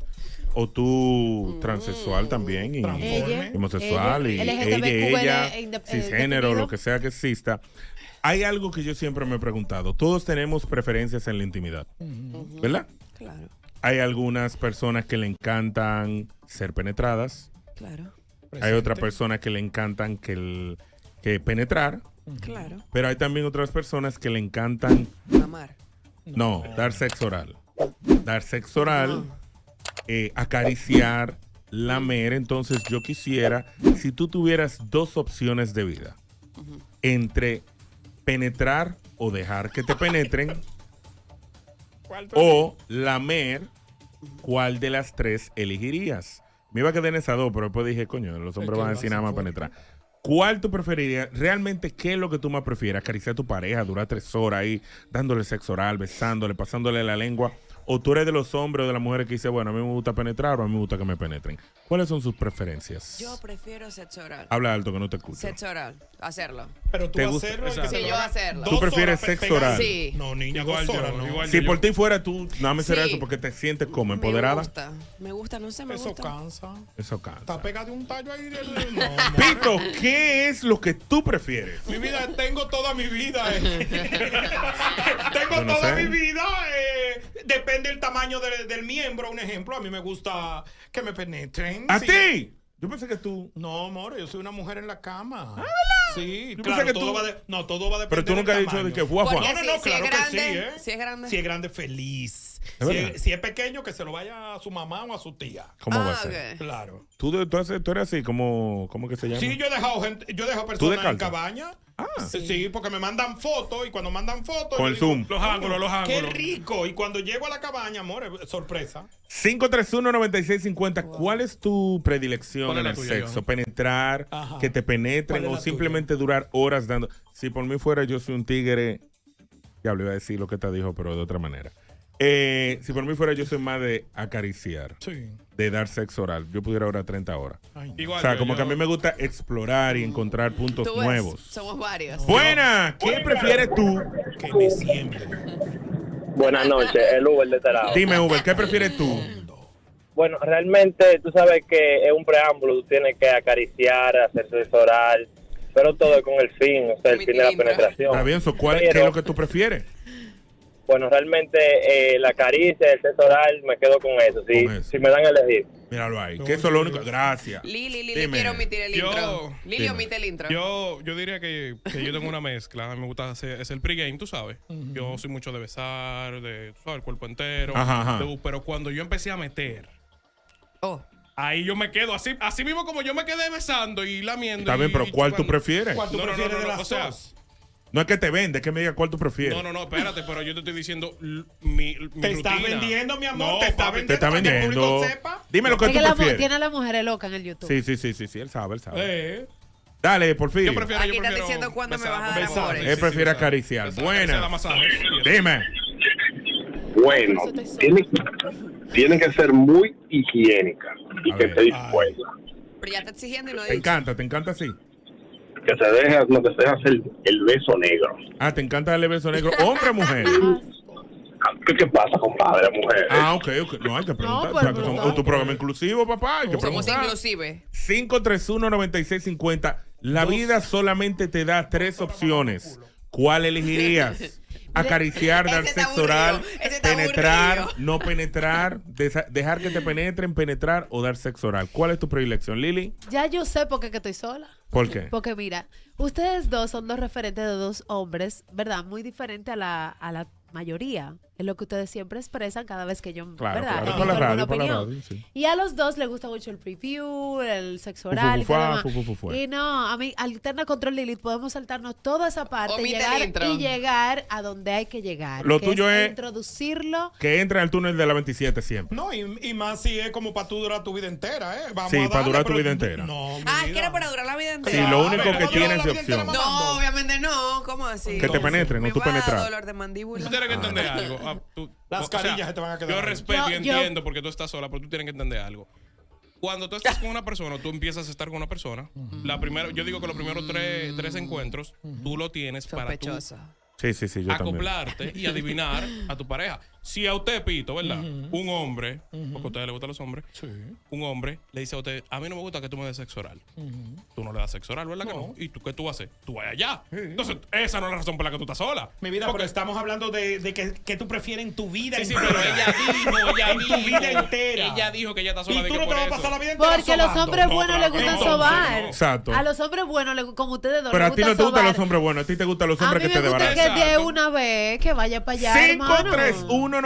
Speaker 1: o tu transexual también, y,
Speaker 2: Ella,
Speaker 1: y homosexual,
Speaker 2: ella,
Speaker 1: y
Speaker 2: LGTBQ,
Speaker 1: ella,
Speaker 2: eh,
Speaker 1: ella,
Speaker 2: indep- eh,
Speaker 1: cisgénero,
Speaker 2: definido.
Speaker 1: lo que sea que exista. Hay algo que yo siempre me he preguntado. Todos tenemos preferencias en la intimidad, ¿verdad?
Speaker 4: Claro,
Speaker 1: Hay algunas personas que le encantan ser penetradas.
Speaker 4: claro,
Speaker 1: Hay otras personas que le encantan que, el- que penetrar.
Speaker 4: claro.
Speaker 1: Pero hay también otras personas que le encantan.
Speaker 4: Mamar.
Speaker 1: No, dar sexo oral. Dar sexo oral, eh, acariciar, lamer. Entonces, yo quisiera, si tú tuvieras dos opciones de vida, entre penetrar o dejar que te penetren, o lamer, ¿cuál de las tres elegirías? Me iba a quedar en esas dos, pero después dije, coño, los hombres van a decir nada más penetrar. ¿Cuál tú preferirías? ¿Realmente qué es lo que tú más prefieres? ¿Acariciar a tu pareja, durar tres horas ahí, dándole sexo oral, besándole, pasándole la lengua? ¿O tú eres de los hombres o de las mujeres que dice, bueno, a mí me gusta penetrar o a mí me gusta que me penetren? ¿Cuáles son sus preferencias?
Speaker 4: Yo prefiero sexo oral.
Speaker 1: Habla alto que no te escucho.
Speaker 4: Sexo oral, hacerlo.
Speaker 3: Pero
Speaker 1: tú ¿Te gusta? hacerlo,
Speaker 4: Sí,
Speaker 1: exacto.
Speaker 4: yo hacerlo.
Speaker 1: ¿Tú prefieres sexo oral?
Speaker 4: Sí.
Speaker 3: No, niña,
Speaker 4: Igual
Speaker 3: dos
Speaker 4: yo,
Speaker 3: horas, no.
Speaker 1: si por ti fuera tú, dame me será
Speaker 4: Sí.
Speaker 1: eso porque te sientes como
Speaker 4: Me
Speaker 1: empoderada.
Speaker 4: gusta, me gusta, no sé, me
Speaker 3: Eso
Speaker 4: gusta.
Speaker 3: cansa.
Speaker 1: Eso cansa.
Speaker 3: Está pegado un tallo ahí. de- no.
Speaker 1: Pito, ¿qué es lo que tú prefieres?
Speaker 3: Mi vida, tengo toda mi vida. eh. tengo
Speaker 1: Yo no
Speaker 3: toda
Speaker 1: sé.
Speaker 3: mi vida. eh, depende del tamaño de- del miembro. Un ejemplo, a mí me gusta que me penetren.
Speaker 1: ¿A
Speaker 3: sí.
Speaker 1: ti? Yo pensé que tú.
Speaker 3: No, amor, yo soy una mujer en la cama. Sí,
Speaker 1: Yo
Speaker 3: claro,
Speaker 1: pensé que
Speaker 3: todo
Speaker 1: tú-
Speaker 3: va de- no, todo va a depender
Speaker 1: Pero tú nunca
Speaker 3: del
Speaker 1: has dicho
Speaker 3: tamaño.
Speaker 1: de que fua,
Speaker 3: No,
Speaker 1: fua.
Speaker 3: no,
Speaker 4: si-
Speaker 3: no,
Speaker 4: si
Speaker 3: claro
Speaker 4: es
Speaker 3: que sí,
Speaker 4: grande,
Speaker 3: ¿eh?
Speaker 4: si es grande.
Speaker 3: Si es grande, feliz.
Speaker 1: Es
Speaker 3: Si
Speaker 1: verdad.
Speaker 3: es, si es pequeño, que se lo vaya a su mamá o a su tía.
Speaker 1: ¿Cómo va a ser?
Speaker 3: Claro.
Speaker 1: ¿Tú, de- tú haces- tú eres así, como, ¿cómo que se llama?
Speaker 3: Sí, yo he dejado gente, yo he dejado
Speaker 1: ¿Tú
Speaker 3: personas en
Speaker 1: descalza?
Speaker 3: cabaña. Sí. sí, porque me mandan fotos y cuando mandan fotos. yo
Speaker 1: Con el
Speaker 3: digo,
Speaker 1: zoom. Los
Speaker 3: "Coño,
Speaker 1: ángulos, los ángulos".
Speaker 3: Qué rico. Y cuando llego a la cabaña, amor, es sorpresa.
Speaker 1: 531-9650. ¿Cuál es tu predilección
Speaker 3: ¿Cuál es
Speaker 1: en
Speaker 3: la
Speaker 1: el
Speaker 3: tuya,
Speaker 1: sexo?
Speaker 3: Johan?
Speaker 1: ¿Penetrar?
Speaker 3: Ajá.
Speaker 1: ¿Que te penetren?
Speaker 3: ¿Cuál es
Speaker 1: ¿O
Speaker 3: la
Speaker 1: simplemente durar horas dando? Si por mí fuera, yo soy un tigre. Ya le iba a decir lo que te dijo, pero de otra manera. Eh, si por mí fuera, yo soy más de acariciar.
Speaker 3: Sí.
Speaker 1: De dar sexo oral. Yo pudiera durar 30 horas.
Speaker 5: Ay, no.
Speaker 1: o sea,
Speaker 5: Igual, yo-
Speaker 1: como
Speaker 5: yo-
Speaker 1: que a mí me gusta explorar y encontrar puntos
Speaker 4: Tú ves,
Speaker 1: nuevos.
Speaker 4: Somos varios.
Speaker 1: Buena, ¿qué prefieres tú?
Speaker 17: Buenas noches, el Uber de este lado.
Speaker 1: Dime, Uber, ¿qué prefieres tú?
Speaker 17: Bueno, realmente tú sabes que es un preámbulo, tú tienes que acariciar, hacer sexo oral, pero todo es con el fin, o sea, el fin de la penetración.
Speaker 1: Está bien, so, ¿cuál, ¿qué es lo que tú prefieres?
Speaker 17: Bueno, realmente eh, la caricia, el sexo oral, me quedo con eso, si, si me dan a elegir.
Speaker 1: Míralo ahí, que eso es lo único. Gracias.
Speaker 4: Lili, Lili,
Speaker 17: Dime.
Speaker 4: quiero omitir el
Speaker 17: Yo-
Speaker 4: intro. Lili,
Speaker 5: Dime.
Speaker 4: omite el intro.
Speaker 5: Yo, yo diría que, que yo tengo una mezcla. A mí me gusta hacer es el pregame, tú sabes. Yo soy mucho de besar, de tú sabes, el cuerpo entero.
Speaker 1: Ajá, ajá.
Speaker 5: de- pero cuando yo empecé a meter,
Speaker 4: Oh.
Speaker 5: ahí yo me quedo así, así mismo como yo me quedé besando y lamiendo.
Speaker 1: Está
Speaker 5: y-
Speaker 1: bien, pero
Speaker 5: y
Speaker 1: ¿cuál tú
Speaker 5: chupando.
Speaker 1: prefieres? ¿Cuál tú
Speaker 5: No, no, no,
Speaker 1: prefieres
Speaker 5: no,
Speaker 1: de
Speaker 5: no,
Speaker 1: las
Speaker 5: o sea,
Speaker 1: No es que te vende, es que me diga cuál tú prefieres.
Speaker 5: no, no, no, espérate, pero yo te estoy diciendo l- mi, mi
Speaker 3: Te está vendiendo, mi amor, te está
Speaker 1: Te está vendiendo. Dime lo que
Speaker 2: Es
Speaker 1: tú
Speaker 2: que la mu-
Speaker 1: prefieres.
Speaker 2: tiene a las mujeres locas en el YouTube.
Speaker 1: Sí, sí, sí, sí, sí, él sabe, él sabe.
Speaker 5: Eh.
Speaker 1: Dale, por fin.
Speaker 4: Aquí están diciendo cuándo me vas a dar
Speaker 1: Besar.
Speaker 4: amores.
Speaker 1: Él prefiere acariciar. Buena. Dime.
Speaker 11: Bueno, tiene, tiene que ser muy higiénica y que esté dispuesta.
Speaker 4: Pero ya está exigiendo y no
Speaker 1: Te encanta, te encanta así.
Speaker 11: Que se deje, no que se deje hacer el beso negro.
Speaker 1: Ah, te encanta darle beso negro. Hombre o mujer.
Speaker 11: ¿Qué, qué pasa, compadre, mujer?
Speaker 1: Ah, ok, ok. No, hay que
Speaker 2: pues,
Speaker 1: preguntar. o sea, que son- o tu programa inclusivo, papá. Hay que
Speaker 4: Somos
Speaker 1: preguntar.
Speaker 4: inclusive.
Speaker 1: 531-9650. La vida solamente te da tres opciones. ¿Cuál elegirías? Acariciar, dar sexo oral, penetrar, no penetrar, desa- dejar que te penetren, penetrar o dar sexo oral. ¿Cuál es tu predilección, Lili?
Speaker 2: Ya yo sé por qué que estoy sola.
Speaker 1: ¿Por qué?
Speaker 2: Porque mira, ustedes dos son dos referentes de dos hombres, ¿verdad? Muy diferente a la, a la mayoría. Es lo que ustedes siempre expresan cada vez que yo,
Speaker 1: Claro,
Speaker 2: ¿verdad?
Speaker 1: claro.
Speaker 2: Yo
Speaker 1: Por la
Speaker 2: tengo
Speaker 1: radio,
Speaker 2: una
Speaker 1: por la
Speaker 2: opinión.
Speaker 1: radio. sí.
Speaker 2: Y a los dos les gusta mucho el preview, el sexo oral y
Speaker 1: Fufufufá,
Speaker 2: todo demás.
Speaker 1: fufufufué.
Speaker 2: Y no, a mí, alterna control Lilith, podemos saltarnos toda esa parte y
Speaker 4: Omite el
Speaker 2: llegar,
Speaker 4: intro.
Speaker 2: y llegar a donde hay que llegar.
Speaker 1: Lo
Speaker 2: que
Speaker 1: tuyo es-
Speaker 2: Introducirlo.
Speaker 1: Que entra al túnel de la 27 siempre.
Speaker 3: No, y, y más si es como para tú durar tu vida entera, ¿eh? Vamos
Speaker 1: Sí,
Speaker 3: a
Speaker 1: para
Speaker 3: darle,
Speaker 1: durar tu
Speaker 3: pero-
Speaker 1: vida entera.
Speaker 4: Ah, es que era para durar la vida entera.
Speaker 1: Sí, lo único que tiene es opción.
Speaker 4: No, obviamente no. ¿Cómo así?
Speaker 1: Que te penetren, no tú penetrar.
Speaker 4: dolor de mandíbula.
Speaker 5: Tú tienes que entender algo. Ah, tú-
Speaker 3: Las
Speaker 5: o sea,
Speaker 3: carillas se te van a quedar
Speaker 5: Yo
Speaker 3: ahí.
Speaker 5: respeto y
Speaker 3: Yo- yo-
Speaker 5: entiendo porque tú estás sola, pero tú tienes que entender algo. Cuando tú estás con una persona, tú empiezas a estar con una persona. la primera, yo digo que los primeros tres, tres encuentros, tú lo tienes para tú
Speaker 1: Sí, sí, sí, yo también.
Speaker 5: acoplarte y adivinar a tu pareja. Si a usted, Pito, ¿verdad? Un hombre, porque a ustedes les gustan los hombres, un hombre le dice a usted, a mí no me gusta que tú me des sexo oral. Tú no le das sexo oral, ¿verdad que no? ¿Y tú qué tú haces? Tú vas allá. Entonces, esa no es la razón por la que tú estás sola.
Speaker 3: Mi vida, pero estamos hablando de, de que, que tú prefieres en tu vida
Speaker 5: Sí, sí,
Speaker 3: entera.
Speaker 5: pero ella dijo, ella
Speaker 3: en tu
Speaker 5: dijo,
Speaker 3: vida entera.
Speaker 5: Ella dijo que ella está sola.
Speaker 3: Y
Speaker 5: de
Speaker 3: tú
Speaker 5: que
Speaker 3: no te
Speaker 5: por
Speaker 3: vas a
Speaker 5: eso.
Speaker 3: pasar la vida entera
Speaker 2: Porque los
Speaker 3: sobando.
Speaker 2: hombres
Speaker 5: No,
Speaker 2: buenos les
Speaker 5: claro
Speaker 2: gusta
Speaker 5: que no.
Speaker 2: sobar.
Speaker 1: Exacto.
Speaker 2: A los hombres buenos, les gu- como ustedes dos,
Speaker 1: Pero
Speaker 2: les
Speaker 1: a ti no
Speaker 2: gusta
Speaker 1: te gustan
Speaker 2: sobar.
Speaker 1: los hombres buenos, a ti te gustan los
Speaker 2: A
Speaker 1: hombres
Speaker 2: mí
Speaker 1: que te
Speaker 2: me gusta
Speaker 1: desbaratan.
Speaker 2: que de una vez que vaya para allá, hermano.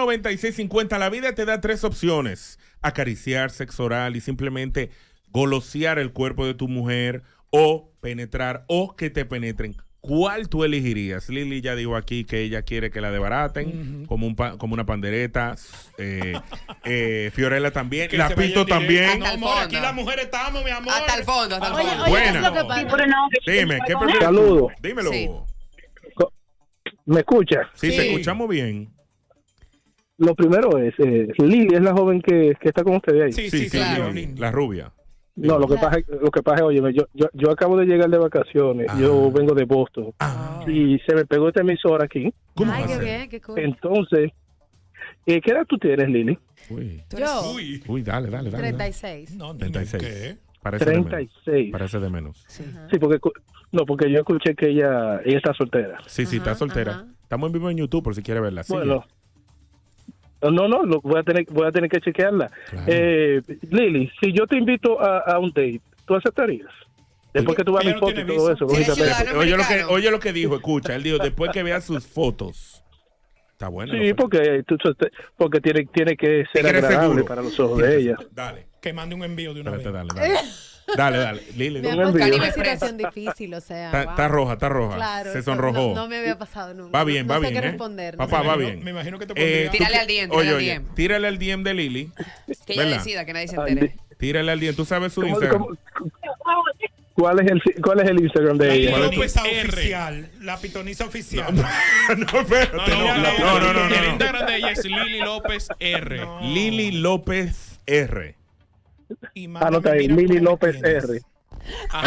Speaker 1: 531-9650. La vida te da tres opciones: acariciar, sexo oral y simplemente golosear el cuerpo de tu mujer o penetrar o que te penetren. ¿Cuál tú elegirías? Lili ya dijo aquí que ella quiere que la debaraten, como, un pa- como una pandereta. eh, eh, Fiorella también.
Speaker 3: Que
Speaker 1: la
Speaker 3: se vayan
Speaker 1: Pito
Speaker 3: directo. Ah,
Speaker 1: también.
Speaker 3: No, amor, aquí las mujeres estamos, mi amor.
Speaker 4: Hasta el fondo, hasta el
Speaker 3: Oye,
Speaker 4: fondo.
Speaker 3: oye,
Speaker 1: Buena. es lo que
Speaker 4: Sí,
Speaker 3: pero no.
Speaker 1: Dime, ¿qué prefieres? tú?
Speaker 18: Saludos.
Speaker 1: Dímelo.
Speaker 4: Sí.
Speaker 18: ¿Me escuchas?
Speaker 1: Sí, te escuchamos bien.
Speaker 18: Lo primero es, eh, Lili es la joven que, que está con ustedes ahí.
Speaker 1: Lili, La rubia.
Speaker 18: No, lo que pasa, es- lo que pasa es, oye, yo, yo, yo acabo de llegar de vacaciones,
Speaker 1: Ah.
Speaker 18: yo vengo de Boston y se me pegó esta emisora aquí.
Speaker 2: Ay, qué bien, qué cool.
Speaker 18: Entonces, eh, ¿qué edad tú tienes, Lili?
Speaker 2: Yo,
Speaker 1: Uy, dale, dale, dale.
Speaker 2: 36. No,
Speaker 1: 36. Parece De
Speaker 18: 36.
Speaker 1: menos. Parece de menos.
Speaker 18: Sí, porque cu- no, porque yo escuché que ella, ella está soltera.
Speaker 1: Sí, sí, está soltera. Estamos en vivo en YouTube por si quiere verla. Sigue.
Speaker 18: Bueno, no, no, lo- voy a tener, voy a tener que chequearla. Eh, Lili, si yo te invito a, a un date, ¿tú aceptarías? Después que tú veas mi foto y todo eso,
Speaker 1: Oye,
Speaker 18: lógicamente.
Speaker 1: oye lo que, oye lo que dijo, escucha. Él dijo, después que vea sus fotos. Está bueno.
Speaker 18: Sí, porque, eh, tú- tú- porque tiene, tiene que ser
Speaker 1: Tiene que ser
Speaker 18: agradable
Speaker 1: seguro.
Speaker 18: para los ojos de ella.
Speaker 1: Dale.
Speaker 3: Que mande un envío de una
Speaker 1: Espérate, dale,
Speaker 3: vez.
Speaker 1: dale. Dale, dale. Lili,
Speaker 2: Me
Speaker 1: dile.
Speaker 2: ha puesto en una situación difícil, o sea.
Speaker 1: Está-
Speaker 2: wow.
Speaker 1: está roja, está roja.
Speaker 2: Claro,
Speaker 1: Se
Speaker 2: eso
Speaker 1: sonrojó.
Speaker 2: No, no me había pasado nunca.
Speaker 1: Va bien,
Speaker 2: No
Speaker 1: va
Speaker 2: sé
Speaker 1: bien.
Speaker 2: qué
Speaker 1: ¿eh?
Speaker 2: responder.
Speaker 1: Papá,
Speaker 2: Me
Speaker 1: va
Speaker 2: imagínale.
Speaker 1: bien.
Speaker 3: me imagino que te
Speaker 1: Eh,
Speaker 3: pondría-
Speaker 1: tú-
Speaker 4: Tírale al DM, tírale
Speaker 1: Oye,
Speaker 4: al
Speaker 1: oye,
Speaker 4: DM.
Speaker 1: tírale al DM de Lili.
Speaker 4: Que ella
Speaker 1: ¿Verdad?
Speaker 4: decida, que nadie se entere.
Speaker 1: Tírale al DM. Tú sabes su
Speaker 18: ¿Cómo-
Speaker 1: Instagram.
Speaker 18: ¿Cuál es el, cuál es el Instagram de ella?
Speaker 1: ¿Cuál es tu-
Speaker 3: Pitoniza oficial. La pitoniza oficial.
Speaker 1: No, espérate. No, no, no, no,
Speaker 5: El
Speaker 1: no.
Speaker 5: Instagram de ella es Lili López R.
Speaker 1: Lili López R.
Speaker 18: Anota Ah, ahí, Lili López R.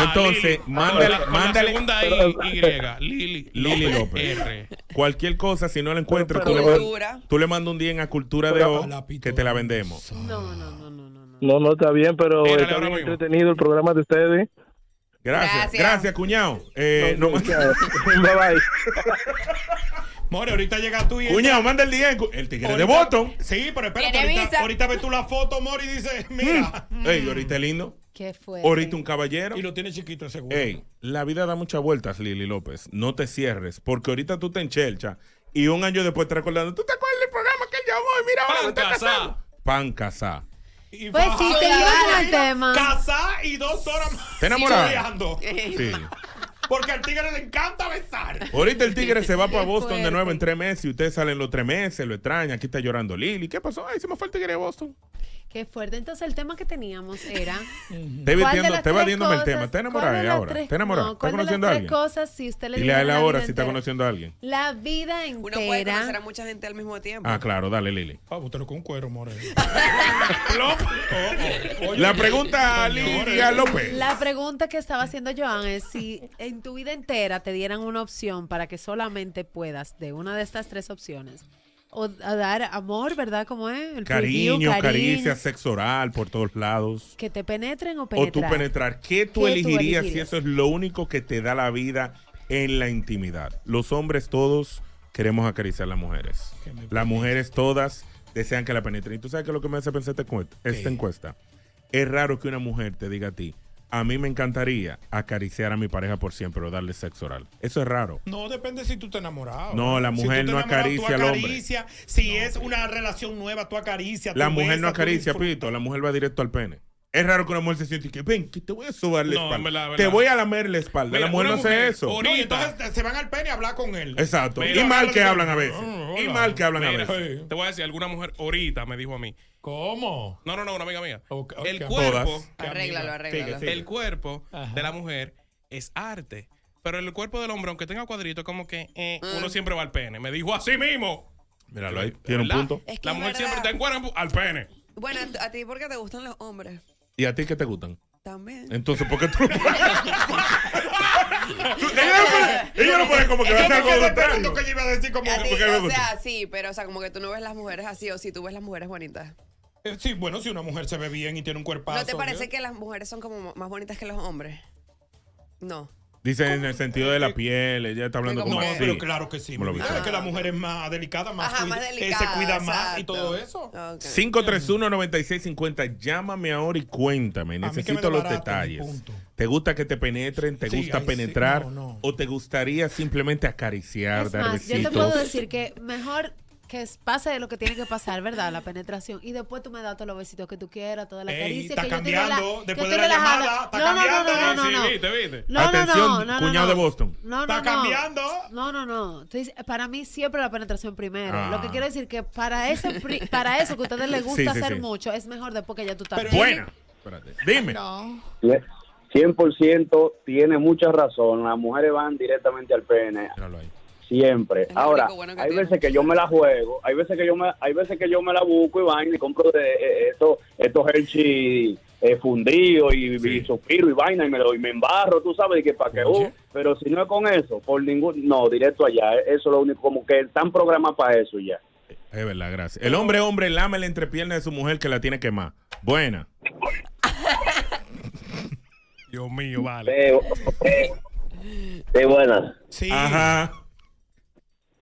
Speaker 1: Entonces, mándale,
Speaker 5: Con la- con la
Speaker 1: mándale.
Speaker 5: segunda I, Y, Lili,
Speaker 1: Lili López.
Speaker 5: R.
Speaker 1: Cualquier cosa, si no la encuentras, tú,
Speaker 5: Pero-
Speaker 1: le,
Speaker 5: Cultura.
Speaker 1: tú le mandas un día a Cultura de O que te la vendemos.
Speaker 18: No, no está bien, pero está bien entretenido el programa de ustedes.
Speaker 1: Gracias, gracias, cuñado. Eh,
Speaker 18: No,
Speaker 1: no-
Speaker 18: cuñado. Bye, bye.
Speaker 3: More, ahorita llega tú y.
Speaker 1: Cuñado, manda el día. El tigre de
Speaker 3: Ahorita-
Speaker 1: voto.
Speaker 3: Sí, pero espérate.
Speaker 4: Tiene
Speaker 3: Ahorita,
Speaker 4: visa.
Speaker 3: ahorita ves tú la foto, More, y dices, mira.
Speaker 1: Ey, ahorita es lindo.
Speaker 2: Qué fuerte.
Speaker 1: Ahorita un caballero.
Speaker 3: Y lo tiene chiquito ese güey.
Speaker 1: Ey, la vida da muchas vueltas, Lili López. No te cierres, porque ahorita tú te enchelchas y un año después te recordando, tú te acuerdas del programa que yo voy, mira ahora me está casado. Pan casá.
Speaker 2: Pues sí, seguimos con el
Speaker 3: Mira,
Speaker 2: tema.
Speaker 3: Casá y dos horas más.
Speaker 1: ¿Te enamoraste?
Speaker 3: estudiando.
Speaker 1: Sí.
Speaker 3: Porque al tigre le encanta besar.
Speaker 1: Ahorita el tigre se va para Boston de nuevo en tres meses y ustedes salen los tres meses, lo extraña, aquí está llorando Lili. ¿Qué pasó? Ay, se me fue el tigre de Boston.
Speaker 2: Qué fuerte. Entonces, el tema que teníamos era.
Speaker 1: Te
Speaker 2: ¿cuál de
Speaker 1: viendo-
Speaker 2: las
Speaker 1: te va
Speaker 2: tres
Speaker 1: viendo el tema. ¿Te
Speaker 2: cosas- cuál de
Speaker 1: enamoraste
Speaker 2: las
Speaker 1: ahora?
Speaker 2: tres-
Speaker 1: ¿Te enamoraste?
Speaker 2: no,
Speaker 1: ¿Estás
Speaker 2: ¿cuál de
Speaker 1: conociendo a
Speaker 2: las
Speaker 1: alguien?
Speaker 2: tres cosas si usted le
Speaker 1: Dile a él
Speaker 2: la vida
Speaker 1: ahora si está
Speaker 2: entera?
Speaker 1: conociendo a alguien.
Speaker 2: La vida entera.
Speaker 4: Uno puede conocer a mucha gente al mismo tiempo.
Speaker 1: Ah, claro, dale, Lili.
Speaker 3: Ah, usted con cuero, More.
Speaker 5: Oh,
Speaker 1: La pregunta a Lilia López.
Speaker 2: La pregunta que estaba haciendo Joan es si en tu vida entera te dieran una opción para que solamente puedas de una de estas tres opciones o a dar amor, ¿verdad? Como es el
Speaker 1: Cariño,
Speaker 2: preview,
Speaker 1: caricia, sexo oral por todos lados.
Speaker 2: que te penetren o
Speaker 1: O
Speaker 2: penetrar.
Speaker 1: tú penetrar. ¿Qué tú
Speaker 2: ¿Qué tú
Speaker 1: elegirías si
Speaker 2: elegirías?
Speaker 1: eso es lo único que te da la vida en la intimidad? Los hombres todos queremos acariciar a las mujeres. Las mujeres todas desean que la penetren. ¿Y tú sabes qué es lo que me hace pensar esta encuesta? Esta encuesta. Es raro que una mujer te diga a ti, a mí me encantaría acariciar a mi pareja por siempre o darle sexo oral. Eso es raro.
Speaker 3: No, depende si tú te enamoras.
Speaker 1: No, la mujer no acaricia al hombre.
Speaker 3: Si es una relación nueva, tú acaricias.
Speaker 1: La
Speaker 3: tú
Speaker 1: mujer no
Speaker 3: besas, tú
Speaker 1: acaricia,
Speaker 3: disfrutas.
Speaker 1: pito. La mujer va directo al pene. Es raro que una mujer se siente y que ven, que te voy a sobar la
Speaker 5: No,
Speaker 1: espalda.
Speaker 5: en verdad, en verdad.
Speaker 1: Te voy a lamer la espalda.
Speaker 5: Mira,
Speaker 1: la mujer
Speaker 5: una
Speaker 1: no hace
Speaker 5: mujer
Speaker 1: eso.
Speaker 3: No, y entonces se van al pene a hablar con él.
Speaker 1: pues, Exacto.
Speaker 5: Mira,
Speaker 1: y mal
Speaker 5: hablan
Speaker 1: que
Speaker 5: de-
Speaker 1: hablan a veces.
Speaker 3: Mm,
Speaker 1: y mal que hablan
Speaker 5: Mira, eh,
Speaker 1: a veces.
Speaker 5: Te voy a decir, alguna mujer ahorita me dijo a mí. ¿Cómo? No, no, no, una amiga mía. El cuerpo.
Speaker 1: Todas.
Speaker 4: Arréglalo, arréglalo.
Speaker 5: Sigue, sigue. El cuerpo de la mujer es arte. Pero el cuerpo del hombre, aunque tenga cuadrito, es como que eh,
Speaker 4: Mm.
Speaker 5: uno siempre va al pene. Me dijo así mismo.
Speaker 1: Míralo ahí. Tiene un
Speaker 5: ¿Verdad?
Speaker 1: punto.
Speaker 4: Es que
Speaker 5: la
Speaker 4: es
Speaker 5: mujer
Speaker 4: verdad.
Speaker 5: siempre está en cuerpo al pene.
Speaker 4: Bueno, a- a ti porque te gustan los hombres.
Speaker 1: ¿Y a ti qué te gustan?
Speaker 4: También.
Speaker 1: Entonces, ¿por qué tú no puedes? ella, no puede, ella pues, no puede como que va a hacer algo contrario.
Speaker 3: que yo iba a decir como
Speaker 4: A ti,
Speaker 1: porque me
Speaker 4: o
Speaker 1: gusta.
Speaker 4: sea, sí, pero o sea, como que tú no ves las mujeres así o si tú ves las mujeres bonitas.
Speaker 3: Eh, Sí, bueno, si una mujer se ve bien y tiene un cuerpazo.
Speaker 4: ¿No te parece
Speaker 3: ¿eh?
Speaker 4: que las mujeres son como más bonitas que los hombres? No.
Speaker 1: Dice en el sentido de la piel. Ella está hablando
Speaker 3: No,
Speaker 1: como así.
Speaker 3: pero claro que sí.
Speaker 1: Como lo
Speaker 3: mi vida.
Speaker 1: visual.
Speaker 3: Es que la mujer es más delicada, más,
Speaker 4: Ah, Ajá,
Speaker 3: cuida-
Speaker 4: más
Speaker 3: eh,
Speaker 4: delicada,
Speaker 3: se cuida más y
Speaker 4: exacto.
Speaker 3: todo eso.
Speaker 1: 531-9650. Llámame ahora y cuéntame. Necesito los detalles. ¿Te gusta que te penetren? ¿Te
Speaker 3: Sí,
Speaker 1: gusta
Speaker 3: ahí sí.
Speaker 1: penetrar?
Speaker 3: No, no.
Speaker 1: ¿O te gustaría simplemente acariciar,
Speaker 2: Es
Speaker 1: dar
Speaker 2: más,
Speaker 1: besitos?
Speaker 2: yo te puedo decir que mejor que es- pase lo que tiene que pasar, ¿verdad? La penetración. Y después tú me das todos los besitos que tú quieras, toda la
Speaker 5: Ey,
Speaker 2: caricia.
Speaker 5: está
Speaker 2: que yo estoy
Speaker 5: cambiando,
Speaker 2: rela- que
Speaker 5: después
Speaker 2: estoy
Speaker 5: de la
Speaker 2: relajada.
Speaker 5: llamada, está
Speaker 2: no, no,
Speaker 5: cambiando.
Speaker 2: no, no, no,
Speaker 5: Sí,
Speaker 2: no.
Speaker 5: viste, viste.
Speaker 2: No, no,
Speaker 1: Atención,
Speaker 2: no, no, no,
Speaker 1: cuñado
Speaker 2: no.
Speaker 1: de Boston.
Speaker 2: No, no,
Speaker 3: Está
Speaker 2: no.
Speaker 3: cambiando.
Speaker 2: No, no, no. Estoy dic- para mí siempre la penetración primero.
Speaker 1: Ah.
Speaker 2: Lo que quiero decir que para ese pri- para eso que a ustedes les gusta
Speaker 1: Sí, sí,
Speaker 2: hacer
Speaker 1: sí.
Speaker 2: mucho es mejor después que ya tú estás bien.
Speaker 1: Buena. Espérate. Dime.
Speaker 19: 100% tiene mucha razón. Las mujeres van directamente al pene. Siempre. Ahora, hay veces que yo me la juego, hay veces que yo me, hay veces que yo me la busco y vaina y compro de, eh, estos estos Hershey eh, fundidos y, y suspiro y vaina y me lo y me embarro, tú sabes, y que para que uh, pero si no es con eso, por ningún no, directo allá, eh, eso es lo único como que están programados para eso ya.
Speaker 1: Es verdad, gracias. El hombre, hombre, lame la entrepierna de su mujer que la tiene quemada. Buena.
Speaker 5: Dios mío,
Speaker 14: Eh,
Speaker 5: vale.
Speaker 19: Sí, buenas.
Speaker 3: Sí.
Speaker 1: Ajá.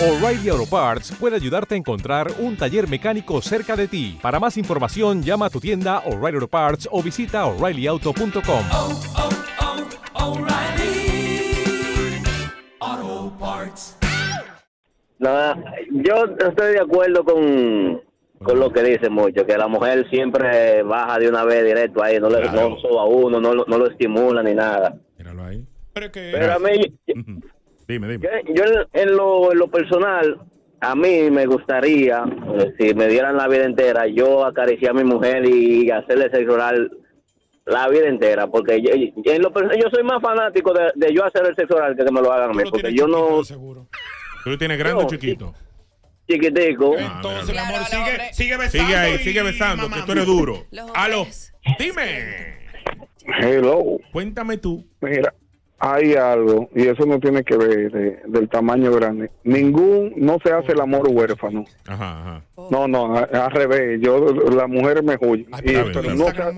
Speaker 13: O'Reilly Auto Parts puede ayudarte a encontrar un taller mecánico cerca de ti. Para más información, llama a tu tienda O'Reilly Auto Parts o visita oreillyauto.com.
Speaker 14: Nada, yo estoy de acuerdo con, con lo que dice mucho, que la mujer siempre baja de una vez directo ahí, no le no suba a uno, no, lo- no lo estimula ni nada. Pero a mí,
Speaker 1: Dime, dime.
Speaker 14: yo, yo en- en, lo, en lo personal, a mí me gustaría, eh, si me dieran la vida entera, yo acariciar a mi mujer y hacerle sexo oral la vida entera, porque yo, yo en lo perso- yo soy más fanático de, de yo hacer el sexo oral que que me lo hagan a mí, porque yo no...
Speaker 1: ¿Tú lo tienes grande o
Speaker 14: No,
Speaker 1: chiquito?
Speaker 14: Chiquitico.
Speaker 1: Entonces,
Speaker 3: mi amor, sigue, sigue besando.
Speaker 1: Sigue ahí,
Speaker 3: y
Speaker 1: sigue besando, que tú eres duro. Aló, dime.
Speaker 10: Hello.
Speaker 1: Cuéntame tú.
Speaker 10: Mira, hay algo, y eso no tiene que ver de- del tamaño grande. Ningún, no se hace el amor huérfano.
Speaker 1: Ajá, ajá.
Speaker 10: No, no, a- al revés. Yo, las mujeres me huyen. Y-
Speaker 1: está bien,
Speaker 10: pero
Speaker 1: está
Speaker 10: no,
Speaker 1: bien.
Speaker 10: se,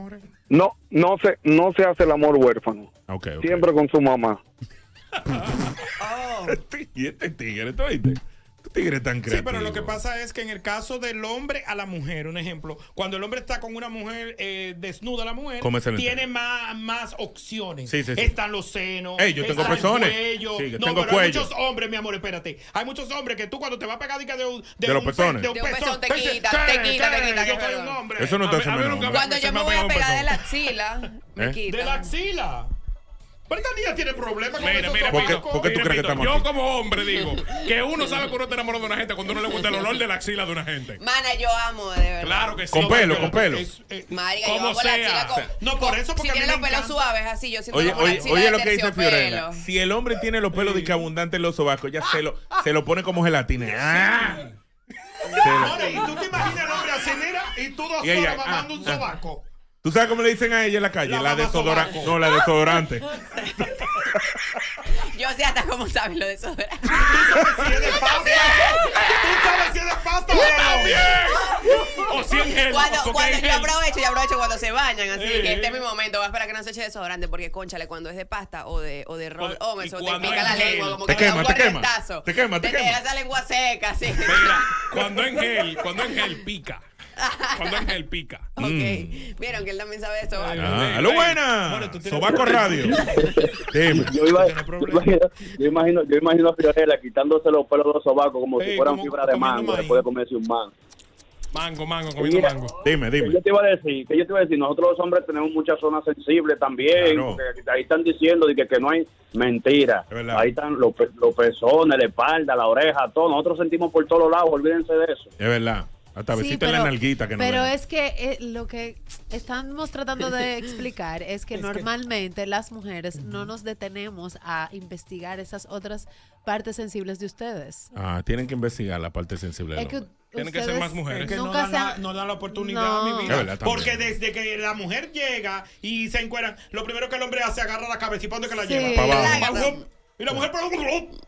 Speaker 10: no, no, se, no se hace el amor huérfano.
Speaker 1: Ok, ok.
Speaker 10: Siempre con su mamá.
Speaker 1: y este tigre, ¿tú oíste? Este tigre es tan
Speaker 3: Sí,
Speaker 1: creativo.
Speaker 3: pero lo que pasa es que en el caso del hombre a la mujer, un ejemplo, cuando el hombre está con una mujer eh, desnuda, la mujer
Speaker 1: Come ese
Speaker 3: tiene más, más opciones.
Speaker 1: Sí, sí, sí.
Speaker 3: Están los senos,
Speaker 1: Ey, yo tengo
Speaker 3: está el
Speaker 1: pezones.
Speaker 3: cuello.
Speaker 1: Sí, yo
Speaker 3: no,
Speaker 1: tengo
Speaker 3: pero hay
Speaker 1: cuello.
Speaker 3: muchos hombres, mi amor, espérate. Hay muchos hombres que tú cuando te vas a pegar diga, de un
Speaker 1: De los
Speaker 3: un pe-
Speaker 1: pezones.
Speaker 3: de un
Speaker 1: De
Speaker 4: un
Speaker 3: pezón,
Speaker 4: pezón, te
Speaker 3: te dice,
Speaker 4: quita,
Speaker 3: ¿qué?
Speaker 4: te quita, te
Speaker 3: ¿Qué?
Speaker 4: quita,
Speaker 3: Yo
Speaker 4: que
Speaker 3: soy
Speaker 4: perdón.
Speaker 3: un hombre.
Speaker 1: Eso no te hace menos hombre.
Speaker 4: Cuando yo me voy a pegar de la axila, me
Speaker 1: ¿Eh?
Speaker 4: quita.
Speaker 3: De la axila. Pero esta niña tiene problemas con
Speaker 5: Mira,
Speaker 3: esos
Speaker 5: mira,
Speaker 3: hombres.
Speaker 5: Pito,
Speaker 1: ¿Por qué tú
Speaker 5: mira,
Speaker 1: crees que
Speaker 5: Pito,
Speaker 1: estamos
Speaker 5: Yo
Speaker 1: aquí?
Speaker 5: como hombre digo que uno sabe que uno está enamorado de una gente cuando uno le gusta el olor de la axila de una gente.
Speaker 4: Mana, yo amo, de verdad.
Speaker 5: Claro que sí.
Speaker 1: Con pelo, con
Speaker 5: pero
Speaker 1: pelo.
Speaker 5: es- eh,
Speaker 4: Marica, yo
Speaker 5: como
Speaker 4: amo la axila
Speaker 5: sea.
Speaker 4: con,
Speaker 3: No,
Speaker 4: por eso porque Si tiene los pelos suaves así, yo siento
Speaker 1: Oye,
Speaker 4: como la
Speaker 1: oye,
Speaker 4: axila
Speaker 1: oye
Speaker 4: de
Speaker 1: lo que dice
Speaker 4: terciopelo.
Speaker 1: Fiorella. Si el hombre tiene los pelos de que abundante en los sobacos, ya se lo, se lo pone como gelatina. ¡Ah! Se lo-
Speaker 3: Ahora, y tú te imaginas el hombre así, mira, y tú dos
Speaker 1: Y ella,
Speaker 3: horas mamando
Speaker 1: ah,
Speaker 3: un
Speaker 1: ah.
Speaker 3: sobaco.
Speaker 1: ¿Tú sabes cómo le dicen a ella en la calle? La, desodorante. No,
Speaker 4: Ah.
Speaker 1: la desodorante.
Speaker 4: Yo sé hasta cómo sabes lo de eso. ¿verdad?
Speaker 3: pasta
Speaker 4: ¡Tú
Speaker 3: o no?
Speaker 4: también!
Speaker 3: O si en gel,
Speaker 4: Cuando,
Speaker 3: porque
Speaker 4: cuando
Speaker 3: en
Speaker 4: yo
Speaker 3: gel.
Speaker 4: aprovecho, yo aprovecho cuando se bañan, así
Speaker 3: Sí.
Speaker 4: que este es mi momento. Voy a esperar que no se eche desodorante, porque, conchale, cuando es de pasta o de, o de roll on, eso te
Speaker 5: cuando
Speaker 4: pica
Speaker 5: es
Speaker 4: la
Speaker 5: gel?
Speaker 4: lengua, como
Speaker 5: Te
Speaker 4: que
Speaker 5: quema,
Speaker 4: da un
Speaker 5: te quema.
Speaker 4: corrientazo.
Speaker 5: Te quema, te
Speaker 4: te
Speaker 5: quema.
Speaker 4: queda esa lengua seca, sí.
Speaker 5: Cuando en gel, cuando en gel pica. Cuando en gel pica. Mm.
Speaker 4: Ok. Vieron que él también sabe eso.
Speaker 1: Ah, ¡Aló, buena! Sobaco Radio. Dime.
Speaker 19: Yo, iba- yo imagino, yo, imagino, yo imagino a Fiorella quitándose los pelos de los sobacos como si fueran fibra de mango después de comerse un mango.
Speaker 5: Mango, mango, comiendo
Speaker 19: Mira.
Speaker 5: mango.
Speaker 1: Dime,
Speaker 19: Que Yo te iba a decir, que yo te iba a decir, nosotros los hombres tenemos muchas zonas sensibles también,
Speaker 1: Claro.
Speaker 19: porque ahí están diciendo de que, que no hay mentira. Ahí están los, pe- los pezones, la espalda, la oreja, todo. Nosotros sentimos por todos lados, olvídense de eso.
Speaker 1: Es verdad. Hasta
Speaker 2: Sí,
Speaker 1: besita en la
Speaker 2: pero-
Speaker 1: nalguita que no
Speaker 2: Pero
Speaker 1: ven.
Speaker 2: es que eh, lo que estamos tratando de explicar es que normalmente las mujeres no nos detenemos a investigar esas otras partes sensibles de ustedes.
Speaker 1: Ah, tienen que investigar la parte sensible. del
Speaker 2: Es que
Speaker 1: hombre.
Speaker 2: Tienen que ser ustedes más mujeres.
Speaker 3: Es que
Speaker 2: nunca
Speaker 3: no,
Speaker 2: se
Speaker 3: dan la,
Speaker 2: han-
Speaker 3: no dan la oportunidad
Speaker 2: No.
Speaker 3: mi vida.
Speaker 1: Es verdad, también.
Speaker 3: Porque desde que la mujer llega y se encuentra, lo primero que el hombre hace agarra la cabeza y para dónde que la
Speaker 1: Sí.
Speaker 3: lleva.
Speaker 1: Pa' abajo.
Speaker 3: Pa' abajo. Y la mujer para un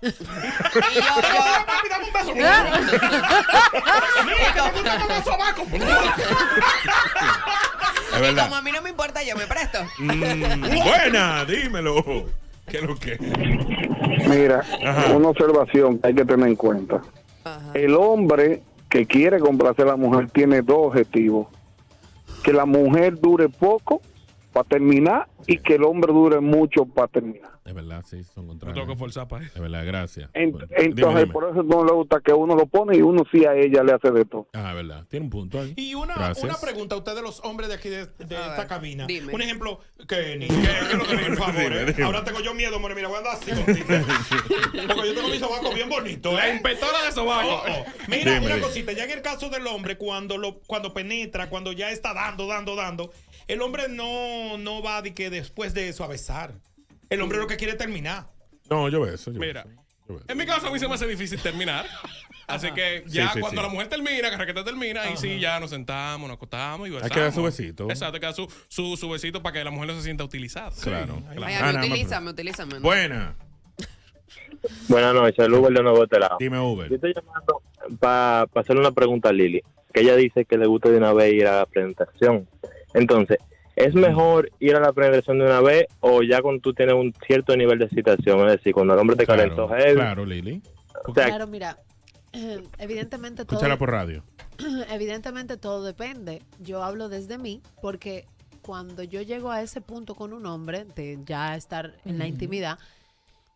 Speaker 1: Es
Speaker 4: Y como
Speaker 1: verdad.
Speaker 4: a mí no me importa, yo me presto.
Speaker 1: Mm, buena, dímelo. ¿Qué es lo que?
Speaker 10: Mira, una observación que hay que tener en cuenta. El hombre que quiere complacer a la mujer tiene dos objetivos. Que la mujer dure poco para terminar y que el hombre dure mucho para terminar.
Speaker 1: Es verdad, sí, son
Speaker 5: No
Speaker 1: contrarios.
Speaker 5: tengo que forzar para eso.
Speaker 1: Es verdad, gracias.
Speaker 10: En-
Speaker 1: Bueno, dime,
Speaker 10: Entonces,
Speaker 1: dime.
Speaker 10: por eso no le gusta que uno lo pone y uno sí a ella le hace de todo.
Speaker 1: Ah, es verdad. Tiene un punto ahí.
Speaker 3: Y una,
Speaker 1: Gracias.
Speaker 3: una pregunta a ustedes, los hombres de aquí de, de esta cabina.
Speaker 4: dime.
Speaker 3: Un ejemplo, Kenny, Kenny, por favor.
Speaker 1: Dime,
Speaker 3: eh.
Speaker 1: dime.
Speaker 3: Ahora tengo yo miedo, more, mira, voy a andar así. contigo. Porque yo tengo mi Oh, sobaco bien bonito. La
Speaker 5: inspectora de sobaco.
Speaker 3: Mira,
Speaker 5: Dime,
Speaker 3: una
Speaker 5: dime.
Speaker 3: cosita, ya en el caso del hombre, cuando lo, cuando penetra, cuando ya está dando, dando, dando, el hombre no, no va de que después de eso a besar. El hombre lo que quiere es terminar.
Speaker 1: No, yo veo eso. yo veo
Speaker 5: Mira, En mi este caso, a mí se me hace difícil terminar. Así que ya
Speaker 1: Sí, sí,
Speaker 5: cuando
Speaker 1: sí.
Speaker 5: la mujer termina, que Raqueta termina, y sí, ya nos sentamos, nos acostamos y
Speaker 1: Hay
Speaker 5: besamos.
Speaker 1: que dar su besito.
Speaker 5: Exacto, hay que dar su, su, su besito para que la mujer no se sienta utilizada.
Speaker 1: Claro. Ah,
Speaker 4: Ay, a mí utilízame, utilízame. ¿no?
Speaker 1: Buena.
Speaker 17: Buenas noches, el Uber de Nuevo Telado.
Speaker 1: Dime, Uber.
Speaker 17: Yo estoy llamando para hacerle una pregunta a Lili, que ella dice que le gusta de una vez ir a la presentación. Entonces, ¿es mejor ir a la presentación de una vez o ya cuando tú tienes un cierto nivel de excitación? Es decir, cuando el hombre te calentó heavy,
Speaker 1: Claro, Lili.
Speaker 17: o sea,
Speaker 2: Claro, mira, evidentemente todo...
Speaker 1: Escúchala por radio.
Speaker 2: Evidentemente todo depende. Yo hablo desde mí porque cuando yo llego a ese punto con un hombre de ya estar en la
Speaker 20: Ujú.
Speaker 2: intimidad,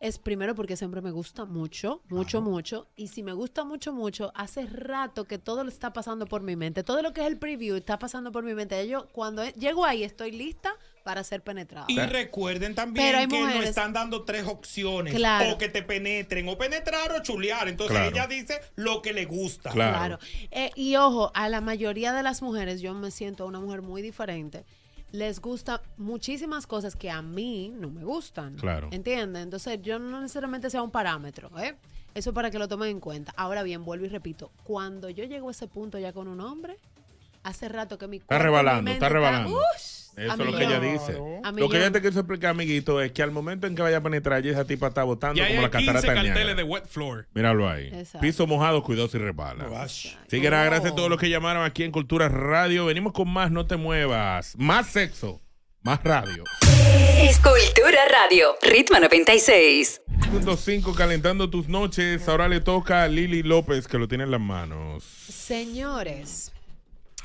Speaker 2: es primero porque siempre me gusta mucho, mucho, mucho. Y si me gusta mucho, mucho, hace rato que todo lo está pasando por mi mente. Todo lo que es el preview está pasando por mi mente. Ya Yo cuando he- llego ahí estoy lista para ser penetrada.
Speaker 3: Y recuerden también
Speaker 2: Pero hay
Speaker 3: que nos
Speaker 2: mujeres-
Speaker 3: están dando tres opciones.
Speaker 2: Claro.
Speaker 3: O que te penetren, o penetrar o chulear. Entonces
Speaker 1: Claro.
Speaker 3: ella dice lo que le gusta.
Speaker 2: Claro. Eh, y ojo, a la mayoría de las mujeres, yo me siento una mujer muy diferente. Les gusta muchísimas cosas que a mí no me gustan.
Speaker 20: Claro.
Speaker 2: ¿Entiendes? Entonces, yo no necesariamente sea un parámetro, ¿eh? Eso para que lo tomen en cuenta. Ahora bien, vuelvo y repito, cuando yo llego a ese punto ya con un hombre, hace rato que mi cuerpo, mi
Speaker 1: rebalando,
Speaker 2: mente
Speaker 1: está rebalando.
Speaker 2: Ush,
Speaker 1: Eso
Speaker 2: a
Speaker 1: es lo que
Speaker 2: millón.
Speaker 1: ella dice.
Speaker 2: A
Speaker 1: Lo que
Speaker 2: millón.
Speaker 1: ella te quiso explicar, amiguito, es que al momento en que vaya a penetrar, ya esa tipa está botando
Speaker 5: Ya
Speaker 1: como
Speaker 5: hay
Speaker 1: la
Speaker 5: 15
Speaker 1: catarata de Niágara.
Speaker 5: carteles de wet floor.
Speaker 1: Míralo ahí.
Speaker 5: Exacto.
Speaker 1: Piso mojado, cuidado si resbala. Sí, que nada, gracias a todos los que llamaron aquí en Cultura Radio. Venimos con más, no te muevas. Más sexo, más radio.
Speaker 6: Escultura Radio, Ritmo 96.
Speaker 1: 5 calentando tus noches. Ahora le toca a Lili López, que lo tiene en las manos.
Speaker 2: Señores,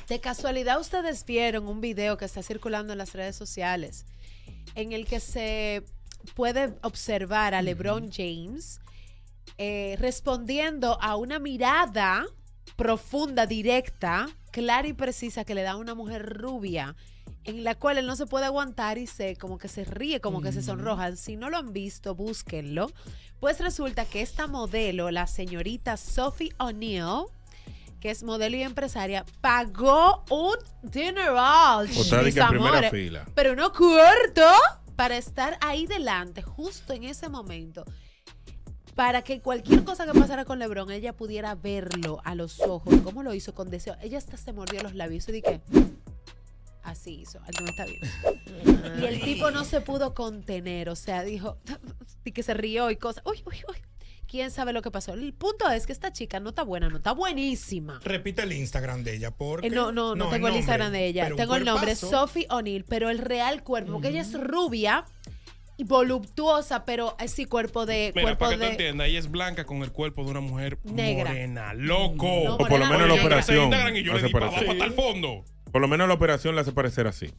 Speaker 2: de casualidad ustedes vieron un video que está circulando en las redes sociales en el que se puede observar a LeBron James eh, respondiendo a una mirada profunda, directa, clara y precisa que le da una mujer rubia en la cual él no se puede aguantar y se como que se ríe, como que se sonroja. Si no lo han visto, búsquenlo. Pues resulta que esta modelo, la señorita Sophie O'Neill, que es modelo y empresaria, pagó un dineral.
Speaker 1: O sea, de
Speaker 2: mis
Speaker 1: que en primera
Speaker 2: amores,
Speaker 1: fila.
Speaker 2: Pero no cuarto para estar ahí delante, justo en ese momento. Para que cualquier cosa que pasara con Lebron, ella pudiera verlo a los ojos, como lo hizo con deseo. Ella hasta se mordió los labios y dije, así hizo, algo no está bien. Y el tipo no se pudo contener, o sea, dijo, y que se rió y cosas. Uy, uy, uy. ¿Quién sabe lo que pasó? El punto es que esta chica no está buena, no está buenísima.
Speaker 3: Repite el Instagram de ella, porque.
Speaker 2: Eh, no, no, no, tengo el
Speaker 3: nombre,
Speaker 2: Instagram de ella.
Speaker 3: pero un
Speaker 2: Tengo el nombre,
Speaker 3: cuerpazo.
Speaker 2: Sophie O'Neill, pero el real cuerpo, porque ella es rubia y voluptuosa, pero así cuerpo de
Speaker 5: Mira,
Speaker 2: cuerpo
Speaker 5: para que tú
Speaker 2: de
Speaker 5: entiendas, ella es blanca con el cuerpo de una mujer
Speaker 2: Negra.
Speaker 5: morena, loco.
Speaker 2: No, O por lo morena,
Speaker 5: Oye, yo
Speaker 2: menos la
Speaker 5: empecé
Speaker 1: operación
Speaker 5: Instagram y yo le
Speaker 1: hace
Speaker 5: di para
Speaker 1: parecer.
Speaker 5: abajo hasta el fondo.
Speaker 1: Por lo menos la operación la hace parecer así.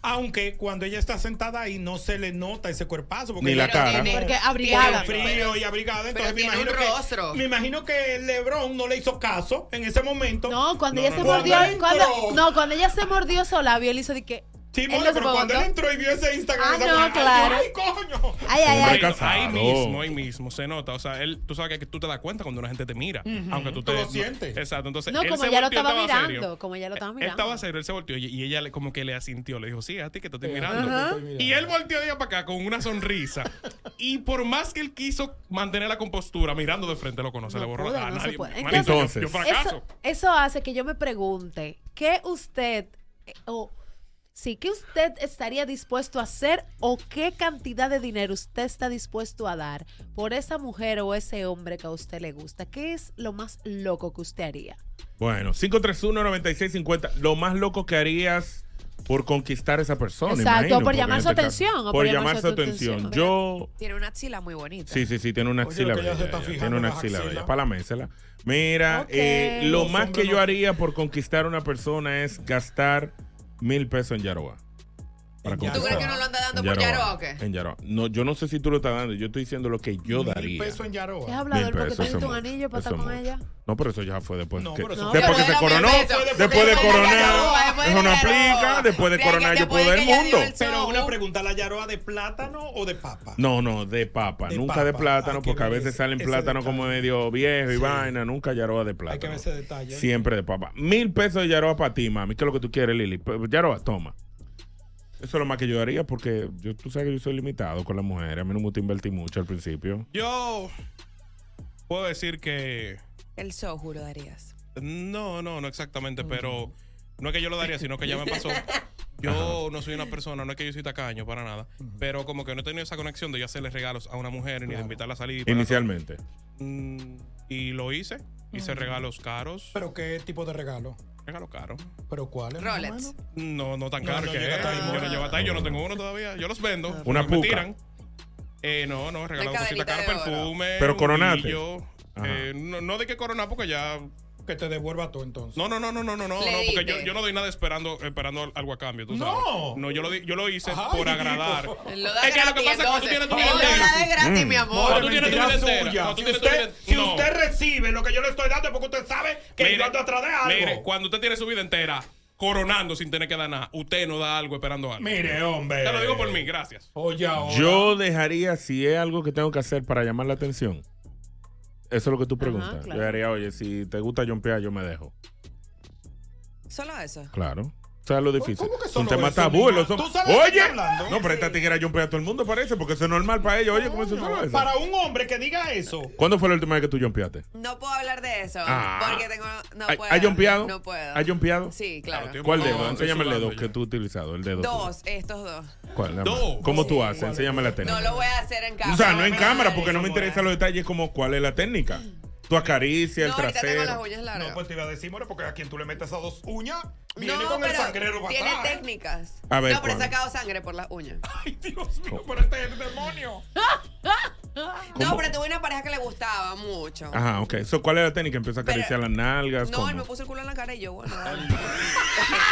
Speaker 3: Aunque cuando ella está sentada ahí no se le nota ese cuerpazo. Porque
Speaker 1: Ni la
Speaker 3: ella
Speaker 1: cara.
Speaker 3: tiene-
Speaker 2: Porque
Speaker 3: tiene
Speaker 2: abrigada.
Speaker 3: frío y abrigada. Entonces me
Speaker 4: tiene
Speaker 3: imagino,
Speaker 4: un rostro.
Speaker 3: Que, me imagino que Lebron no le hizo caso en ese momento.
Speaker 2: No, cuando ella se
Speaker 3: no.
Speaker 2: mordió,
Speaker 3: Cuando
Speaker 2: cuando-
Speaker 3: entró.
Speaker 2: no, cuando ella se mordió su labio, él hizo de que
Speaker 3: Sí,
Speaker 2: él
Speaker 3: mole,
Speaker 2: no se
Speaker 3: pero cuando él
Speaker 2: aguantó.
Speaker 3: entró y vio ese Instagram,
Speaker 2: Ah,
Speaker 3: esa
Speaker 2: no,
Speaker 3: mujer, ay,
Speaker 2: claro.
Speaker 3: ay, coño.
Speaker 2: Ay, ay, ay.
Speaker 5: Ahí- Ahí
Speaker 1: casado.
Speaker 5: mismo, ahí mismo, se nota. O sea, él, tú sabes que tú te das cuenta cuando una gente te mira.
Speaker 3: Ujú.
Speaker 5: Aunque tú
Speaker 3: Tú
Speaker 5: te
Speaker 3: lo
Speaker 5: no-
Speaker 3: sientes.
Speaker 5: Exacto. Entonces,
Speaker 2: No,
Speaker 5: él
Speaker 2: como
Speaker 5: se
Speaker 2: ella lo
Speaker 5: volteó,
Speaker 2: estaba mirando,
Speaker 5: serio.
Speaker 2: como ella lo estaba
Speaker 5: Él
Speaker 2: mirando.
Speaker 5: estaba serio, él se volteó y- y ella le- como que le asintió, le dijo, sí, a ti que te estoy
Speaker 2: Ajá.
Speaker 5: mirando.
Speaker 2: Ajá.
Speaker 5: Y él volteó de allá para acá con una sonrisa. y por más que él quiso mantener la compostura, mirando de frente, lo conoce, le borró
Speaker 2: pudo,
Speaker 5: la a
Speaker 2: no se
Speaker 5: nadie.
Speaker 2: puede.
Speaker 5: Manito, yo-
Speaker 1: Entonces-
Speaker 5: yo fracaso.
Speaker 2: Eso, eso hace que yo me pregunte, ¿qué usted eh, o sí, qué usted estaría dispuesto a hacer o qué cantidad de dinero usted está dispuesto a dar por esa mujer o ese hombre que a usted le gusta? ¿Qué es lo más loco que usted haría?
Speaker 1: Bueno, 531-9650. Lo más loco que harías por conquistar a esa persona.
Speaker 2: Exacto,
Speaker 1: imagino,
Speaker 2: por
Speaker 1: porque en
Speaker 2: llamar su
Speaker 1: este caso-
Speaker 2: atención, o
Speaker 1: Por,
Speaker 2: por llamar
Speaker 1: llamar
Speaker 2: su
Speaker 1: su atención.
Speaker 2: atención.
Speaker 1: Yo.
Speaker 4: Tiene una axila muy bonita.
Speaker 1: Sí, sí, sí, tiene una
Speaker 4: Oye,
Speaker 1: axila
Speaker 4: lo que ella
Speaker 1: bella.
Speaker 4: se está
Speaker 1: ella,
Speaker 4: fijando
Speaker 1: Tiene una
Speaker 4: en las
Speaker 1: axila
Speaker 4: axilas.
Speaker 1: bella. Para la mésela. Mira,
Speaker 4: Ok.
Speaker 1: eh, lo
Speaker 4: Los
Speaker 1: más
Speaker 4: hombres
Speaker 1: que yo
Speaker 4: no-
Speaker 1: haría por conquistar a una persona es gastar mil pesos en Yaroa. Para
Speaker 4: ¿Tú crees que no lo anda dando por Yaroa o qué?
Speaker 1: En Yaroa. No, yo no sé si tú lo estás dando. Yo estoy diciendo lo que yo daría.
Speaker 3: Peso en Yaroa.
Speaker 2: ¿Qué has hablado
Speaker 1: Mil
Speaker 2: del porque
Speaker 1: pesos,
Speaker 2: te diste un
Speaker 1: amor.
Speaker 2: anillo para
Speaker 1: Eso
Speaker 2: estar
Speaker 1: es
Speaker 2: con
Speaker 1: mucho.
Speaker 2: ella?
Speaker 1: No, pero eso ya fue después. que-
Speaker 2: eso-
Speaker 1: después que
Speaker 2: No,
Speaker 1: se
Speaker 2: pero
Speaker 1: coronó,
Speaker 2: mil pesos.
Speaker 1: después de
Speaker 2: Después de Yaroa,
Speaker 1: coronar,
Speaker 2: después de
Speaker 1: eso no
Speaker 2: Yaroa.
Speaker 1: aplica. Después de
Speaker 2: Después
Speaker 1: coronar, yo puedo
Speaker 3: Después
Speaker 1: del
Speaker 3: que ella dio
Speaker 1: mundo.
Speaker 3: el Pero una pregunta, ¿la Yaroa de plátano o de papa?
Speaker 1: No, no, de papa. nunca de plátano, porque a veces salen plátano como medio viejo y vaina. Nunca Yaroa de plátano.
Speaker 3: Hay que ver ese detalle.
Speaker 1: Siempre de papa. Mil pesos de Yaroa para ti, mami. ¿Qué es lo que tú quieres, Lili? Pues, Yaroa, toma. Eso es lo más que yo haría porque yo, tú sabes que yo soy limitado con las mujeres. A mí no me gusta invertir mucho al principio.
Speaker 5: Yo Puedo decir que.
Speaker 4: El soju lo darías.
Speaker 5: No, no, no exactamente, pero no es que yo lo daría, sino que ya me pasó. Yo no soy una persona, no es que yo soy tacaño para nada, pero como que no he tenido esa conexión de yo hacerle regalos a una mujer ni de invitarla a salir. para
Speaker 1: Inicialmente.
Speaker 5: Mm, Y lo hice. Hice
Speaker 3: Ujú.
Speaker 5: regalos caros.
Speaker 3: ¿Pero qué tipo de regalo?
Speaker 5: Regalo caro.
Speaker 3: ¿Pero cuál es?
Speaker 4: Rolex.
Speaker 5: No, no tan
Speaker 3: No,
Speaker 5: caro
Speaker 3: no
Speaker 5: que
Speaker 3: llega
Speaker 5: es.
Speaker 3: hasta ahí,
Speaker 5: Yo no
Speaker 3: ¿no?
Speaker 5: llevo hasta ahí, yo no tengo uno todavía. Yo los vendo.
Speaker 1: Una
Speaker 5: porque me
Speaker 1: puca.
Speaker 5: tiran. Eh, no, no, regalo cositas caras, perfume.
Speaker 1: Pero
Speaker 5: un
Speaker 1: coronaste.
Speaker 5: anillo. Eh, no, no de que coronar porque ya.
Speaker 3: Que te devuelva tú entonces.
Speaker 5: No, no, no, no, no, no, no,
Speaker 3: Le
Speaker 5: porque yo,
Speaker 3: diste.
Speaker 5: yo no doy nada esperando, esperando algo a cambio, tú
Speaker 3: No.
Speaker 5: sabes. No, yo lo, di- yo lo hice por agradar.
Speaker 4: Lo da
Speaker 5: es que lo que
Speaker 4: gratis,
Speaker 5: pasa es que cuando tú
Speaker 4: entonces.
Speaker 5: tienes tu
Speaker 4: Él
Speaker 5: vida
Speaker 4: lo da
Speaker 5: entera-
Speaker 4: de gratis,
Speaker 5: Mm.
Speaker 4: mi amor.
Speaker 5: Cuando tú tienes tu vida
Speaker 3: Mentira
Speaker 5: entera,
Speaker 3: suya.
Speaker 5: cuando tú
Speaker 3: Si
Speaker 5: tienes tu vida
Speaker 3: usted, si
Speaker 5: no.
Speaker 3: usted recibe lo que yo le estoy dando es porque usted sabe que yo ando atrás de algo.
Speaker 5: Mire, cuando usted tiene su vida entera coronando sin tener que dar nada, usted no da algo esperando algo.
Speaker 3: Mire, hombre.
Speaker 5: Te lo digo por mí, gracias.
Speaker 3: Oye, ahora.
Speaker 1: Yo dejaría, si es algo que tengo que hacer para llamar la atención, eso es lo que tú preguntas.
Speaker 4: claro.
Speaker 1: Yo haría, oye, si te gusta John Pea, yo me dejo.
Speaker 4: Solo eso.
Speaker 1: Claro. O sea, lo difícil.
Speaker 4: que
Speaker 1: un
Speaker 4: solo
Speaker 1: tema
Speaker 4: eso,
Speaker 1: tabú.
Speaker 4: mi
Speaker 1: los
Speaker 4: ma-
Speaker 1: hombres-
Speaker 4: ¿Tú sabes de qué
Speaker 1: Oye,
Speaker 4: estoy hablando?
Speaker 1: no, pero esta tigre John Pea a todo el mundo parece, porque eso es normal para ellos. Oye, ¿cómo eso solo eso?
Speaker 3: Para un hombre que diga eso.
Speaker 1: ¿Cuándo fue la última vez que tú John Peaste?
Speaker 4: No puedo hablar de eso.
Speaker 1: Ah.
Speaker 4: Porque tengo. No
Speaker 1: ¿Ha-
Speaker 4: puedo.
Speaker 1: ¿Has jompeado?
Speaker 4: No puedo.
Speaker 1: ¿Has jompeado?
Speaker 4: Sí, claro.
Speaker 1: ¿Cuál
Speaker 4: Oh,
Speaker 1: dedo?
Speaker 4: estoy
Speaker 1: Enséñame el
Speaker 4: sudando
Speaker 1: dedo que tú has utilizado. El dedo.
Speaker 4: Dos, estos dos. Oh,
Speaker 1: ¿Cuál? Dame. ¿Cómo tú haces? Enséñame la técnica.
Speaker 4: No lo voy a hacer en casa.
Speaker 1: O sea, no en cámara, porque no me interesan los detalles como cuál es la técnica. Tu acaricia, el
Speaker 4: No, ahorita tengo
Speaker 1: trasero.
Speaker 4: las uñas largas.
Speaker 3: No, pues te iba a decir, more, porque a quien tú le metes esas dos uñas, viene
Speaker 4: No,
Speaker 3: con el sangrero
Speaker 4: pero
Speaker 3: para
Speaker 4: tiene
Speaker 3: atrás.
Speaker 4: técnicas.
Speaker 1: A ver,
Speaker 4: no, pero he
Speaker 1: ¿cuál?
Speaker 4: sacado sangre por las uñas.
Speaker 3: Ay, Dios mío, pero este es el demonio.
Speaker 4: No, pero tuve una pareja que le gustaba mucho.
Speaker 1: Ajá, ok. So, ¿Cuál es la técnica? Empieza a acariciar las nalgas.
Speaker 4: No,
Speaker 1: ¿cómo?
Speaker 4: él me puso el culo en la cara y yo, bueno. dale.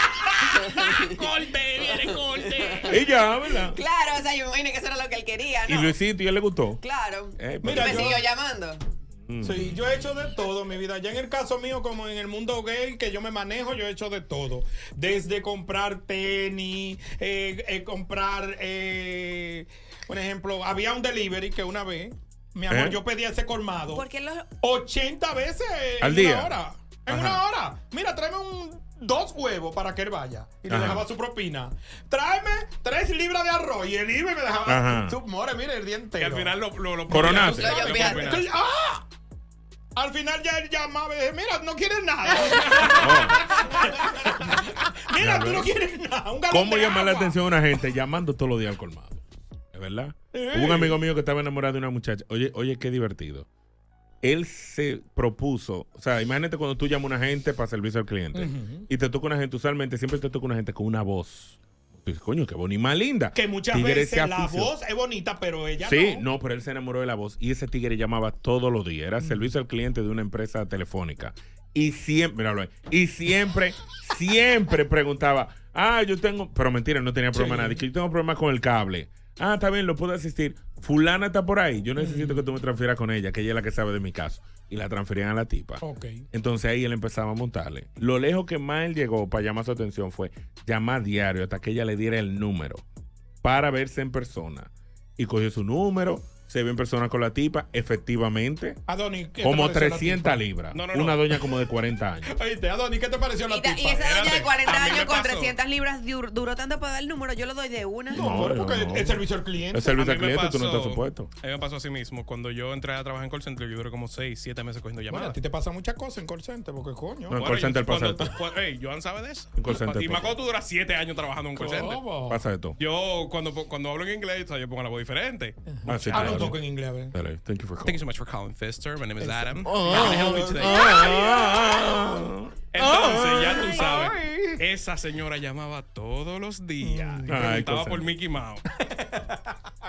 Speaker 5: corte, viene corte.
Speaker 1: Y ya, ¿verdad?
Speaker 4: Claro, o sea, yo me imaginé que eso era lo que él quería,
Speaker 1: Y
Speaker 4: ¿no?
Speaker 1: Luisito, ¿y a él le gustó?
Speaker 4: Claro.
Speaker 1: Eh,
Speaker 4: Y
Speaker 1: pero- Mm.
Speaker 4: me siguió llamando.
Speaker 3: Sí, yo he hecho de todo en mi vida. Ya en el caso mío, como en el mundo gay que yo me manejo, yo he hecho de todo. Desde comprar tenis, eh, eh, comprar, eh, por ejemplo, había un delivery que una vez, mi amor,
Speaker 1: ¿Eh?
Speaker 3: yo pedía ese colmado.
Speaker 4: ¿Por qué los
Speaker 3: 80 veces en
Speaker 1: ¿Al
Speaker 3: una
Speaker 1: día?
Speaker 3: hora. En
Speaker 1: Ajá.
Speaker 3: una hora. Mira, tráeme un, dos huevos para que él vaya. Y le
Speaker 1: Ajá.
Speaker 3: dejaba su propina. Tráeme tres libras de arroz. Y él iba y me dejaba
Speaker 1: Ajá.
Speaker 3: su more, mire, el día entero.
Speaker 5: Y al final lo, lo, lo
Speaker 1: Coronaste.
Speaker 5: lo- lo- lo-
Speaker 3: Entonces, ¡ah! Al final ya él llamaba y dije, mira, no quieres nada. mira,
Speaker 1: Ya
Speaker 3: tú
Speaker 1: veo.
Speaker 3: no quieres nada. Un galón
Speaker 1: ¿Cómo
Speaker 3: de
Speaker 1: llamar la
Speaker 3: agua.
Speaker 1: atención a una gente llamando todos los días al colmado? ¿Es verdad?
Speaker 3: Sí.
Speaker 1: Hubo un amigo mío que estaba enamorado de una muchacha. Oye, oye, qué divertido. Él se propuso, o sea, imagínate cuando tú llamas a una gente para servicio al cliente
Speaker 3: Ujú.
Speaker 1: y te toca una gente, usualmente siempre te toca una gente con una voz. Tú dices, coño, qué bonita, más linda.
Speaker 3: Que muchas
Speaker 1: Tigre se
Speaker 3: veces pues, la
Speaker 1: aficionó.
Speaker 3: voz es bonita, pero ella
Speaker 1: Sí,
Speaker 3: no. Mm.
Speaker 1: no. pero él se enamoró de la voz y ese tigre llamaba todos los días. Era servicio al cliente de una empresa telefónica. Y siempre, míralo ahí, y siempre, siempre preguntaba, ah, yo tengo, pero mentira, no tenía problema
Speaker 3: Sí.
Speaker 1: nadie, que yo tengo problemas con el cable. Ah, está bien, lo puedo asistir. Fulana está por ahí, yo necesito
Speaker 3: Mm.
Speaker 1: que tú me transfieras con ella, que ella es la que sabe de mi caso. Y la transferían a la tipa.
Speaker 3: Ok.
Speaker 1: Entonces ahí él empezaba a montarle. Lo lejos que más él llegó para llamar su atención fue llamar diario hasta que ella le diera el número para verse en persona. Y cogió su número, se vio en persona con la tipa, efectivamente.
Speaker 3: Adonis, Ah, ¿qué te
Speaker 1: Como
Speaker 3: pareció la
Speaker 1: 300
Speaker 3: tipa?
Speaker 1: libras.
Speaker 3: No, no, no.
Speaker 1: Una doña como de 40 años.
Speaker 3: Oíste, Adonis, ¿qué te pareció la
Speaker 4: Y, ta-
Speaker 3: tipa?
Speaker 4: y esa doña de 40
Speaker 3: A mí
Speaker 4: años
Speaker 3: me
Speaker 4: con
Speaker 3: pasó.
Speaker 4: 300 libras dur- duró tanto para dar el número, yo lo doy de una.
Speaker 3: No, pero porque
Speaker 1: no.
Speaker 3: es servicio al cliente.
Speaker 1: El servicio
Speaker 5: A
Speaker 1: al
Speaker 5: mí me
Speaker 1: cliente, tú no
Speaker 5: pasó-
Speaker 1: estás supuesto.
Speaker 5: A mí me pasó así mismo. Cuando yo entré a trabajar en call center, yo duré como 6, 7 meses cogiendo
Speaker 3: Bueno, a
Speaker 5: llamadas.
Speaker 3: ti te pasa muchas cosas en call center, porque coño.
Speaker 1: No, en call center pasa
Speaker 5: Cuando
Speaker 1: esto.
Speaker 5: tú- cuando- ey, Joan sabe de eso.
Speaker 1: En call center
Speaker 5: Y me
Speaker 1: pasa.
Speaker 5: acuerdo tú duras 7 años trabajando en un call center.
Speaker 3: ¿Cómo?
Speaker 1: Pasa de todo.
Speaker 5: Yo, cuando, cuando hablo en inglés, o sea, yo pongo la voz diferente.
Speaker 1: Ah, sí,
Speaker 5: Ah, no,
Speaker 1: claro.
Speaker 5: toca
Speaker 3: en inglés, a ver.
Speaker 1: Dale, Thank you for calling.
Speaker 5: Thank you so much for calling, Fister. My name is Adam.
Speaker 1: Oh,
Speaker 5: How can I help you today?
Speaker 1: ah, oh,
Speaker 5: Entonces,
Speaker 1: oh,
Speaker 5: ya tú sabes, esa señora llamaba todos los días. Y
Speaker 1: Mm. Ay,
Speaker 5: preguntaba
Speaker 1: cosa.
Speaker 5: por Mickey Mouse.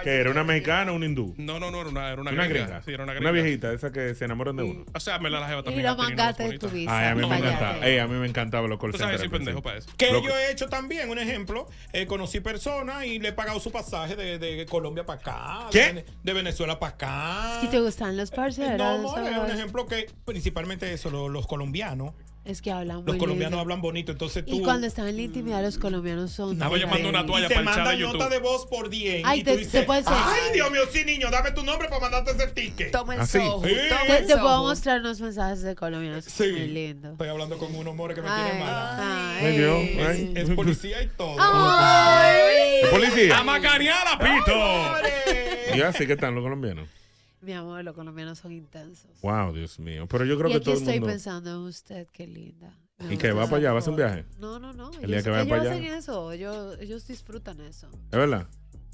Speaker 1: Que era una mexicana, un hindú.
Speaker 5: No, no, no, era una, era una,
Speaker 1: Una
Speaker 5: gringa.
Speaker 1: gringa.
Speaker 5: Sí, era una
Speaker 1: Una,
Speaker 5: gringa.
Speaker 1: viejita, esa que se enamoran de uno.
Speaker 5: O sea, me la dejaba también.
Speaker 2: Y los
Speaker 5: Caterina,
Speaker 2: mangates
Speaker 5: más
Speaker 2: de tu
Speaker 5: bonita.
Speaker 2: visa.
Speaker 1: Ay, a mí me
Speaker 2: Vaya.
Speaker 1: encantaba. Ey, a mí me encantaba los call
Speaker 5: Tú sabes,
Speaker 1: centers
Speaker 5: soy
Speaker 1: al
Speaker 5: pendejo pues.
Speaker 1: principio.
Speaker 5: para eso.
Speaker 3: Que
Speaker 1: Lo-
Speaker 3: yo he hecho también, un ejemplo, eh, conocí personas y le he pagado su pasaje de, de Colombia para acá,
Speaker 2: ¿Qué?
Speaker 3: de, Vene- de Venezuela para acá.
Speaker 2: ¿Y te gustan los parceros?
Speaker 3: Eh, No, amor, es un
Speaker 2: ¿Sabes?
Speaker 3: ejemplo que principalmente eso, lo- los colombianos.
Speaker 2: Es que hablan
Speaker 3: Los
Speaker 2: muy
Speaker 3: colombianos
Speaker 2: lindo.
Speaker 3: hablan bonito, entonces tú.
Speaker 2: Y cuando están en la intimidad, los colombianos son.
Speaker 3: Estaba llamando
Speaker 5: una
Speaker 3: y
Speaker 5: toalla
Speaker 3: te
Speaker 5: para el chat de
Speaker 3: mandan
Speaker 5: YouTube.
Speaker 3: nota de voz por 10.
Speaker 2: Ay,
Speaker 3: y tú
Speaker 2: te-
Speaker 3: dices,
Speaker 2: te puede ser.
Speaker 3: Ay, Dios mío, sí, niño, dame tu nombre para mandarte ese ticket.
Speaker 4: Toma
Speaker 1: Ah,
Speaker 2: el sojo, Te, te Eh, puedo mostrar unos mensajes de colombianos. que son Muy lindo.
Speaker 3: Estoy hablando con unos mores que me quieren mal.
Speaker 1: Ay, Dios, ay.
Speaker 3: Es, es policía y todo.
Speaker 2: Ay.
Speaker 1: ¿Es policía?
Speaker 5: ¡A macanear a pito!
Speaker 1: Y así que están los colombianos.
Speaker 2: Mi amor, los colombianos son intensos.
Speaker 1: Wow, Dios mío. Pero yo creo
Speaker 2: y
Speaker 1: que
Speaker 2: aquí
Speaker 1: todo el
Speaker 2: estoy
Speaker 1: mundo.
Speaker 2: pensando en usted, qué linda. Me
Speaker 1: ¿Y que
Speaker 2: gusta
Speaker 1: va
Speaker 2: esa
Speaker 1: para allá? ¿Va a hacer un
Speaker 2: forma.
Speaker 1: viaje?
Speaker 2: No, no, no.
Speaker 1: El
Speaker 2: Ellos,
Speaker 1: día que vaya
Speaker 2: ellos
Speaker 1: para allá.
Speaker 2: hacen eso. Ellos, ellos disfrutan eso.
Speaker 1: ¿Es verdad?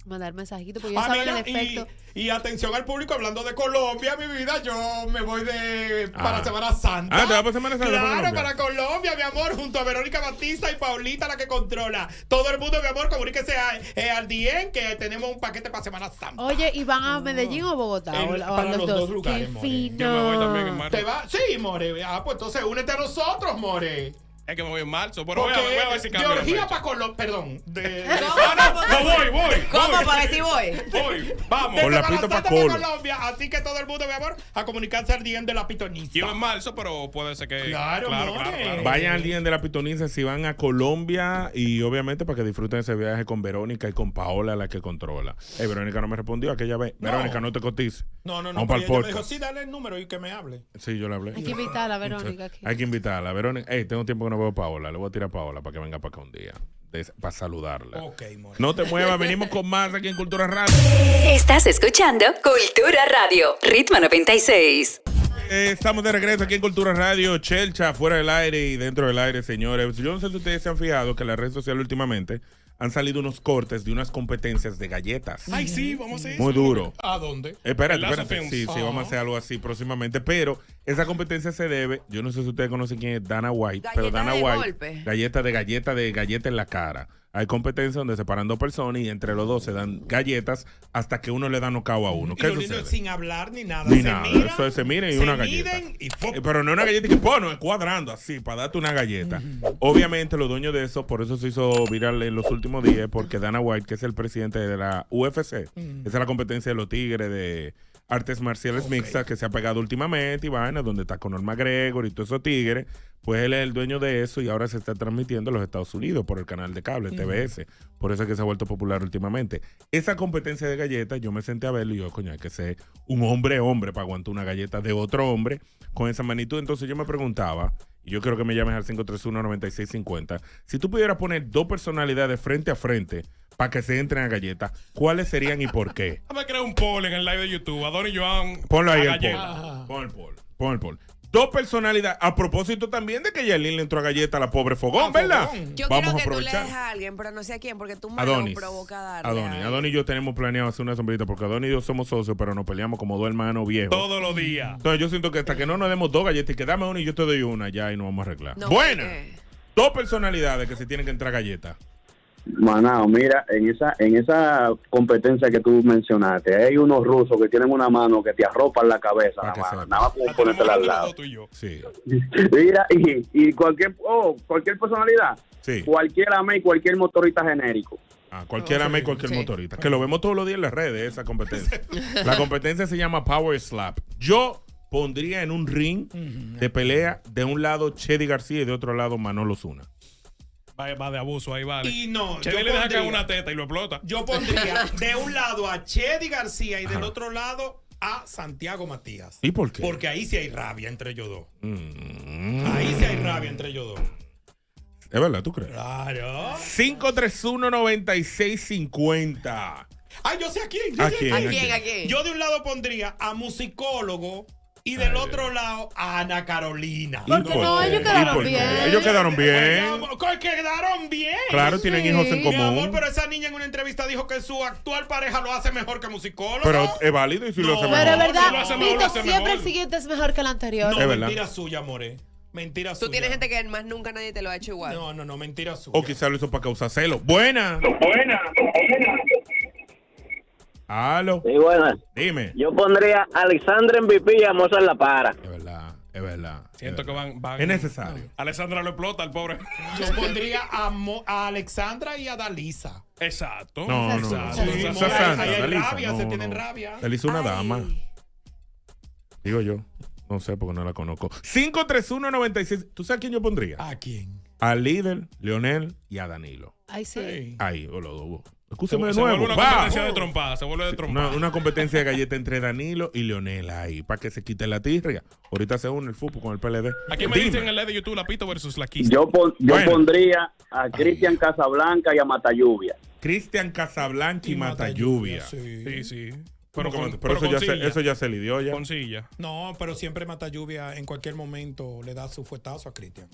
Speaker 2: Mandar mensajitos porque ellos
Speaker 3: Ah,
Speaker 2: saben
Speaker 3: mira,
Speaker 2: el efecto.
Speaker 3: Y atención al público, hablando de Colombia, mi vida, yo me voy de para
Speaker 1: Ah.
Speaker 3: Semana Santa.
Speaker 1: Ah, ¿te vas para Semana Santa, para
Speaker 3: Claro,
Speaker 1: Colombia?
Speaker 3: para Colombia, mi amor, junto a Verónica Batista y Paulita, la que controla. Todo el mundo, mi amor, comuníquese a- eh, al DIEN que tenemos un paquete para Semana Santa.
Speaker 2: Oye, ¿y van a Medellín o Bogotá? o,
Speaker 3: En-
Speaker 2: o a
Speaker 3: para
Speaker 2: los,
Speaker 3: los
Speaker 2: dos.
Speaker 3: dos lugares,
Speaker 2: Qué
Speaker 3: more.
Speaker 2: fino.
Speaker 4: Ah.
Speaker 3: ¿Te va? Sí, More. Ah, pues entonces únete a nosotros, More.
Speaker 5: Ah, Es que me voy en marzo, pero voy a,
Speaker 3: Porque
Speaker 5: voy a ver si
Speaker 3: de
Speaker 5: cambio. la
Speaker 3: orgía
Speaker 5: fecha.
Speaker 3: para Colombia. Perdón. De,
Speaker 5: Ah, no, no, voy, voy.
Speaker 4: ¿Cómo?
Speaker 5: voy.
Speaker 4: Para ver si voy.
Speaker 5: Voy, vamos.
Speaker 3: Con la pita para Colombia. Así que todo el mundo, mi amor, a comunicarse al DIEN de la pitonista.
Speaker 5: Yo en marzo, pero puede ser que.
Speaker 3: Claro,
Speaker 5: claro,
Speaker 3: more.
Speaker 5: claro, claro.
Speaker 1: Vayan al día de la pitoniza si van a Colombia y obviamente para que disfruten ese viaje con Verónica y con Paola, la que controla. Eh, Verónica no me respondió aquella vez.
Speaker 3: No.
Speaker 1: Verónica, no te cotices.
Speaker 3: No, no, no.
Speaker 1: Vamos para
Speaker 3: porque
Speaker 1: el
Speaker 3: ella me
Speaker 1: puerto.
Speaker 3: dijo, sí, dale el número y que me hable.
Speaker 1: Sí, yo le hablé.
Speaker 2: Hay que invitarla, Verónica. aquí.
Speaker 1: Hay que invitarla. Verónica, hey, tengo tiempo que no veo a Paola. Le voy a tirar a Paola para que venga para acá un día. de- para saludarla. No te muevas, venimos con más aquí en Cultura Radio.
Speaker 6: Estás escuchando Cultura Radio, Ritmo 96.
Speaker 1: Eh, estamos de regreso aquí en Cultura Radio, Chelcha, fuera del aire y dentro del aire, señores. Yo no sé si ustedes se han fijado que en las redes sociales últimamente han salido unos cortes de unas competencias de galletas.
Speaker 5: Ay, sí, vamos a hacer eso.
Speaker 1: Muy duro.
Speaker 5: ¿A dónde?
Speaker 1: Espérate,
Speaker 5: En Lazo
Speaker 1: espérate.
Speaker 5: Films.
Speaker 1: Sí, sí,
Speaker 5: Ajá.
Speaker 1: vamos a hacer algo así próximamente. Pero esa competencia se debe, yo no sé si ustedes conocen quién es Dana White, pero
Speaker 4: Galletas
Speaker 1: Dana
Speaker 4: de
Speaker 1: White,
Speaker 4: golpe.
Speaker 1: galleta de galleta de galleta en la cara. Hay competencias donde se paran dos personas y entre los dos se dan galletas hasta que uno le da nocao a uno.
Speaker 3: Ah. Y
Speaker 1: ¿Qué
Speaker 3: lo lindo
Speaker 1: sucede?
Speaker 3: es sin hablar ni nada. se
Speaker 1: Ni nada,
Speaker 3: mira,
Speaker 1: eso es, se mira y
Speaker 3: se
Speaker 1: una galleta.
Speaker 3: miden y
Speaker 1: Eh, Pero no una galleta que bueno, es cuadrando así, para darte una galleta. Obviamente, los dueños de eso, por eso se hizo viral en los últimos días, porque Dana White, que es el presidente de la UFC,
Speaker 5: Mm.
Speaker 1: esa es la competencia de los tigres de artes marciales mixtas que se ha pegado últimamente y vaina, donde está Conor McGregor y todos esos tigres, pues él es el dueño de eso y ahora se está transmitiendo en los Estados Unidos por el canal de cable,
Speaker 5: Mm.
Speaker 1: TBS. Por eso es que se ha vuelto popular últimamente. Esa competencia de galletas, yo me senté a verlo y yo, coño, hay que ser un hombre hombre para aguantar una galleta de otro hombre con esa magnitud. Entonces yo me preguntaba, y yo creo que me llames al 531-9650, si tú pudieras poner dos personalidades frente a frente para que se entren a galletas, ¿cuáles serían y por qué?
Speaker 5: Déjame crear un poll en el live de YouTube. Adon y Joan.
Speaker 1: Ponlo ahí
Speaker 5: a
Speaker 1: el
Speaker 5: galleta.
Speaker 1: Pon el poll. Pon el poll. Dos personalidades. A propósito también de que Yaelin le entró a galleta a la pobre Fogón, ¿verdad?
Speaker 4: Yo
Speaker 1: Vamos a
Speaker 4: quiero que tú le
Speaker 1: aprovechar.
Speaker 4: des a alguien, pero no sé a quién, porque tu mano
Speaker 1: Adonis.
Speaker 4: provoca darle.
Speaker 1: Adonis. Adonis y yo tenemos planeado hacer una sombrita porque Adonis y yo somos socios, pero nos peleamos como dos hermanos viejos.
Speaker 5: Todos los días.
Speaker 1: Entonces yo siento que hasta que no nos demos dos galletas y que dame una y yo te doy una ya y nos vamos a arreglar.
Speaker 5: No,
Speaker 1: Buena. Dos personalidades que se tienen que entrar galletas.
Speaker 19: Manao, mira, en esa, en esa competencia que tú mencionaste, hay unos rusos que tienen una mano que te arropan la cabeza,
Speaker 1: Ah,
Speaker 19: nada más, nada más como ponértela al lado.
Speaker 1: Sí.
Speaker 19: Mira, y, y cualquier, oh, cualquier personalidad, cualquier AME y cualquier motorista genérico.
Speaker 1: Ah, cualquier AME y cualquier motorista. Que lo vemos todos los días en las redes, esa competencia. la competencia se llama Power Slap. Yo pondría en un ring de pelea de un lado Chedi García y de otro lado Manolo Zuna.
Speaker 5: Va, va de abuso, ahí vale.
Speaker 3: Y no,
Speaker 5: Chevy
Speaker 3: yo
Speaker 5: le deja
Speaker 3: pondría-
Speaker 5: caer una teta y lo explota.
Speaker 3: Yo pondría de un lado a Chedi García y del
Speaker 5: Ajá.
Speaker 3: otro lado a Santiago Matías.
Speaker 1: ¿Y por qué?
Speaker 3: Porque ahí sí hay rabia entre ellos dos.
Speaker 1: Ahí
Speaker 3: sí hay rabia entre ellos dos.
Speaker 1: Es verdad, ¿tú crees?
Speaker 3: Claro.
Speaker 1: 531-9650.
Speaker 3: Ay, yo sé a quién.
Speaker 1: ¿A
Speaker 3: yo sé
Speaker 1: quién, a quién?
Speaker 3: Yo de un lado pondría a musicólogo y del otro lado a Ana Carolina.
Speaker 1: ¿Y Porque por no, qué? ellos ¿Y quedaron por qué? bien. Ellos quedaron bien.
Speaker 3: Porque quedaron bien.
Speaker 1: Claro, tienen hijos en
Speaker 3: Mi amor,
Speaker 1: común.
Speaker 3: pero esa niña en una entrevista dijo que su actual pareja lo hace mejor que musicólogo.
Speaker 1: Pero es válido y si lo hace
Speaker 2: Pero es
Speaker 1: mejor.
Speaker 2: verdad,
Speaker 3: hace mejor, lo
Speaker 2: Vito,
Speaker 3: hace
Speaker 2: siempre
Speaker 3: mejor.
Speaker 2: el siguiente es mejor que el anterior.
Speaker 3: No,
Speaker 1: Es verdad.
Speaker 3: mentira suya, More. Mentira
Speaker 4: Tú
Speaker 3: suya.
Speaker 4: tienes gente que más nunca nadie te lo ha hecho igual.
Speaker 3: No, no, no, mentira suya.
Speaker 1: O quizá lo hizo para causar celo. Buena.
Speaker 3: Buena.
Speaker 1: Aló.
Speaker 14: Sí, buenas.
Speaker 1: Dime.
Speaker 14: Yo pondría a Alexandre MVP y a Mozart La Para.
Speaker 1: Es verdad.
Speaker 5: Siento que van. van
Speaker 1: Es necesario.
Speaker 5: Alessandra lo explota, el pobre.
Speaker 3: Yo pondría a, Mo- a Alexandra y a Dalisa.
Speaker 5: Exacto.
Speaker 1: No, no, no.
Speaker 5: Exacto.
Speaker 1: Sí,
Speaker 5: Exacto.
Speaker 1: esa Sandra,
Speaker 3: ahí hay
Speaker 1: Dalisa,
Speaker 3: rabia,
Speaker 1: no,
Speaker 3: se tienen
Speaker 1: no.
Speaker 3: rabia.
Speaker 1: Dalisa es una dama. Digo yo. No sé porque no la conozco. 531-96. ¿Tú sabes quién yo pondría?
Speaker 3: ¿A quién?
Speaker 1: Al líder, Leonel y a Danilo.
Speaker 2: Ay, sí.
Speaker 1: Ahí, o los dos.
Speaker 5: Se,
Speaker 1: Escúchame de
Speaker 5: se
Speaker 1: nuevo.
Speaker 5: vuelve una
Speaker 1: Va.
Speaker 5: competencia de trompada. Se vuelve de trompada.
Speaker 1: Una, una competencia de galleta entre Danilo y Leonel ahí, para que se quite la tirria. Ahorita se une el fútbol con el PLD.
Speaker 5: Aquí me
Speaker 1: Dime.
Speaker 5: dicen en el live de YouTube la pito versus la quista.
Speaker 19: Yo, pon- yo
Speaker 1: Bueno.
Speaker 19: pondría a Cristian Casablanca y a Matalluvia.
Speaker 1: Cristian Casablanca y, Matalluvia. Sí, sí. Pero,
Speaker 5: con-
Speaker 1: con- pero
Speaker 5: pero
Speaker 1: eso,
Speaker 5: con
Speaker 1: ya se,
Speaker 5: silla.
Speaker 1: eso ya se lidió ya.
Speaker 5: Con silla.
Speaker 3: No, pero siempre mata lluvia. En cualquier momento le da su fuetazo a Cristian.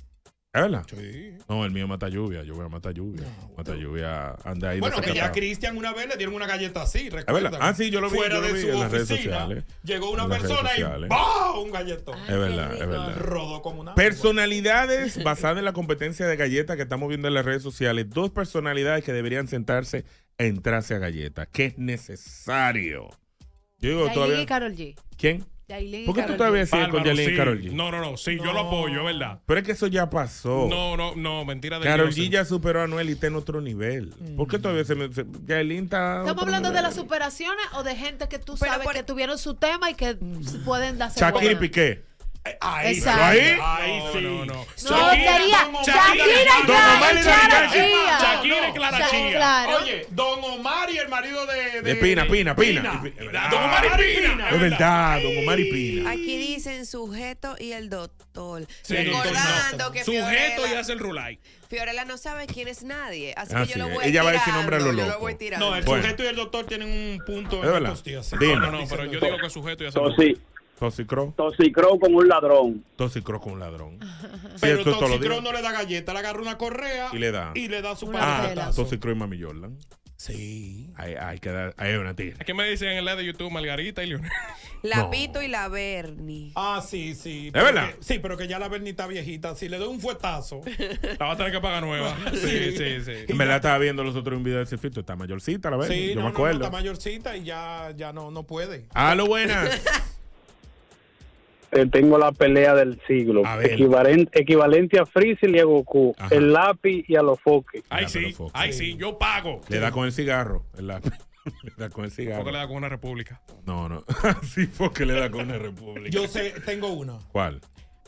Speaker 1: ¿Es verdad?
Speaker 3: Sí.
Speaker 1: No, el mío mata lluvia. Yo voy a matar lluvia. mata lluvia. Anda ahí.
Speaker 3: Bueno, que ya a
Speaker 1: desacatado.
Speaker 3: Cristian una vez le dieron una galleta así,
Speaker 1: Es verdad.
Speaker 3: recuerda.
Speaker 1: Ah, sí, yo lo vi,
Speaker 3: Fuera
Speaker 1: yo lo
Speaker 3: de
Speaker 1: vi
Speaker 3: su
Speaker 1: en las redes
Speaker 3: oficina,
Speaker 1: sociales.
Speaker 3: Llegó
Speaker 1: En
Speaker 3: una
Speaker 1: las redes
Speaker 3: persona y
Speaker 1: sociales.
Speaker 3: ¡bah! Un galletón.
Speaker 1: Es verdad, es verdad.
Speaker 3: Rodó como una.
Speaker 1: Personalidades basadas en la competencia de galletas que estamos viendo en las redes sociales. Dos personalidades que deberían sentarse a entrarse a galletas. Que es necesario. Yo digo
Speaker 2: Yailin
Speaker 1: todavía.
Speaker 2: y Carol G.
Speaker 1: ¿Quién?
Speaker 2: Yailin y
Speaker 1: ¿Por qué tú
Speaker 2: Karol
Speaker 1: todavía
Speaker 2: G.
Speaker 1: sigues con
Speaker 5: Bárbaro,
Speaker 1: Yailin
Speaker 5: sí.
Speaker 1: y Karol G?
Speaker 5: No, no, no. Sí, yo lo apoyo, es verdad.
Speaker 1: Pero es que eso ya pasó.
Speaker 5: No, no, no, mentira de
Speaker 1: Carol
Speaker 5: Nielsen.
Speaker 1: G ya superó a Noel y está en otro nivel. ¿Por qué todavía se me. se- Yailin está. a
Speaker 2: Mm. Estamos
Speaker 1: Ah, otro
Speaker 2: hablando de
Speaker 1: nivel?
Speaker 2: las superaciones o de gente que tú sabes que tuvieron su tema y que pueden darse
Speaker 1: Shakira y
Speaker 2: cuenta?
Speaker 1: Piqué.
Speaker 2: ahí,
Speaker 1: Exacto. ahí.
Speaker 5: Ahí sí. No, no,
Speaker 2: No, sería Shakira y
Speaker 5: Don Omar
Speaker 2: Clara-
Speaker 5: y Clara
Speaker 2: y Clara
Speaker 5: Chía.
Speaker 2: Chía.
Speaker 5: Shakira y Clara
Speaker 2: Sha-
Speaker 5: Chía.
Speaker 2: Claro.
Speaker 3: Oye, Don Omar y el marido de.
Speaker 1: De Pina, Pina, Pina. Don Omar y Pina. Es verdad, Don Omar y Pina.
Speaker 4: Aquí dicen sujeto y el doctor.
Speaker 1: Sí,
Speaker 4: Recordando
Speaker 1: doctor,
Speaker 4: que
Speaker 1: no. Sujeto
Speaker 4: Fiorella,
Speaker 1: y hace el rulay.
Speaker 4: Fiorella no sabe quién es nadie. Así
Speaker 1: Así
Speaker 4: que yo lo
Speaker 1: es.
Speaker 4: voy
Speaker 1: Ah, Ella va a decir
Speaker 4: tirando,
Speaker 1: nombre a lo
Speaker 4: yo
Speaker 1: loco.
Speaker 4: voy tirando.
Speaker 3: No, el
Speaker 1: Bueno.
Speaker 3: sujeto y el doctor tienen un punto
Speaker 1: Es
Speaker 3: en
Speaker 1: verdad.
Speaker 3: las costillas.
Speaker 1: Dime.
Speaker 5: No, no, no, pero yo digo que sujeto ya se
Speaker 19: Tosi,
Speaker 1: Tosicro.
Speaker 19: Tosicro con un ladrón.
Speaker 1: Tosicro con un ladrón.
Speaker 3: Pero
Speaker 1: esto es todo lo
Speaker 3: Toxicro
Speaker 1: digo.
Speaker 3: no le da galleta, le agarra una correa
Speaker 2: Ah.
Speaker 1: Y le da.
Speaker 3: y le da su
Speaker 1: Ah,
Speaker 3: paletazo.
Speaker 1: Tosicro y Mami Jordan. Sí. Hay, hay que dar. Hay una tía.
Speaker 5: ¿Qué me dicen en el live de YouTube Margarita y Leonel?
Speaker 4: La
Speaker 1: No.
Speaker 4: Pito y la Bernie.
Speaker 3: Ah, sí, sí.
Speaker 1: ¿Es verdad?
Speaker 3: Sí, pero que ya la Bernita viejita, si le doy un fuetazo.
Speaker 5: La va a tener que pagar nueva. Sí, sí, sí.
Speaker 1: En verdad estaba viendo los otros un video de ese filtro. Está mayorcita, la verdad.
Speaker 3: sí, no,
Speaker 1: Yo me
Speaker 3: no, no,
Speaker 1: acuerdo.
Speaker 3: está mayorcita y ya, ya no, no puede.
Speaker 1: A lo buenas.
Speaker 19: Eh, tengo la pelea del siglo.
Speaker 1: ver.
Speaker 19: Equivalen- equivalente a Freezer y a Goku. El lápiz y a los foques.
Speaker 5: Ay, sí, ay, sí, yo pago.
Speaker 1: Le da con el cigarro. el lápiz. le da con el cigarro.
Speaker 5: Poco le da con una república.
Speaker 1: No, no. sí, porque le da con una república.
Speaker 3: Yo sé, tengo una.
Speaker 1: ¿Cuál?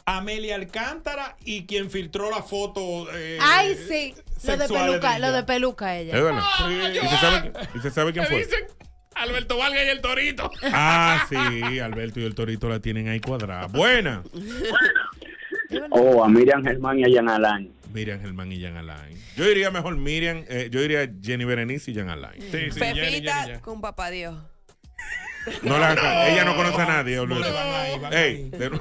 Speaker 3: Amelia Alcántara y quien filtró la foto. eh,
Speaker 2: Ay, sí. Lo de
Speaker 3: sexuales
Speaker 2: peluca,
Speaker 3: de
Speaker 2: lo
Speaker 3: ella.
Speaker 2: de peluca ella. Ah,
Speaker 1: Es verdad. ¿Y se sabe, y se sabe quién
Speaker 5: ¿Qué
Speaker 1: fue?
Speaker 5: dicen? Alberto Valga y el Torito.
Speaker 1: Ah, sí, Alberto y el Torito la tienen ahí cuadrada. Buena.
Speaker 19: Oh, a Miriam Germán y a Jan Alain.
Speaker 1: Miriam Germán y Jan Alain. Yo diría mejor Miriam, eh, yo diría Jenny Berenice y Jan Alain.
Speaker 5: Sí, sí, Jenny, Jenny,
Speaker 4: Fefita
Speaker 5: ya.
Speaker 4: con papá Dios.
Speaker 1: No la- Ella no conoce a nadie. olvídate. Ey, de-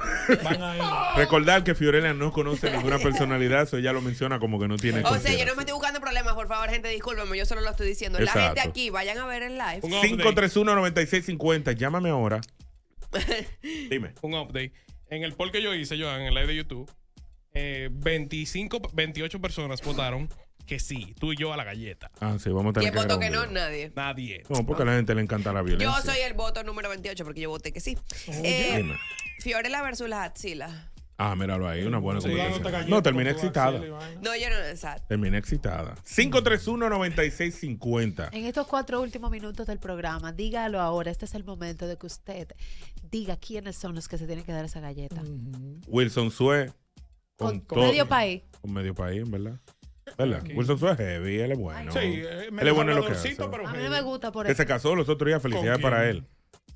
Speaker 1: Recordar que Fiorella no conoce ninguna personalidad, eso ella lo menciona como que no tiene.
Speaker 4: O sea, yo
Speaker 1: consideración.
Speaker 4: no me estoy buscando problemas, por favor, gente, discúlpame, yo solo lo estoy diciendo. La gente
Speaker 1: Exacto.
Speaker 4: aquí, vayan a ver el live.
Speaker 1: 531-9650, llámame ahora. Dime.
Speaker 5: Un update. En el poll que yo hice, Joan, en el live de YouTube, eh, 25, 28 personas votaron que sí, tú y yo a la galleta.
Speaker 1: Ah, sí, vamos a tener
Speaker 4: ¿Quién
Speaker 1: que
Speaker 4: votó
Speaker 1: grabar
Speaker 4: que
Speaker 1: un
Speaker 4: no?
Speaker 1: video.
Speaker 4: Nadie.
Speaker 5: Nadie.
Speaker 1: No, porque a la gente le encanta la
Speaker 4: Yo
Speaker 1: violencia.
Speaker 4: soy el voto número 28 porque yo voté que sí.
Speaker 3: Oh,
Speaker 4: Eh,
Speaker 1: Dime.
Speaker 4: Fiorella versus las axilas.
Speaker 1: Ah, míralo ahí, una buena
Speaker 3: Sí. Dándote
Speaker 1: competencia.
Speaker 3: galletas
Speaker 1: No, terminé
Speaker 3: con tu
Speaker 1: excitada.
Speaker 4: No, yo no, exacto.
Speaker 1: Terminé excitada. 531-9650.
Speaker 2: En estos cuatro últimos minutos del programa, dígalo ahora. Este es el momento de que usted diga quiénes son los que se tienen que dar esa galleta.
Speaker 1: Wilson Sue. Con, todo-
Speaker 2: Medio país.
Speaker 1: Con medio país, en ¿verdad? ¿Verdad? Wilson Sue es heavy, él es bueno.
Speaker 3: Sí, eh,
Speaker 1: él es bueno en lo que hace.
Speaker 3: habladorcito, pero
Speaker 2: A mí no me gusta por
Speaker 1: Que
Speaker 2: eso.
Speaker 1: se casó los otros días,
Speaker 3: ¿Con
Speaker 1: felicidades
Speaker 3: quién?
Speaker 1: para él.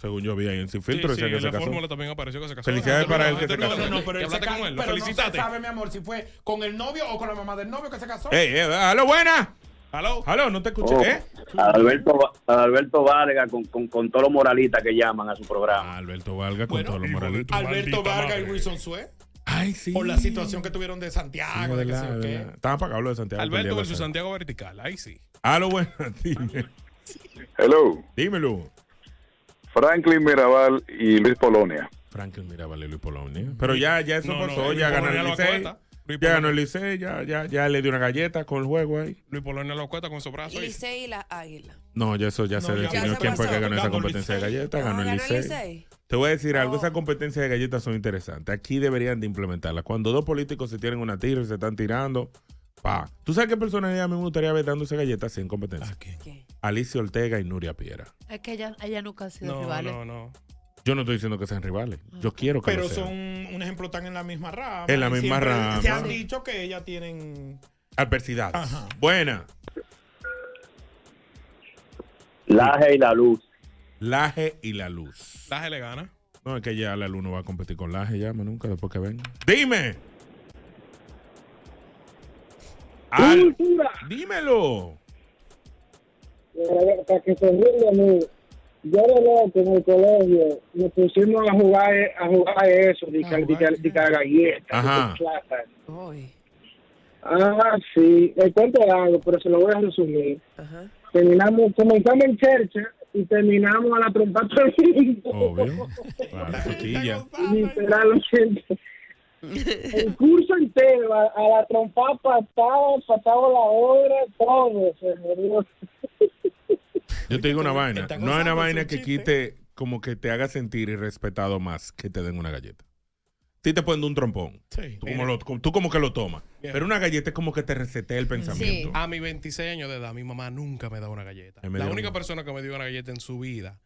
Speaker 1: Según yo vi ahí en Sin Filtro,
Speaker 5: sí,
Speaker 1: decía que
Speaker 5: en
Speaker 1: se
Speaker 5: la
Speaker 1: casó.
Speaker 5: fórmula también apareció que se casó.
Speaker 1: Felicidades para él que se
Speaker 5: No,
Speaker 1: casó.
Speaker 5: No, no, pero
Speaker 3: Pero, él se
Speaker 5: hablaste
Speaker 3: ca-
Speaker 5: con él, lo
Speaker 3: pero no se
Speaker 5: felicitaste.
Speaker 3: sabe, mi amor, si fue con el novio o con la mamá del novio que se casó.
Speaker 1: ¡Ey, eh, aló, buena! ¡Aló! ¡Aló, no te escuché!
Speaker 19: Oh,
Speaker 1: ¿Eh?
Speaker 19: a Alberto, Va- a Alberto Vargas con, con, con todos los moralistas que llaman a su programa.
Speaker 1: Ah, Alberto Vargas con todos los moralitos.
Speaker 3: Alberto Vargas y Wilson Sue.
Speaker 1: Ay, sí.
Speaker 3: Por la situación que tuvieron de Santiago, de que sé yo qué.
Speaker 1: Estaba apagado lo de Santiago.
Speaker 5: Alberto
Speaker 1: perdí
Speaker 5: versus
Speaker 1: la-
Speaker 5: Santiago Vertical, ahí sí.
Speaker 1: Aló, buena, dime.
Speaker 20: Hello.
Speaker 1: Dímelo.
Speaker 20: Franklin Mirabal y Luis Polonia.
Speaker 1: Franklin Mirabal y Luis Polonia. Pero ya, ya eso
Speaker 5: No, no,
Speaker 1: pasó,
Speaker 5: Luis
Speaker 1: ya ganó
Speaker 5: Polonia
Speaker 1: el
Speaker 5: lo
Speaker 1: Licey.
Speaker 5: acuesta.
Speaker 1: Ya ganó el Licey, ya, ya, ya le dio una galleta con el juego ahí.
Speaker 5: Luis Polonia lo cuenta con su brazo. ahí.
Speaker 4: Licey y las águilas.
Speaker 1: No, ya eso ya se
Speaker 4: ya
Speaker 1: definió
Speaker 4: se
Speaker 1: quién fue
Speaker 4: pasó.
Speaker 1: que ganó esa
Speaker 4: Ganó el
Speaker 1: competencia de
Speaker 4: Licey.
Speaker 1: galletas,
Speaker 4: No,
Speaker 1: ganó el
Speaker 4: ganó el
Speaker 1: Licey.
Speaker 4: Licey.
Speaker 1: Te voy a decir algo,
Speaker 4: Oh.
Speaker 1: esas competencias de galletas son interesantes. Aquí deberían de implementarlas. Cuando dos políticos se tienen una tira y se están tirando, pa. ¿Tú sabes qué personalidad a mí me gustaría ver dándose galletas sin competencia? ¿A
Speaker 4: ¿Quién?
Speaker 1: Alicia Ortega y Nuria Piera.
Speaker 2: Es que ella, ella nunca ha sido
Speaker 5: No,
Speaker 2: rival.
Speaker 5: no, no.
Speaker 1: Yo no estoy diciendo que sean rivales. Yo
Speaker 4: Ah.
Speaker 1: quiero que
Speaker 3: Pero
Speaker 1: lo sean.
Speaker 3: son un ejemplo tan en la misma rama.
Speaker 1: En la
Speaker 3: y
Speaker 1: misma
Speaker 3: siempre
Speaker 1: rama.
Speaker 3: Se han dicho que ellas tienen.
Speaker 1: Adversidades.
Speaker 3: Ajá.
Speaker 1: Buena.
Speaker 19: Laje y la luz.
Speaker 1: Laje y la luz.
Speaker 5: Laje le gana.
Speaker 1: No, es que ya la luz no va a competir con Laje, ya, más nunca después que venga. ¡Dime! Al-
Speaker 21: Eh,
Speaker 1: ¡Dímelo!
Speaker 21: yo de loco en el colegio nos pusimos a jugar, a jugar eso, de que de que- de que la galleta,
Speaker 1: Ah, Ajá.
Speaker 21: de que plátano. Ah, sí, el cuento es largo, pero se lo voy a resumir. Terminamos, comenzamos en church y terminamos a la trompa
Speaker 1: Obvio. Claro, chiquilla.
Speaker 21: Literalmente. El curso entero, a, a la trompa patada, patado la obra, todo se murió.
Speaker 1: Yo te digo una vaina. No hay una vaina que quite, como que te haga sentir irrespetado más que te den una galleta. A ti te pueden dar un trompón. Tú, como lo- tú como que lo tomas.
Speaker 5: Bien.
Speaker 1: Pero una galleta es como que te resetea el pensamiento.
Speaker 5: A mis 26 años de edad, mi mamá nunca me da una galleta.
Speaker 1: Ay, me
Speaker 5: La
Speaker 1: dio
Speaker 5: única persona que me dio una galleta en su vida,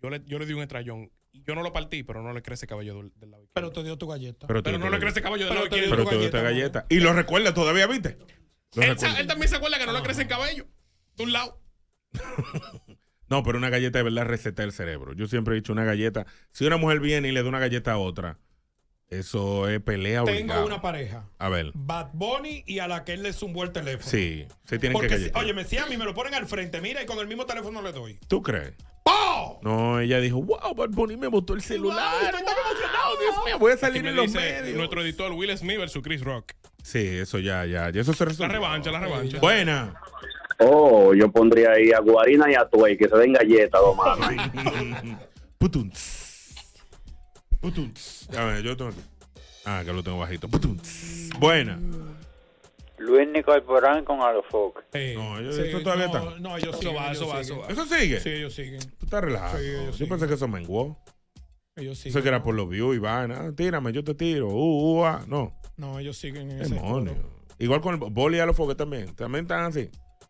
Speaker 5: yo le, yo le di un estrellón. Y Yo no lo partí, pero no le crece cabello del, del lado
Speaker 3: Pero te dio tu galleta.
Speaker 5: Pero,
Speaker 1: te dio
Speaker 5: no
Speaker 1: tu
Speaker 5: le
Speaker 1: galleta.
Speaker 5: crece cabello del
Speaker 1: Pero
Speaker 5: lado
Speaker 1: te dio
Speaker 5: izquierdo.
Speaker 1: tu galleta. Y lo recuerda todavía, ¿viste? Lo
Speaker 5: Él,
Speaker 1: recuerda.
Speaker 5: sa- él también se acuerda que
Speaker 1: Ah.
Speaker 5: no le crece el cabello. De un lado.
Speaker 1: No, pero una galleta de verdad reseta el cerebro. Yo siempre he dicho una galleta. Si una mujer viene y le da una galleta a otra, eso es pelea obligada.
Speaker 3: Tengo una pareja.
Speaker 1: A ver,
Speaker 3: Bad Bunny y a la que él le zumbó el teléfono.
Speaker 1: sí, se tienen que
Speaker 3: Porque, si,
Speaker 1: galletear.
Speaker 3: óyeme, si a mí me lo ponen al frente, mira, y con el mismo teléfono le doy.
Speaker 1: ¿Tú crees?
Speaker 3: ¡Pow!
Speaker 1: No, ella dijo, wow, Bad Bunny me botó el
Speaker 3: Wow,
Speaker 1: ¡Oh! celular. ¡Oh,
Speaker 3: estoy tan emocionado,
Speaker 1: Dios mío, voy a salir
Speaker 5: Aquí me
Speaker 1: en los
Speaker 5: dice
Speaker 1: medios.
Speaker 5: Nuestro editor Will Smith versus Chris Rock.
Speaker 1: Sí, eso ya, ya, ya eso se
Speaker 5: La
Speaker 1: resuelve.
Speaker 5: revancha, la revancha.
Speaker 1: Buena.
Speaker 14: Oh, yo pondría ahí a Guarina y a Tuey, que se den galletas, dos manos.
Speaker 1: Putum. A ver, yo tengo aquí. Ah, que lo tengo bajito. Putum. Buena.
Speaker 22: Luis Nicolás con Alofoc.
Speaker 1: No, yo-
Speaker 22: sí,
Speaker 1: esto
Speaker 5: Eh,
Speaker 1: todavía
Speaker 22: no,
Speaker 1: está.
Speaker 3: No, ellos
Speaker 22: Eso
Speaker 3: siguen.
Speaker 22: va,
Speaker 3: ellos
Speaker 22: eso va,
Speaker 3: siguen.
Speaker 22: eso va.
Speaker 1: ¿Eso sigue?
Speaker 3: Sí, ellos siguen.
Speaker 1: Tú estás relajado.
Speaker 3: Sí, ellos
Speaker 1: yo pensé que eso menguó.
Speaker 3: Ellos
Speaker 1: Eso
Speaker 3: siguen.
Speaker 1: que era por los views y vaina. Ah, Tírame, yo te tiro. Uh, uh, ah. No.
Speaker 3: No, ellos siguen en ese
Speaker 1: Demonio. Igual con el boli y a los foques también. También están así.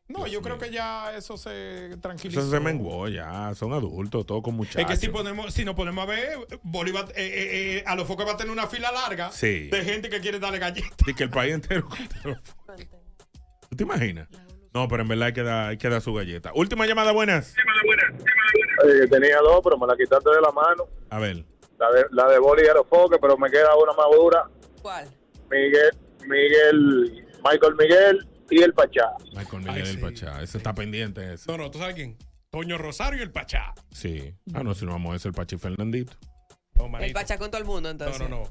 Speaker 3: No, yo creo que ya eso se tranquilizó.
Speaker 1: Eso se menguó ya. Son adultos, todos con muchachos.
Speaker 3: Es que si ponemos, si nos ponemos a ver, Bolívar, eh, eh, eh, a los focos va a tener una fila larga
Speaker 1: Sí.
Speaker 3: de gente que quiere darle galletas.
Speaker 1: Y que el país entero contra los foques. ¿Tú te imaginas? No, pero en verdad hay que dar, hay que dar su galleta. Última llamada, buenas.
Speaker 9: Oye, que tenía dos, pero me la quitaste de la mano.
Speaker 1: A ver.
Speaker 9: La de, la de Boli y Aerofoque, pero me queda una más dura.
Speaker 4: ¿Cuál?
Speaker 9: Miguel, Miguel, Michael Miguel y el Pachá.
Speaker 1: Michael Miguel el Pachá. Ese está pendiente. Ese.
Speaker 5: No, no, ¿tú sabes quién? Toño Rosario y el Pachá.
Speaker 1: Sí. Ah, no, si no vamos a hacer el Pachi Fernandito.
Speaker 5: No, Oh, manito.
Speaker 4: El pachá con todo el mundo, entonces.
Speaker 5: No, no, no.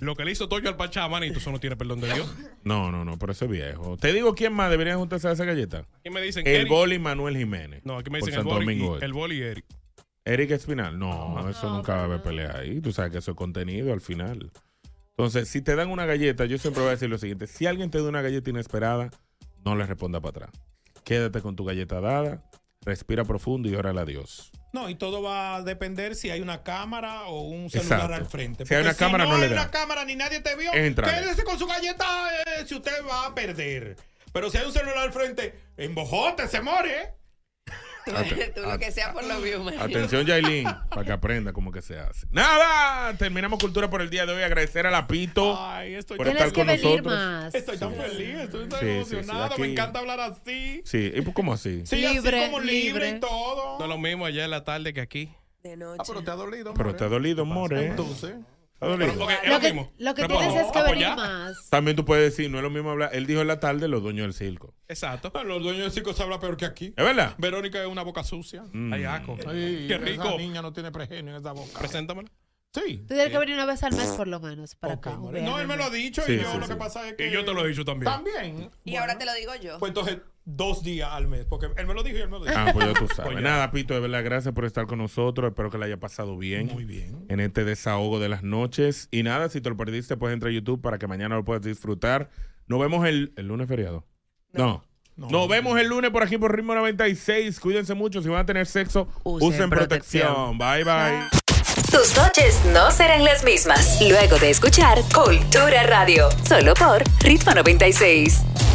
Speaker 5: Lo que le hizo Toño al Pachá, manito, eso no tiene perdón de Dios.
Speaker 1: No, no, no, pero ese es viejo. Te digo quién más debería juntarse a esa galleta.
Speaker 5: Aquí me dicen
Speaker 1: el
Speaker 5: Eric-
Speaker 1: boli Manuel Jiménez.
Speaker 5: No, aquí me
Speaker 1: por
Speaker 5: dicen el
Speaker 1: Santo
Speaker 5: boli,
Speaker 1: Domingo
Speaker 5: y-
Speaker 1: Este.
Speaker 5: el Ah, boli y Eric.
Speaker 1: Eric Espinal. No, eso nunca va a haber pelea ahí. Tú sabes que eso es contenido al final. Entonces, si te dan una galleta, yo siempre voy a decir lo siguiente. Si alguien te da una galleta inesperada, no le responda para atrás. Quédate con tu galleta dada, respira profundo y órale a Dios.
Speaker 3: No, y todo va a depender si hay una cámara o un celular
Speaker 1: Exacto.
Speaker 3: al frente.
Speaker 1: Si hay una
Speaker 3: Porque
Speaker 1: cámara,
Speaker 3: no,
Speaker 1: no le
Speaker 3: hay
Speaker 1: da.
Speaker 3: una cámara ni nadie te vio,
Speaker 1: Entra.
Speaker 3: quédese con su galleta eh, si usted va a perder. Pero si hay un celular al frente, embojote, se more.
Speaker 1: Ate-
Speaker 4: Tú lo que sea por los views, man.
Speaker 1: Atención, Yailin, para que aprenda cómo que se hace. Nada, terminamos cultura por el día de hoy. Agradecer a Lapito por
Speaker 2: Tienes
Speaker 1: estar
Speaker 2: que
Speaker 1: con
Speaker 2: venir
Speaker 1: nosotros.
Speaker 2: más.
Speaker 3: Estoy tan feliz, estoy tan
Speaker 1: Sí, sí, sí,
Speaker 3: emocionado,
Speaker 1: aquí-
Speaker 3: me encanta hablar así.
Speaker 1: Sí, ¿y pues, cómo así?
Speaker 3: Sí,
Speaker 4: Libre,
Speaker 3: así como Ah, libre, y todo.
Speaker 5: No es lo mismo allá en la tarde que aquí.
Speaker 4: De noche. Ah, pero
Speaker 3: te ha dolido.
Speaker 1: Pero te ha dolido, more.
Speaker 3: Entonces.
Speaker 1: Está dolido.
Speaker 2: Lo que, lo que tienes es que venir más.
Speaker 1: También tú puedes decir, no es lo mismo hablar. Él dijo en la tarde los dueños del circo.
Speaker 5: Exacto.
Speaker 3: Ah, los dueños del circo se habla peor que aquí.
Speaker 1: ¿Es verdad?
Speaker 3: Verónica es una boca sucia.
Speaker 1: Mm. Ay, aco.
Speaker 3: Ay, ah,
Speaker 5: Qué
Speaker 3: Esa
Speaker 5: rico.
Speaker 3: niña no tiene pregenio en esa boca.
Speaker 5: Preséntamela.
Speaker 3: Sí.
Speaker 2: Tú tienes
Speaker 1: Eh,
Speaker 2: que venir una vez al mes por lo menos para acá.
Speaker 3: No, él me lo ha dicho
Speaker 5: Sí,
Speaker 3: y yo
Speaker 5: sí,
Speaker 3: lo
Speaker 5: sí.
Speaker 3: que pasa es que.
Speaker 5: Y yo te lo he dicho también.
Speaker 3: También.
Speaker 4: Y ahora te lo digo yo.
Speaker 3: Pues entonces, dos días al mes. Porque él me lo dijo y él me lo dijo.
Speaker 1: Ah, pues ya tú sabes.
Speaker 3: Pues ya.
Speaker 1: Nada, Pito, de verdad, gracias por estar con nosotros. Espero que la haya pasado bien. Muy bien. En este desahogo de las noches. Y nada, si te lo perdiste, pues entra a YouTube para que mañana lo puedas disfrutar. Nos vemos el, el lunes feriado. No. Nos vemos el lunes por aquí por Ritmo 96. Cuídense mucho. Si van a tener sexo, usen, protección. Bye, bye.
Speaker 6: Tus noches no serán las mismas luego de escuchar Cultura Radio, solo por Ritmo 96.